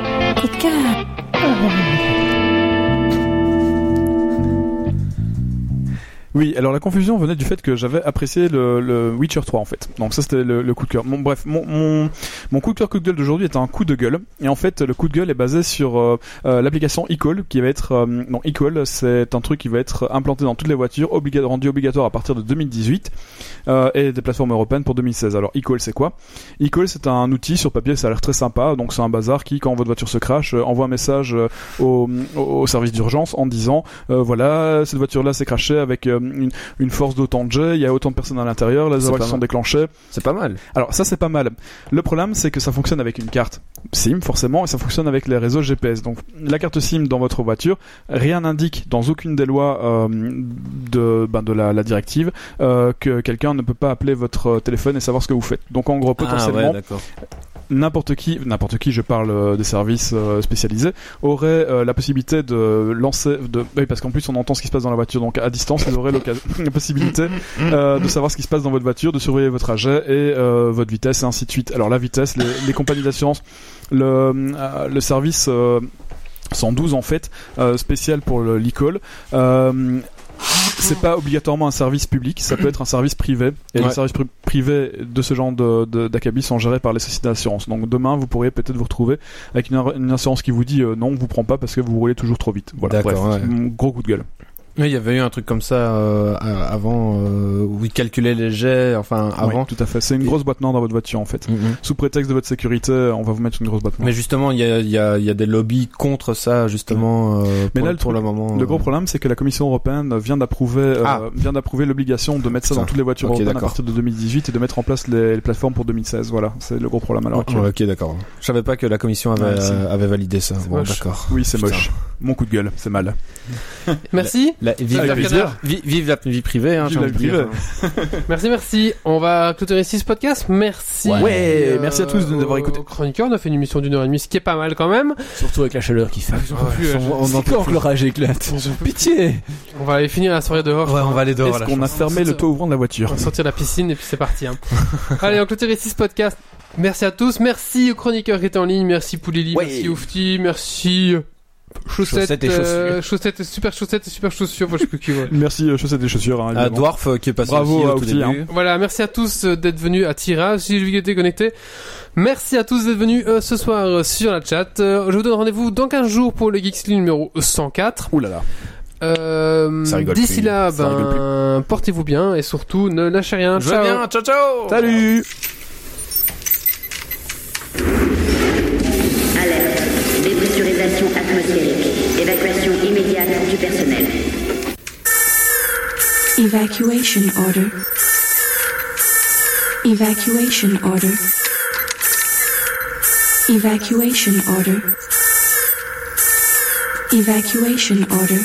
S4: Oui, alors la confusion venait du fait que j'avais apprécié le, le Witcher 3 en fait. Donc ça c'était le, le coup de cœur. Mon, bref, mon, mon, mon coup de cœur coup de gueule d'aujourd'hui est un coup de gueule. Et en fait, le coup de gueule est basé sur euh, euh, l'application eCall qui va être... euh, non, eCall c'est un truc qui va être implanté dans toutes les voitures, obliga- rendu obligatoire à partir de 2018 euh, et des plateformes européennes pour 2016. Alors eCall c'est quoi eCall c'est un outil sur papier, ça a l'air très sympa. Donc c'est un bazar qui, quand votre voiture se crache, euh, envoie un message euh, au, au service d'urgence en disant euh, voilà, cette voiture-là s'est crashée avec euh, une, une force d'autant de jets, il y a autant de personnes à l'intérieur, les
S3: C'est
S4: attaques
S3: pas
S4: sont
S3: mal.
S4: déclenchées.
S3: C'est pas mal.
S4: Alors ça c'est pas mal. Le problème c'est que ça fonctionne avec une carte SIM forcément et ça fonctionne avec les réseaux GPS. Donc la carte SIM dans votre voiture, rien n'indique dans aucune des lois euh, de, ben, de la, la directive euh, que quelqu'un ne peut pas appeler votre téléphone et savoir ce que vous faites. Donc en gros potentiellement
S3: Ah, d'accord.
S4: n'importe qui, n'importe qui, je parle euh, des services euh, spécialisés, aurait euh, la possibilité de lancer, de, oui, parce qu'en plus on entend ce qui se passe dans la voiture, donc à distance, ils auraient l'occasion- la possibilité euh, de savoir ce qui se passe dans votre voiture, de surveiller votre trajet et euh, votre vitesse et ainsi de suite. Alors la vitesse, les, les compagnies d'assurance, le, euh, le service euh, 112 en fait, euh, spécial pour le l'e-call. euh, c'est pas obligatoirement un service public, ça peut être un service privé. Et les
S3: Ouais.
S4: services pri- privés de ce genre de- de- d'acabit sont gérés par les sociétés d'assurance. Donc demain, vous pourriez peut-être vous retrouver avec une, ar- une assurance qui vous dit euh, non, on vous prend pas parce que vous roulez toujours trop vite. Voilà, bref,
S3: D'accord, ouais.
S4: mon gros coup de gueule.
S3: Oui, il y avait eu un truc comme ça euh, à- avant euh, où ils calculaient les jets, enfin
S4: Oui,
S3: avant.
S4: tout à fait. C'est une
S3: Ah Et-
S4: grosse boîte noire dans votre voiture en fait.
S3: Mhm.
S4: Sous prétexte de votre sécurité, on va vous mettre une grosse boîte noire.
S3: Mais justement, il y a, il y, a, il y a des lobbies contre ça, justement. euh,
S4: Mais
S3: pour-
S4: là, le
S3: pour
S4: truc-
S3: le moment.
S4: Le
S3: euh,
S4: gros problème, c'est que la Commission européenne vient d'approuver, euh,
S3: Ah.
S4: vient d'approuver l'obligation de mettre ça dans
S3: Putain.
S4: toutes les voitures
S3: Ok,
S4: européennes à
S3: d'accord.
S4: partir de 2018 et de mettre en place les, les plateformes pour 2016. Voilà, c'est le gros problème à l'heure
S3: Ouais,
S4: actuelle.
S3: Ah, ok, d'accord. Je savais pas que la commission avait,
S4: Ouais, c'est-
S3: euh, avait validé ça. Bon,
S4: moche.
S3: d'accord.
S4: Oui, c'est
S3: Putain.
S4: moche. Mon coup de gueule, c'est mal.
S1: Merci,
S3: La- vive,
S4: Avec
S3: la,
S4: plaisir.
S3: vi- vive la vie privée, hein,
S4: Vive
S3: j'ai
S4: la
S3: envie de
S4: vie
S3: dire.
S4: privée.
S1: merci, merci. On va clôturer ici ce podcast. Merci.
S4: Ouais, merci à tous de nous avoir
S1: aux-
S4: écoutés.
S1: aux Chroniqueurs, on a fait une émission d'une heure et demie, ce qui est pas mal quand même.
S5: Surtout avec la chaleur qui fait.
S1: plus,
S5: on,
S1: euh,
S5: on
S1: je-
S5: en peut quand que l'orage éclate. Pitié
S1: On va aller finir la soirée dehors.
S3: Ouais, on va aller dehors.
S4: Est-ce
S3: là.
S4: qu'on a fermé le toit ouvrant de la
S1: On
S4: voiture
S1: va sortir de la piscine et puis c'est parti. hein. Allez, on clôture ici ce podcast. Merci à tous. Merci aux chroniqueurs qui étaient en ligne. Merci Poulili.
S5: Ouais.
S1: Merci Oufti. Merci Chaussettes,
S5: Chaussettes et
S1: euh, chaussettes, super chaussettes et super chaussures. Moi, je sais plus qui, ouais.
S4: Merci euh, chaussettes et chaussures. hein,
S3: À
S4: évidemment.
S3: Dwarf euh, qui est passé
S4: Bravo
S3: aussi
S4: à hein.
S3: au tout
S4: Outil,
S3: début.
S1: Voilà, merci à tous euh, d'être venus à Tira, si j'ai vu était connecté. Merci à tous d'être venus euh, ce soir euh, sur la chat. Euh, je vous donne rendez-vous dans 15 jours pour le Geeks League numéro 104.
S4: Ouh là là.
S1: Euh,
S3: Ça rigole
S1: D'ici
S3: plus,
S1: là,
S4: ça rigole
S1: ben, portez-vous bien et surtout ne lâchez rien.
S3: Je
S1: Ciao.
S3: viens, ciao ciao
S4: Salut.
S9: Alerte. Dépressurisation atmosphérique. Évacuation immédiate du personnel.
S10: Evacuation order. Evacuation order. Evacuation order. Evacuation order.